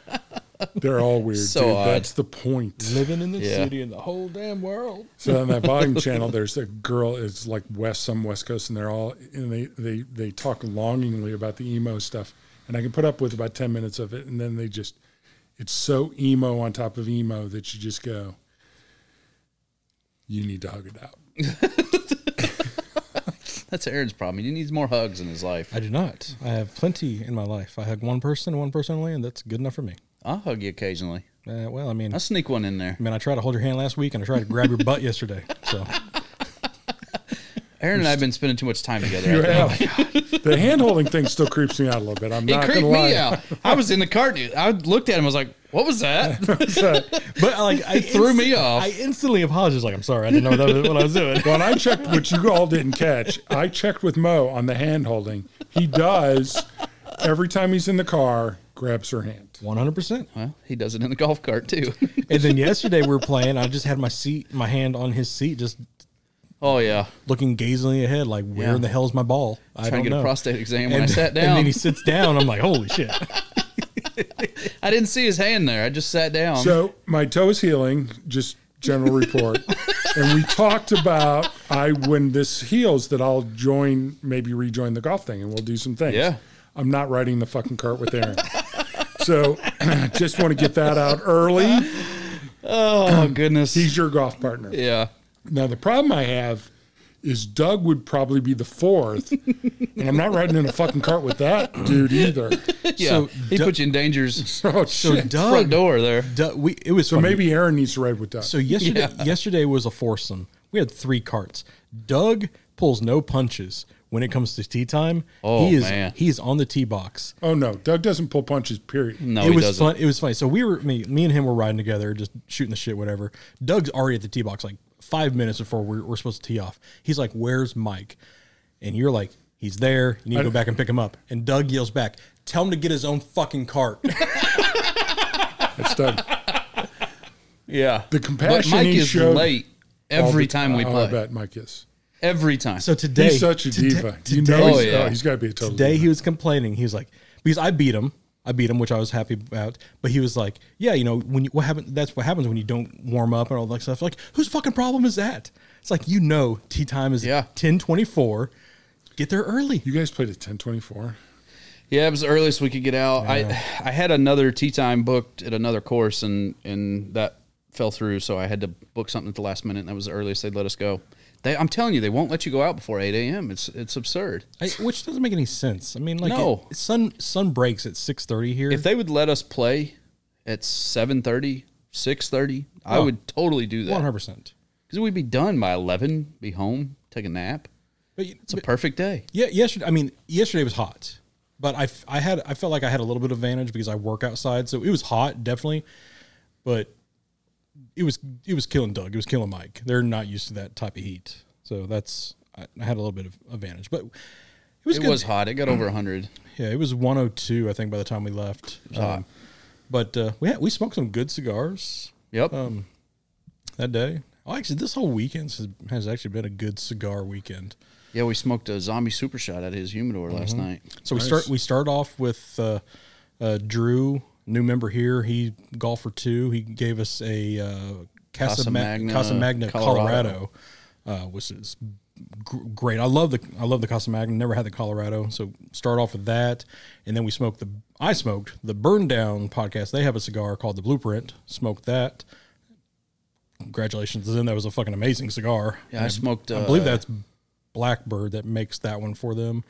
[SPEAKER 3] They're all weird,
[SPEAKER 2] So
[SPEAKER 3] dude.
[SPEAKER 2] odd.
[SPEAKER 3] That's the point.
[SPEAKER 1] living in the
[SPEAKER 2] Yeah.
[SPEAKER 1] city and the whole damn world.
[SPEAKER 3] So on that volume channel, there's a girl. It's like west, some west coast, and they're all and they they they talk longingly about the emo stuff, and I can put up with about ten minutes of it, and then they just, it's so emo on top of emo that you just go, you need to hug it out.
[SPEAKER 2] That's Aaron's problem. He needs more hugs in his life.
[SPEAKER 1] I do not. I have plenty in my life. I hug one person, one person only, and that's good enough for me.
[SPEAKER 2] I'll hug you occasionally.
[SPEAKER 1] Uh, well, I mean,
[SPEAKER 2] I'll sneak one in there.
[SPEAKER 1] I mean, I tried to hold your hand last week, and I tried to grab your butt yesterday. So
[SPEAKER 2] Aaron and I have been spending too much time together. I think.
[SPEAKER 3] the hand holding thing still creeps me out a little bit. I'm
[SPEAKER 2] It
[SPEAKER 3] not going
[SPEAKER 2] creeped
[SPEAKER 3] to lie.
[SPEAKER 2] me out. I was in the car. dude. I looked at him. I was like, "What was that?"
[SPEAKER 1] But like, I
[SPEAKER 2] threw me off.
[SPEAKER 1] I instantly apologized. Like, I'm sorry, I didn't know that was what I was doing.
[SPEAKER 3] Well, and I checked, which you all didn't catch. I checked with Mo on the hand holding. He does every time he's in the car, grabs her hand.
[SPEAKER 1] 100. percent
[SPEAKER 2] well, he does it in the golf cart too.
[SPEAKER 1] And then yesterday we were playing. I just had my seat, my hand on his seat, just
[SPEAKER 2] oh yeah,
[SPEAKER 1] looking gazingly ahead, like, where
[SPEAKER 2] Yeah.
[SPEAKER 1] in the hell's my ball? I
[SPEAKER 2] trying
[SPEAKER 1] don't
[SPEAKER 2] to get
[SPEAKER 1] know.
[SPEAKER 2] a prostate exam
[SPEAKER 1] and,
[SPEAKER 2] when I sat
[SPEAKER 1] and
[SPEAKER 2] down.
[SPEAKER 1] then he sits down. I'm like, holy shit!
[SPEAKER 2] I didn't see his hand there. I just sat down.
[SPEAKER 3] So my toe is healing, just general report. and we talked about I when this heals that I'll join, maybe rejoin the golf thing, and we'll do some things.
[SPEAKER 2] Yeah.
[SPEAKER 3] I'm not riding the fucking cart with Aaron. so just want to get that out early.
[SPEAKER 2] oh goodness.
[SPEAKER 3] He's your golf partner.
[SPEAKER 2] yeah.
[SPEAKER 3] Now the problem I have is Doug would probably be the fourth, and I'm not riding in a fucking cart with that dude either.
[SPEAKER 2] Yeah.
[SPEAKER 1] So
[SPEAKER 2] he
[SPEAKER 1] Du-
[SPEAKER 2] put you in danger's
[SPEAKER 3] Oh
[SPEAKER 1] So
[SPEAKER 3] shit!
[SPEAKER 2] front
[SPEAKER 1] Doug,
[SPEAKER 2] door there.
[SPEAKER 1] Doug we, it was
[SPEAKER 3] So
[SPEAKER 1] funny.
[SPEAKER 3] maybe Aaron needs to ride with Doug.
[SPEAKER 1] So yesterday, yesterday was a foursome. We had three carts. Doug pulls no punches when it comes to tee time.
[SPEAKER 2] Oh,
[SPEAKER 1] he is
[SPEAKER 2] man.
[SPEAKER 1] he is on the tee box.
[SPEAKER 3] oh no, Doug doesn't pull punches. Period.
[SPEAKER 2] No,
[SPEAKER 1] it
[SPEAKER 2] he
[SPEAKER 1] was
[SPEAKER 2] doesn't.
[SPEAKER 1] fun. It was funny. So we were me, me and him were riding together, just shooting the shit, whatever. Doug's already at the tee box like five minutes before we're, we're supposed to tee off. He's like, "Where's Mike?" And you're like, "He's there. You need to go back and pick him up." And Doug yells back, "Tell him to get his own fucking cart."
[SPEAKER 3] That's Doug.
[SPEAKER 2] Yeah.
[SPEAKER 3] The compassion
[SPEAKER 2] But Mike
[SPEAKER 3] he
[SPEAKER 2] is
[SPEAKER 3] showed
[SPEAKER 2] late
[SPEAKER 3] All
[SPEAKER 2] every
[SPEAKER 3] the-
[SPEAKER 2] time we
[SPEAKER 3] oh, I
[SPEAKER 2] play.
[SPEAKER 3] bet Mike is.
[SPEAKER 2] Every time.
[SPEAKER 1] so today,
[SPEAKER 3] he's such a
[SPEAKER 1] today-
[SPEAKER 3] diva.
[SPEAKER 1] Today,
[SPEAKER 3] you know, he's,
[SPEAKER 2] Oh, yeah.
[SPEAKER 3] oh, he's got to be a total.
[SPEAKER 1] today
[SPEAKER 3] diva.
[SPEAKER 1] he was complaining. He was like, because I beat him. I beat him, which I was happy about. But he was like, "Yeah, you know, when you, what happened? That's what happens when you don't warm up and all that stuff." Like, whose fucking problem is that? It's like you know, tea time is
[SPEAKER 2] Yeah.
[SPEAKER 1] ten twenty four. Get there early.
[SPEAKER 3] you guys played at 10:24.
[SPEAKER 2] yeah, it was the earliest we could get out. I I had another tea time booked at another course and and that fell through, so I had to book something at the last minute and that was the earliest they'd let us go. They I'm telling you, they won't let you go out before eight AM. It's it's absurd.
[SPEAKER 1] I, which doesn't make any sense. I mean, like,
[SPEAKER 2] No.
[SPEAKER 1] it- sun sun breaks at six thirty here.
[SPEAKER 2] If they would let us play at 7.30, 6.30, I would totally do
[SPEAKER 1] one
[SPEAKER 2] that.
[SPEAKER 1] hundred percent.
[SPEAKER 2] Because we'd be done by 11, be home, take a nap.
[SPEAKER 1] But you-
[SPEAKER 2] It's a perfect day.
[SPEAKER 1] Yeah, yesterday. I mean, yesterday was hot, but I, f- I had I felt like I had a little bit of advantage because I work outside, so it was hot definitely, but it was it was killing Doug. It was killing Mike. They're not used to that type of heat, so that's I, I had a little bit of advantage, but it was
[SPEAKER 2] It
[SPEAKER 1] good.
[SPEAKER 2] was hot. It got over 100.
[SPEAKER 1] yeah, it was one oh two I think by the time we left. Um, but uh, we had, we smoked some good cigars
[SPEAKER 2] Yep.
[SPEAKER 1] Um, that day. Oh, actually, this whole weekend has, has actually been a good cigar weekend.
[SPEAKER 2] yeah, we smoked a zombie super shot at his humidor last
[SPEAKER 1] mm-hmm.
[SPEAKER 2] night.
[SPEAKER 1] So we start we start off with uh, uh, Drew, new member here. He golfer two. He gave us a uh, Casa,
[SPEAKER 2] Casa
[SPEAKER 1] Ma-
[SPEAKER 2] Magna,
[SPEAKER 1] Casa Magna,
[SPEAKER 2] Colorado.
[SPEAKER 1] Colorado, uh, which is gr- great. I love the I love the Casa Magna. Never had the Colorado. So start off with that, and then we smoked the I smoked the Burn Down podcast. They have a cigar called the Blueprint. Smoked that. Congratulations, then that was a fucking amazing cigar.
[SPEAKER 2] Yeah, I smoked. Uh,
[SPEAKER 1] I believe that's Blackbird that makes that one for them.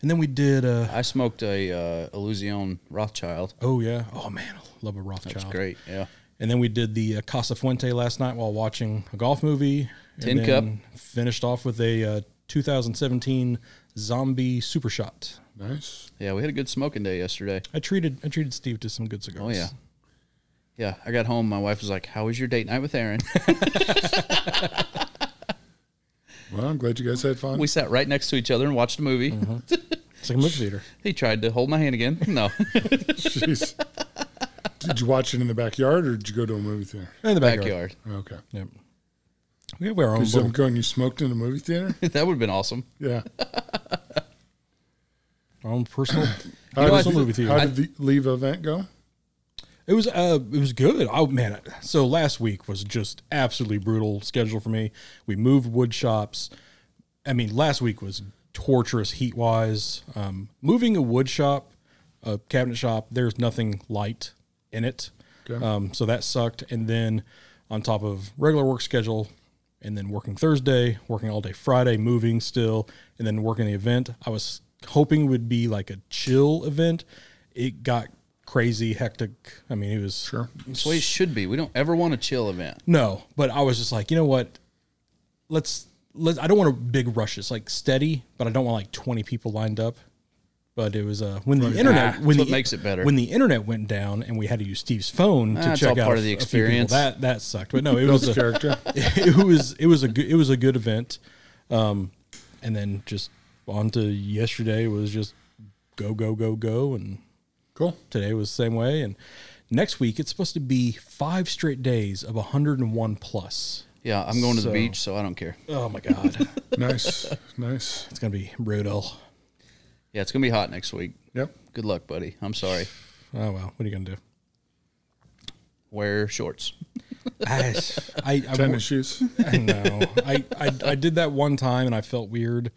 [SPEAKER 1] And then we did. Uh,
[SPEAKER 2] I smoked a uh, Illusion Rothschild.
[SPEAKER 1] oh yeah. Oh man, I love a Rothschild.
[SPEAKER 2] It's great. Yeah.
[SPEAKER 1] And then we did the uh, Casa Fuente last night while watching a golf movie. And
[SPEAKER 2] Tin
[SPEAKER 1] then Finished off with a uh, 2017 Zombie Super Shot.
[SPEAKER 3] Nice.
[SPEAKER 2] Yeah, we had a good smoking day yesterday.
[SPEAKER 1] I treated I treated Steve to some good cigars.
[SPEAKER 2] Oh, yeah. Yeah, I got home. My wife was like, How was your date night with Aaron?
[SPEAKER 3] Well, I'm glad you guys had fun.
[SPEAKER 2] we sat right next to each other and watched a movie.
[SPEAKER 1] It's like a movie theater.
[SPEAKER 2] He tried to hold my hand again. No.
[SPEAKER 3] Jeez. Did you watch it in the backyard or did you go to a movie theater?
[SPEAKER 1] In the backyard.
[SPEAKER 2] backyard.
[SPEAKER 3] Okay.
[SPEAKER 1] Yep. We have our own.
[SPEAKER 3] Is that
[SPEAKER 1] Little,
[SPEAKER 3] going you smoked in a movie theater?
[SPEAKER 2] that would have been awesome.
[SPEAKER 3] Yeah.
[SPEAKER 1] our own personal.
[SPEAKER 3] How,
[SPEAKER 2] know, I
[SPEAKER 3] did,
[SPEAKER 2] think-
[SPEAKER 1] movie theater.
[SPEAKER 3] how did the leave event go?
[SPEAKER 1] It was uh, it was good. Oh man! So last week was just absolutely brutal schedule for me. We moved wood shops. I mean, last week was torturous heat wise. Um, moving a wood shop, a cabinet shop, there's nothing light in it, um, so that sucked. And then on top of regular work schedule, and then working Thursday, working all day Friday, moving still, and then working the event. I was hoping it would be like a chill event. It got crazy, hectic. I mean, it was
[SPEAKER 3] Sure.
[SPEAKER 2] That's the way it should be. We don't ever want a chill event.
[SPEAKER 1] No, but I was just like, you know what? Let's let. I don't want a big rushes, like steady, but I don't want like twenty people lined up. But it was uh, when the internet
[SPEAKER 2] Ah,
[SPEAKER 1] when
[SPEAKER 2] that's
[SPEAKER 1] the
[SPEAKER 2] what makes it better.
[SPEAKER 1] when the internet went down and we had to use Steve's phone to
[SPEAKER 2] That's
[SPEAKER 1] check
[SPEAKER 2] all
[SPEAKER 1] out
[SPEAKER 2] part
[SPEAKER 1] a
[SPEAKER 2] of the
[SPEAKER 1] f- a few people,
[SPEAKER 2] experience.
[SPEAKER 1] That that sucked, but no, it was
[SPEAKER 3] Builds
[SPEAKER 1] a,
[SPEAKER 3] character.
[SPEAKER 1] it was it was a good, it was a good event. Um, and then just on to yesterday was just go go go go, and
[SPEAKER 3] Cool.
[SPEAKER 1] today was the same way, and next week it's supposed to be five straight days of 101 plus.
[SPEAKER 2] Yeah, I'm going to
[SPEAKER 1] So-
[SPEAKER 2] the beach, so I don't care.
[SPEAKER 1] Oh my god,
[SPEAKER 3] Nice. nice.
[SPEAKER 1] it's gonna be brutal.
[SPEAKER 2] Yeah, it's gonna be hot next week.
[SPEAKER 3] Yep.
[SPEAKER 2] Good luck, buddy. I'm sorry.
[SPEAKER 1] Oh well, what are you gonna do?
[SPEAKER 2] Wear shorts.
[SPEAKER 1] I I, I,
[SPEAKER 3] Tennis shoes.
[SPEAKER 1] I know. I, I I did that one time and I felt weird.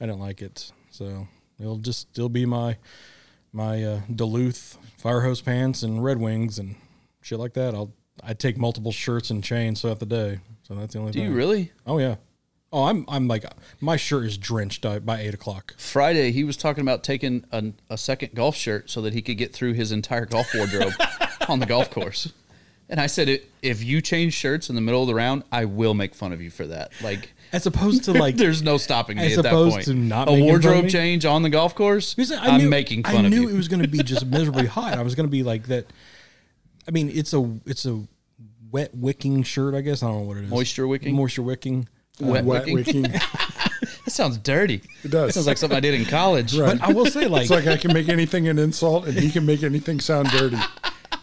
[SPEAKER 1] I didn't like it, so it'll just still be my my uh, Duluth fire hose pants and Red Wings and shit like that. I'll I take multiple shirts and chains throughout the day, so that's the only
[SPEAKER 2] Do
[SPEAKER 1] thing.
[SPEAKER 2] you really?
[SPEAKER 1] Oh yeah. Oh, I'm I'm like my shirt is drenched uh, by eight o'clock.
[SPEAKER 2] Friday, he was talking about taking a, a second golf shirt so that he could get through his entire golf wardrobe on the golf course. And I said, "If- if you change shirts in the middle of the round, I will make fun of you for that. Like,
[SPEAKER 1] As opposed to like
[SPEAKER 2] there's no stopping me
[SPEAKER 1] As
[SPEAKER 2] at that
[SPEAKER 1] opposed
[SPEAKER 2] point.
[SPEAKER 1] to not
[SPEAKER 2] a
[SPEAKER 1] making fun of
[SPEAKER 2] wardrobe
[SPEAKER 1] me?
[SPEAKER 2] change on the golf course.
[SPEAKER 1] Because I
[SPEAKER 2] I'm
[SPEAKER 1] knew,
[SPEAKER 2] making fun
[SPEAKER 1] I
[SPEAKER 2] of
[SPEAKER 1] knew
[SPEAKER 2] you.
[SPEAKER 1] it was going to be just miserably hot. I was going to be like that. I mean, it's a it's a wet wicking shirt, I guess. I don't know what it is.
[SPEAKER 2] Moisture wicking?
[SPEAKER 1] Moisture wicking. Uh,
[SPEAKER 2] Wet
[SPEAKER 3] Wet
[SPEAKER 2] wicking.
[SPEAKER 3] wicking.
[SPEAKER 2] That sounds dirty.
[SPEAKER 3] It does.
[SPEAKER 2] That sounds like something I did in college.
[SPEAKER 3] Right.
[SPEAKER 1] but I will say, like,
[SPEAKER 3] It's like I can make anything an insult and he can make anything sound dirty.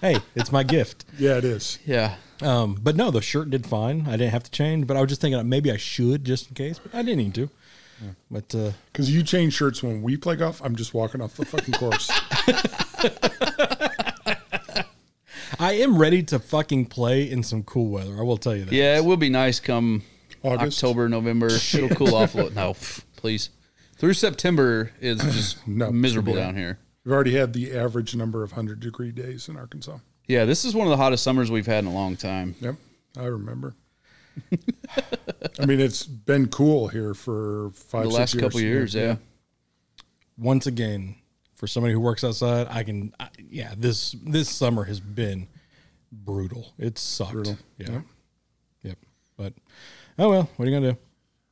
[SPEAKER 1] hey, it's my gift.
[SPEAKER 3] Yeah, it is.
[SPEAKER 2] Yeah.
[SPEAKER 1] Um, but no, the shirt did fine. I didn't have to change. But I was just thinking maybe I should just in case. But I didn't need to. But uh,
[SPEAKER 3] Because you change shirts when we play golf, I'm just walking off the fucking course.
[SPEAKER 1] I am ready to fucking play in some cool weather. I will tell you that.
[SPEAKER 2] Yeah, it will be nice come
[SPEAKER 3] August.
[SPEAKER 2] October, November. It'll cool off a little. No, pff, please. Through September is just
[SPEAKER 3] No,
[SPEAKER 2] miserable
[SPEAKER 3] yeah.
[SPEAKER 2] down here.
[SPEAKER 3] We've already had the average number of 100 degree days in Arkansas.
[SPEAKER 2] Yeah, this is one of the hottest summers we've had in a long time.
[SPEAKER 3] Yep, I remember. I mean, it's been cool here for five,
[SPEAKER 2] The
[SPEAKER 3] six
[SPEAKER 2] last couple years, yeah.
[SPEAKER 1] Once again, for somebody who works outside, I can. I, yeah, this this summer has been brutal. It sucked. Yeah.
[SPEAKER 3] Yep.
[SPEAKER 1] Yep. But oh well, what are you gonna do?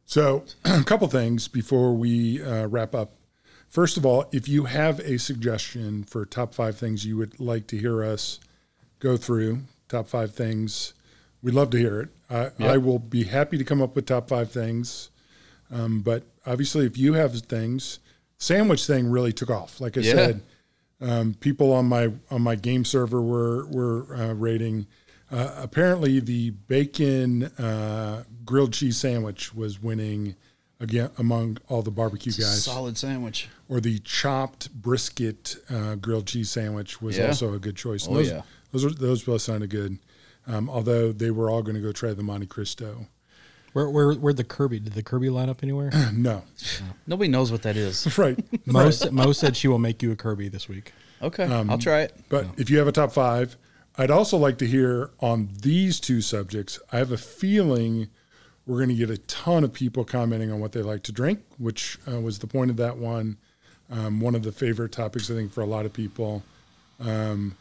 [SPEAKER 3] So, a couple things before we uh, wrap up. First of all, if you have a suggestion for top five things you would like to hear us go through, top five things, we'd love to hear it. I, I will be happy to come up with top five things. Um, but obviously, if you have things, sandwich thing really took off. Like I
[SPEAKER 2] Yeah.
[SPEAKER 3] said, people on my on my game server were were uh, rating. Uh, apparently, the bacon uh, grilled cheese sandwich was winning again among all the barbecue guys,
[SPEAKER 2] Solid sandwich.
[SPEAKER 3] or the chopped brisket uh, grilled cheese sandwich was
[SPEAKER 2] Yeah.
[SPEAKER 3] also a good choice.
[SPEAKER 2] Oh,
[SPEAKER 3] those,
[SPEAKER 2] yeah.
[SPEAKER 3] those are, those both sounded good. Um, although they were all going to go try the Monte Cristo.
[SPEAKER 1] Where where where'd the Kirby? Did the Kirby line up anywhere?
[SPEAKER 3] No,
[SPEAKER 2] Nobody knows what that is.
[SPEAKER 3] right.
[SPEAKER 1] Mo, sa- Mo said she will make you a Kirby this week.
[SPEAKER 2] Okay,
[SPEAKER 3] Um,
[SPEAKER 2] I'll try it.
[SPEAKER 3] But if you have a top five, I'd also like to hear on these two subjects. I have a feeling we're going to get a ton of people commenting on what they like to drink, which uh, was the point of that one. Um, one of the favorite topics, I think, for a lot of people. Um,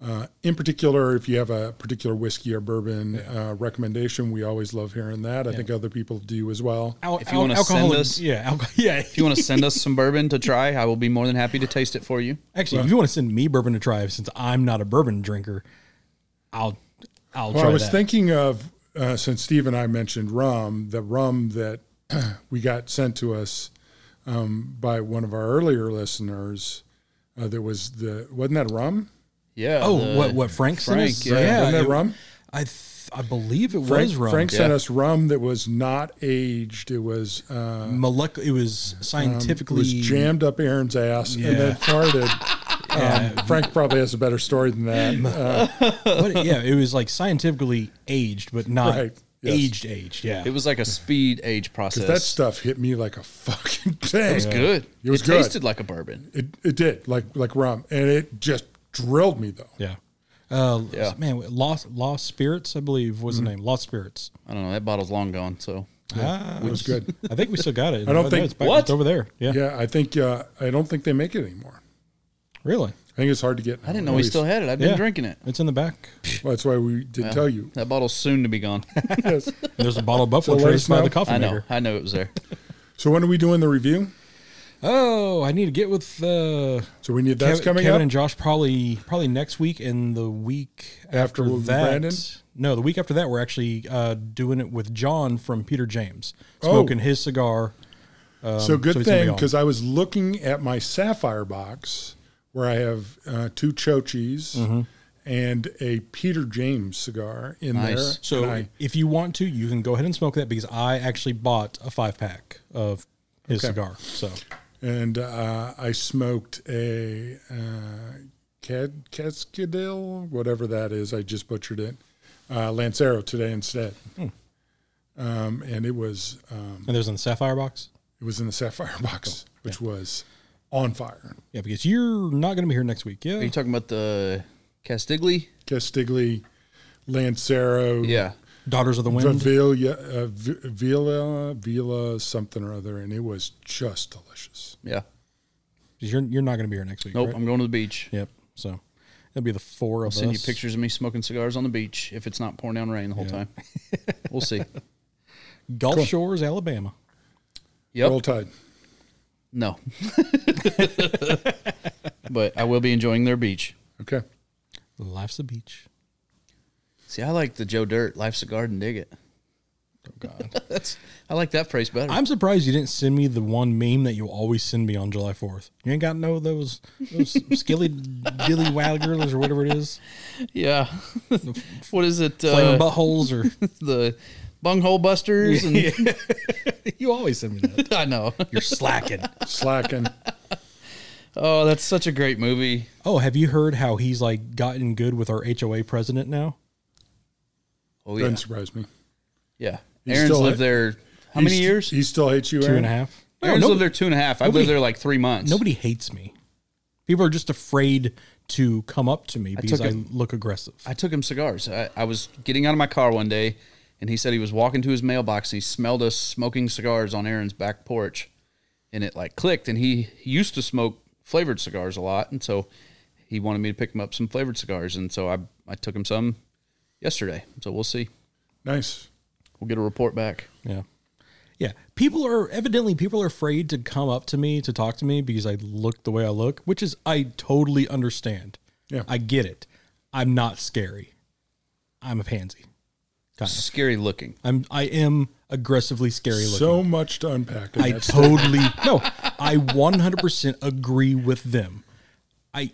[SPEAKER 3] uh, in particular, if you have a particular whiskey or bourbon uh, recommendation, we always love hearing that. I think other people do as well.
[SPEAKER 1] Al-
[SPEAKER 2] If you wanna send
[SPEAKER 1] alcoholic-
[SPEAKER 2] us-
[SPEAKER 1] yeah, alco- yeah.
[SPEAKER 2] If you want to send us some bourbon to try, I will be more than happy to taste it for you.
[SPEAKER 1] Actually, if you want to send me bourbon to try, since I'm not a bourbon drinker, I'll I'll
[SPEAKER 3] Well,
[SPEAKER 1] try
[SPEAKER 3] I was
[SPEAKER 1] that.
[SPEAKER 3] thinking of uh, since Steve and I mentioned rum, the rum that we got sent to us um, by one of our earlier listeners. Uh, there was the wasn't that rum?
[SPEAKER 2] Yeah.
[SPEAKER 1] oh,
[SPEAKER 2] the-
[SPEAKER 1] what what Frank sent
[SPEAKER 2] Frank,
[SPEAKER 1] us?
[SPEAKER 2] yeah.
[SPEAKER 3] Wasn't that
[SPEAKER 1] it-
[SPEAKER 3] rum?
[SPEAKER 1] I th- I believe it
[SPEAKER 3] Frank,
[SPEAKER 1] was rum.
[SPEAKER 3] Frank sent
[SPEAKER 2] Yeah.
[SPEAKER 3] us rum that was not aged. It was uh,
[SPEAKER 1] Molec- it was
[SPEAKER 3] it
[SPEAKER 1] scientifically
[SPEAKER 3] was jammed up Aaron's ass and
[SPEAKER 1] Yeah.
[SPEAKER 3] then farted. Um, Frank probably has a better story than that. Uh,
[SPEAKER 1] what- yeah, it was like scientifically aged, but not
[SPEAKER 3] Right, yes.
[SPEAKER 1] aged aged. Yeah,
[SPEAKER 2] It was like a speed age process.
[SPEAKER 3] that stuff hit me like a fucking tank. It
[SPEAKER 2] It's good.
[SPEAKER 3] It was
[SPEAKER 2] it
[SPEAKER 3] good.
[SPEAKER 2] tasted like a bourbon.
[SPEAKER 3] It, it did like like rum, and it just drilled me though.
[SPEAKER 1] Yeah. Uh,
[SPEAKER 2] Yeah.
[SPEAKER 1] Man, Lost Lost Spirits, I believe, was the name. Lost Spirits.
[SPEAKER 2] I don't know. That bottle's long gone. So
[SPEAKER 1] Ah, it was
[SPEAKER 3] good.
[SPEAKER 1] I think we still got it.
[SPEAKER 3] I don't
[SPEAKER 1] No,
[SPEAKER 3] think-
[SPEAKER 1] it's back,
[SPEAKER 2] What?
[SPEAKER 1] it's over there. Yeah.
[SPEAKER 3] Yeah, I think uh, I don't think they make it anymore.
[SPEAKER 1] Really?
[SPEAKER 3] think it's hard to get.
[SPEAKER 2] I didn't know we still had it. I've been
[SPEAKER 1] Yeah.
[SPEAKER 2] drinking it.
[SPEAKER 1] It's in the back.
[SPEAKER 3] Well, that's why we did not tell you.
[SPEAKER 2] That bottle's soon to be gone.
[SPEAKER 3] Yes.
[SPEAKER 1] And there's a bottle of Buffalo
[SPEAKER 3] So let
[SPEAKER 1] Trace
[SPEAKER 3] us
[SPEAKER 1] by the
[SPEAKER 3] know.
[SPEAKER 1] coffee
[SPEAKER 2] I know.
[SPEAKER 1] maker.
[SPEAKER 2] I know it was there.
[SPEAKER 3] so when are we doing the review?
[SPEAKER 1] Oh, I need to get with uh,
[SPEAKER 3] So we need that's
[SPEAKER 1] Kev-
[SPEAKER 3] coming
[SPEAKER 1] Kevin
[SPEAKER 3] up.
[SPEAKER 1] and Josh probably probably next week and the week
[SPEAKER 3] After
[SPEAKER 1] after,
[SPEAKER 3] with
[SPEAKER 1] that.
[SPEAKER 3] Brandon?
[SPEAKER 1] No, the week after that we're actually uh, doing it with John from Peter James,
[SPEAKER 3] Oh.
[SPEAKER 1] smoking his cigar. Um,
[SPEAKER 3] so good
[SPEAKER 1] he's gonna be
[SPEAKER 3] thing
[SPEAKER 1] on.
[SPEAKER 3] because I was looking at my sapphire box where I have uh, two Chochis
[SPEAKER 1] Mm-hmm.
[SPEAKER 3] and a Peter James cigar in there.
[SPEAKER 2] Nice.
[SPEAKER 1] So
[SPEAKER 3] and I-
[SPEAKER 1] if you want to, you can go ahead and smoke that because I actually bought a five pack of his
[SPEAKER 3] Okay.
[SPEAKER 1] cigar. So
[SPEAKER 3] and uh, I smoked a uh, Cad Cascadil, whatever that is. I just butchered it. Uh, Lancero today instead,
[SPEAKER 2] Hmm.
[SPEAKER 3] um, and it was um,
[SPEAKER 1] and there's in the sapphire box.
[SPEAKER 3] it was in the sapphire box,
[SPEAKER 2] Oh,
[SPEAKER 3] which was on fire.
[SPEAKER 1] Yeah, because you're not going to be here next week.
[SPEAKER 2] Are
[SPEAKER 1] Yeah,
[SPEAKER 2] you talking about the Castigli?
[SPEAKER 3] Mm-hmm. Castigli, Lancero,
[SPEAKER 2] Yeah.
[SPEAKER 1] Daughters of the Wind.
[SPEAKER 3] Villa, uh, V- Villa, Villa, something or other, and it was just delicious.
[SPEAKER 2] Yeah.
[SPEAKER 1] 'Cause You're you're not going to be here next week.
[SPEAKER 2] Nope.
[SPEAKER 1] right?
[SPEAKER 2] I'm going to the beach.
[SPEAKER 1] Yep. So it'll be the four of
[SPEAKER 2] Send you
[SPEAKER 1] us.
[SPEAKER 2] pictures of me smoking cigars on the beach if it's not pouring down rain the whole time. We'll see.
[SPEAKER 1] Gulf Shores, Alabama.
[SPEAKER 2] Yep.
[SPEAKER 3] Roll Tide.
[SPEAKER 2] No. but I will be enjoying their beach.
[SPEAKER 3] Okay.
[SPEAKER 1] Life's a beach.
[SPEAKER 2] See, I like the Joe Dirt. Life's a garden. Dig it.
[SPEAKER 1] Oh God.
[SPEAKER 2] That's I like that phrase better.
[SPEAKER 1] I'm surprised you didn't send me the one meme that you always send me on July 4th. You ain't got no those those skilly dilly waggers or whatever it is,
[SPEAKER 2] yeah. what is it?
[SPEAKER 1] flaming
[SPEAKER 2] Uh,
[SPEAKER 1] buttholes or
[SPEAKER 2] the bunghole busters. And,
[SPEAKER 1] you always send me that.
[SPEAKER 2] I know.
[SPEAKER 1] You're slacking.
[SPEAKER 3] Slacking.
[SPEAKER 2] Oh, that's such a great movie.
[SPEAKER 1] Oh, have you heard how he's like gotten good with our HOA president now?
[SPEAKER 2] Oh yeah.
[SPEAKER 3] Doesn't surprise me.
[SPEAKER 2] Yeah.
[SPEAKER 3] He's
[SPEAKER 2] Aaron's
[SPEAKER 3] still-
[SPEAKER 2] lived there how many
[SPEAKER 3] He st-
[SPEAKER 2] years?
[SPEAKER 3] He still hates you,
[SPEAKER 1] Two and
[SPEAKER 3] Aaron?
[SPEAKER 1] a half. No,
[SPEAKER 2] Aaron's lived
[SPEAKER 1] nobody,
[SPEAKER 2] there two and a half. I've
[SPEAKER 1] nobody-
[SPEAKER 2] lived there like three months.
[SPEAKER 1] nobody hates me. People are just afraid to come up to me because
[SPEAKER 2] took
[SPEAKER 1] I
[SPEAKER 2] a-
[SPEAKER 1] look aggressive.
[SPEAKER 2] I took him cigars. I, I was getting out of my car one day, and he said he was walking to his mailbox and he smelled us smoking cigars on Aaron's back porch, and it like clicked. And he, he used to smoke flavored cigars a lot, and so he wanted me to pick him up some flavored cigars, and so I I took him some yesterday. So we'll see.
[SPEAKER 3] Nice.
[SPEAKER 2] We'll get a report back.
[SPEAKER 1] Yeah. Yeah. People are evidently people are afraid to come up to me to talk to me because I look the way I look, which is I totally understand.
[SPEAKER 3] Yeah.
[SPEAKER 1] I get it. I'm not scary. I'm a pansy.
[SPEAKER 2] Scary looking.
[SPEAKER 1] I'm I am aggressively scary looking.
[SPEAKER 3] So much to unpack. in
[SPEAKER 1] I
[SPEAKER 3] that.
[SPEAKER 1] totally no. I 100% agree with them. I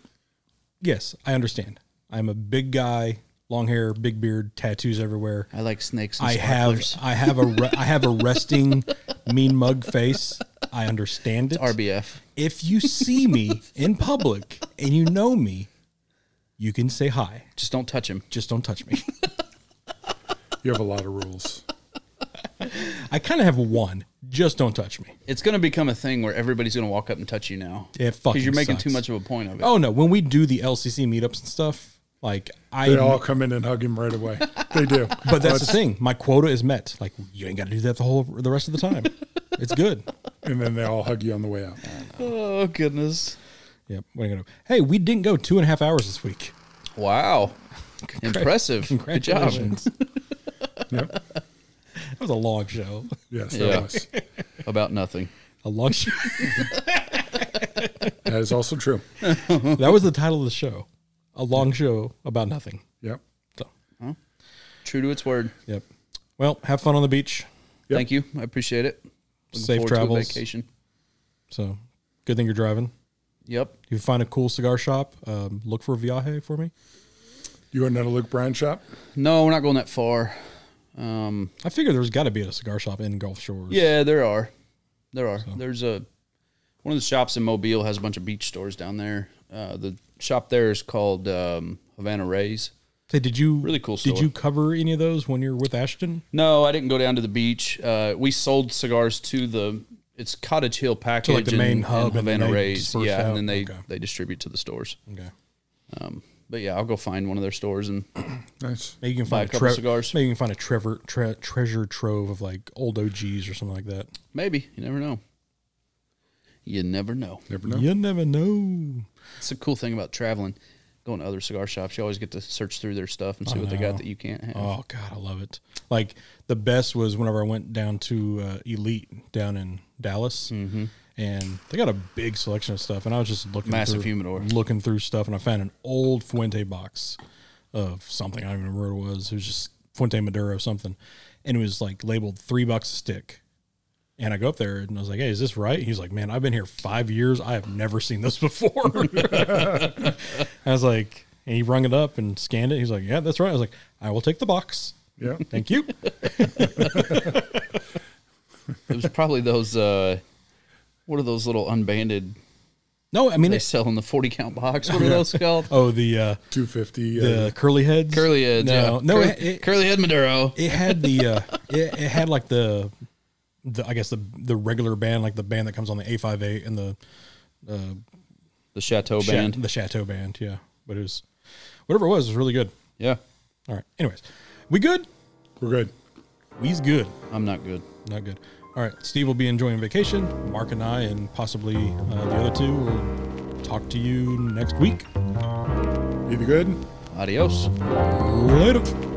[SPEAKER 1] yes, I understand. I'm a big guy, long hair, big beard, tattoos everywhere.
[SPEAKER 2] I like snakes. And
[SPEAKER 1] I have
[SPEAKER 2] sparklers.
[SPEAKER 1] I have a re- I have a resting mean mug face. I understand it.
[SPEAKER 2] RBF.
[SPEAKER 1] If you see me in public and you know me, you can say hi.
[SPEAKER 2] Just don't touch him.
[SPEAKER 1] Just don't touch me.
[SPEAKER 3] you have a lot of rules.
[SPEAKER 1] I kind of have one. Just don't touch me.
[SPEAKER 2] It's going to become a thing where everybody's going to walk up and touch you now.
[SPEAKER 1] It fucking
[SPEAKER 2] you're making too
[SPEAKER 1] sucks.
[SPEAKER 2] much of a point of it.
[SPEAKER 1] Oh no, when we do the LCC meetups and stuff, like I
[SPEAKER 3] They all come in and hug him right away. They do.
[SPEAKER 1] but that's the thing. My quota is met. Like you ain't got to do that the whole the rest of the time. It's good.
[SPEAKER 3] and then they all hug you on the way out.
[SPEAKER 2] oh goodness.
[SPEAKER 1] Yep. What are you gonna? Hey, we didn't go two and a half hours this week.
[SPEAKER 2] Wow. Impressive. Good job.
[SPEAKER 1] Congratulations.
[SPEAKER 3] Yep.
[SPEAKER 1] That was a long show.
[SPEAKER 3] Yes, that
[SPEAKER 2] Yeah.
[SPEAKER 3] was.
[SPEAKER 2] About nothing.
[SPEAKER 1] A long show.
[SPEAKER 3] That is also true.
[SPEAKER 1] that was the title of the show. A long show about nothing.
[SPEAKER 3] Yep.
[SPEAKER 1] So,
[SPEAKER 2] True to its word.
[SPEAKER 1] yep. Well, have fun on the beach.
[SPEAKER 3] Yep.
[SPEAKER 2] Thank you. I appreciate it. Looking
[SPEAKER 1] Safe
[SPEAKER 2] forward to a
[SPEAKER 1] travels.
[SPEAKER 2] vacation.
[SPEAKER 1] So, good thing you're driving.
[SPEAKER 2] Yep.
[SPEAKER 1] If you find a cool cigar shop, um, look for Viaje for me.
[SPEAKER 3] You want another Luke Bryan shop?
[SPEAKER 2] No, we're not going that far. Um,
[SPEAKER 1] I figure there's got to be a cigar shop in Gulf Shores.
[SPEAKER 2] yeah, there are. There are. There's a one of the shops in Mobile has a bunch of beach stores down there. Uh, the shop there is called um, Havana Rays.
[SPEAKER 1] Say, did you
[SPEAKER 2] Really cool
[SPEAKER 1] Did
[SPEAKER 2] store.
[SPEAKER 1] you cover any of those when you're with Ashton?
[SPEAKER 2] No, I didn't go down to the beach. Uh, we sold cigars to the it's Cottage Hill package,
[SPEAKER 1] the main hub, and then
[SPEAKER 2] Havana
[SPEAKER 1] they
[SPEAKER 2] Rays,
[SPEAKER 1] disperse
[SPEAKER 2] yeah,
[SPEAKER 1] out.
[SPEAKER 2] and then they
[SPEAKER 1] Okay.
[SPEAKER 2] they distribute to the stores. Um,
[SPEAKER 1] Okay.
[SPEAKER 2] But yeah, I'll go find one of their stores and
[SPEAKER 3] Nice.
[SPEAKER 1] Maybe you can
[SPEAKER 2] Buy
[SPEAKER 1] find
[SPEAKER 2] a
[SPEAKER 1] a,
[SPEAKER 2] couple
[SPEAKER 1] tre-
[SPEAKER 2] cigars.
[SPEAKER 1] Maybe you can find a Trevor tre- treasure trove of like old OGs or something like that.
[SPEAKER 2] maybe you never know. You never know.
[SPEAKER 3] Never know.
[SPEAKER 1] You never know.
[SPEAKER 2] It's a cool thing about traveling, going to other cigar shops. You always get to search through their stuff and see what they
[SPEAKER 1] know.
[SPEAKER 2] got that you can't have.
[SPEAKER 1] Oh God, I love it. Like the best was whenever I went down to uh, Elite down in Dallas,
[SPEAKER 2] Mm-hmm.
[SPEAKER 1] and they got a big selection of stuff. And I was just looking
[SPEAKER 2] Massive
[SPEAKER 1] through,
[SPEAKER 2] humidor.
[SPEAKER 1] looking through stuff, and I found an old Fuente box of something I don't even remember what it was. It was just Fuente Maduro something, and it was like labeled three bucks a stick. And I go up there and I was like, "Hey, is this right?" He's like, "Man, I've been here five years. I have never seen this before." I was like, and he rung it up and scanned it. He's like, "Yeah, that's right." I was like, "I will take the box."
[SPEAKER 3] Yeah.
[SPEAKER 1] Thank you.
[SPEAKER 2] It was probably those. Uh, what are those little unbanded
[SPEAKER 1] No, I mean,
[SPEAKER 2] they
[SPEAKER 1] it-
[SPEAKER 2] sell in the forty count box? What are those called?
[SPEAKER 1] oh, the uh,
[SPEAKER 3] 250.
[SPEAKER 1] the
[SPEAKER 3] uh,
[SPEAKER 1] curly heads,
[SPEAKER 2] Curly heads.
[SPEAKER 1] No,
[SPEAKER 2] yeah.
[SPEAKER 1] no,
[SPEAKER 2] Curly,
[SPEAKER 1] it, it,
[SPEAKER 2] curly head Maduro.
[SPEAKER 1] it had the uh, it, it had like the, the I guess the the regular band, like the band that comes on the A five A and the
[SPEAKER 2] the Chateau
[SPEAKER 1] Cha-
[SPEAKER 2] band.
[SPEAKER 1] the Chateau band, yeah. But it was whatever it was, it was really good.
[SPEAKER 2] Yeah,
[SPEAKER 1] All right. Anyways, we good?
[SPEAKER 3] we're good.
[SPEAKER 1] We's good.
[SPEAKER 2] I'm not good.
[SPEAKER 1] Not good. All right. Steve will be enjoying vacation. Mark and I, and possibly uh, the other two, will talk to you next week.
[SPEAKER 3] Be the good.
[SPEAKER 2] Adios.
[SPEAKER 1] Later.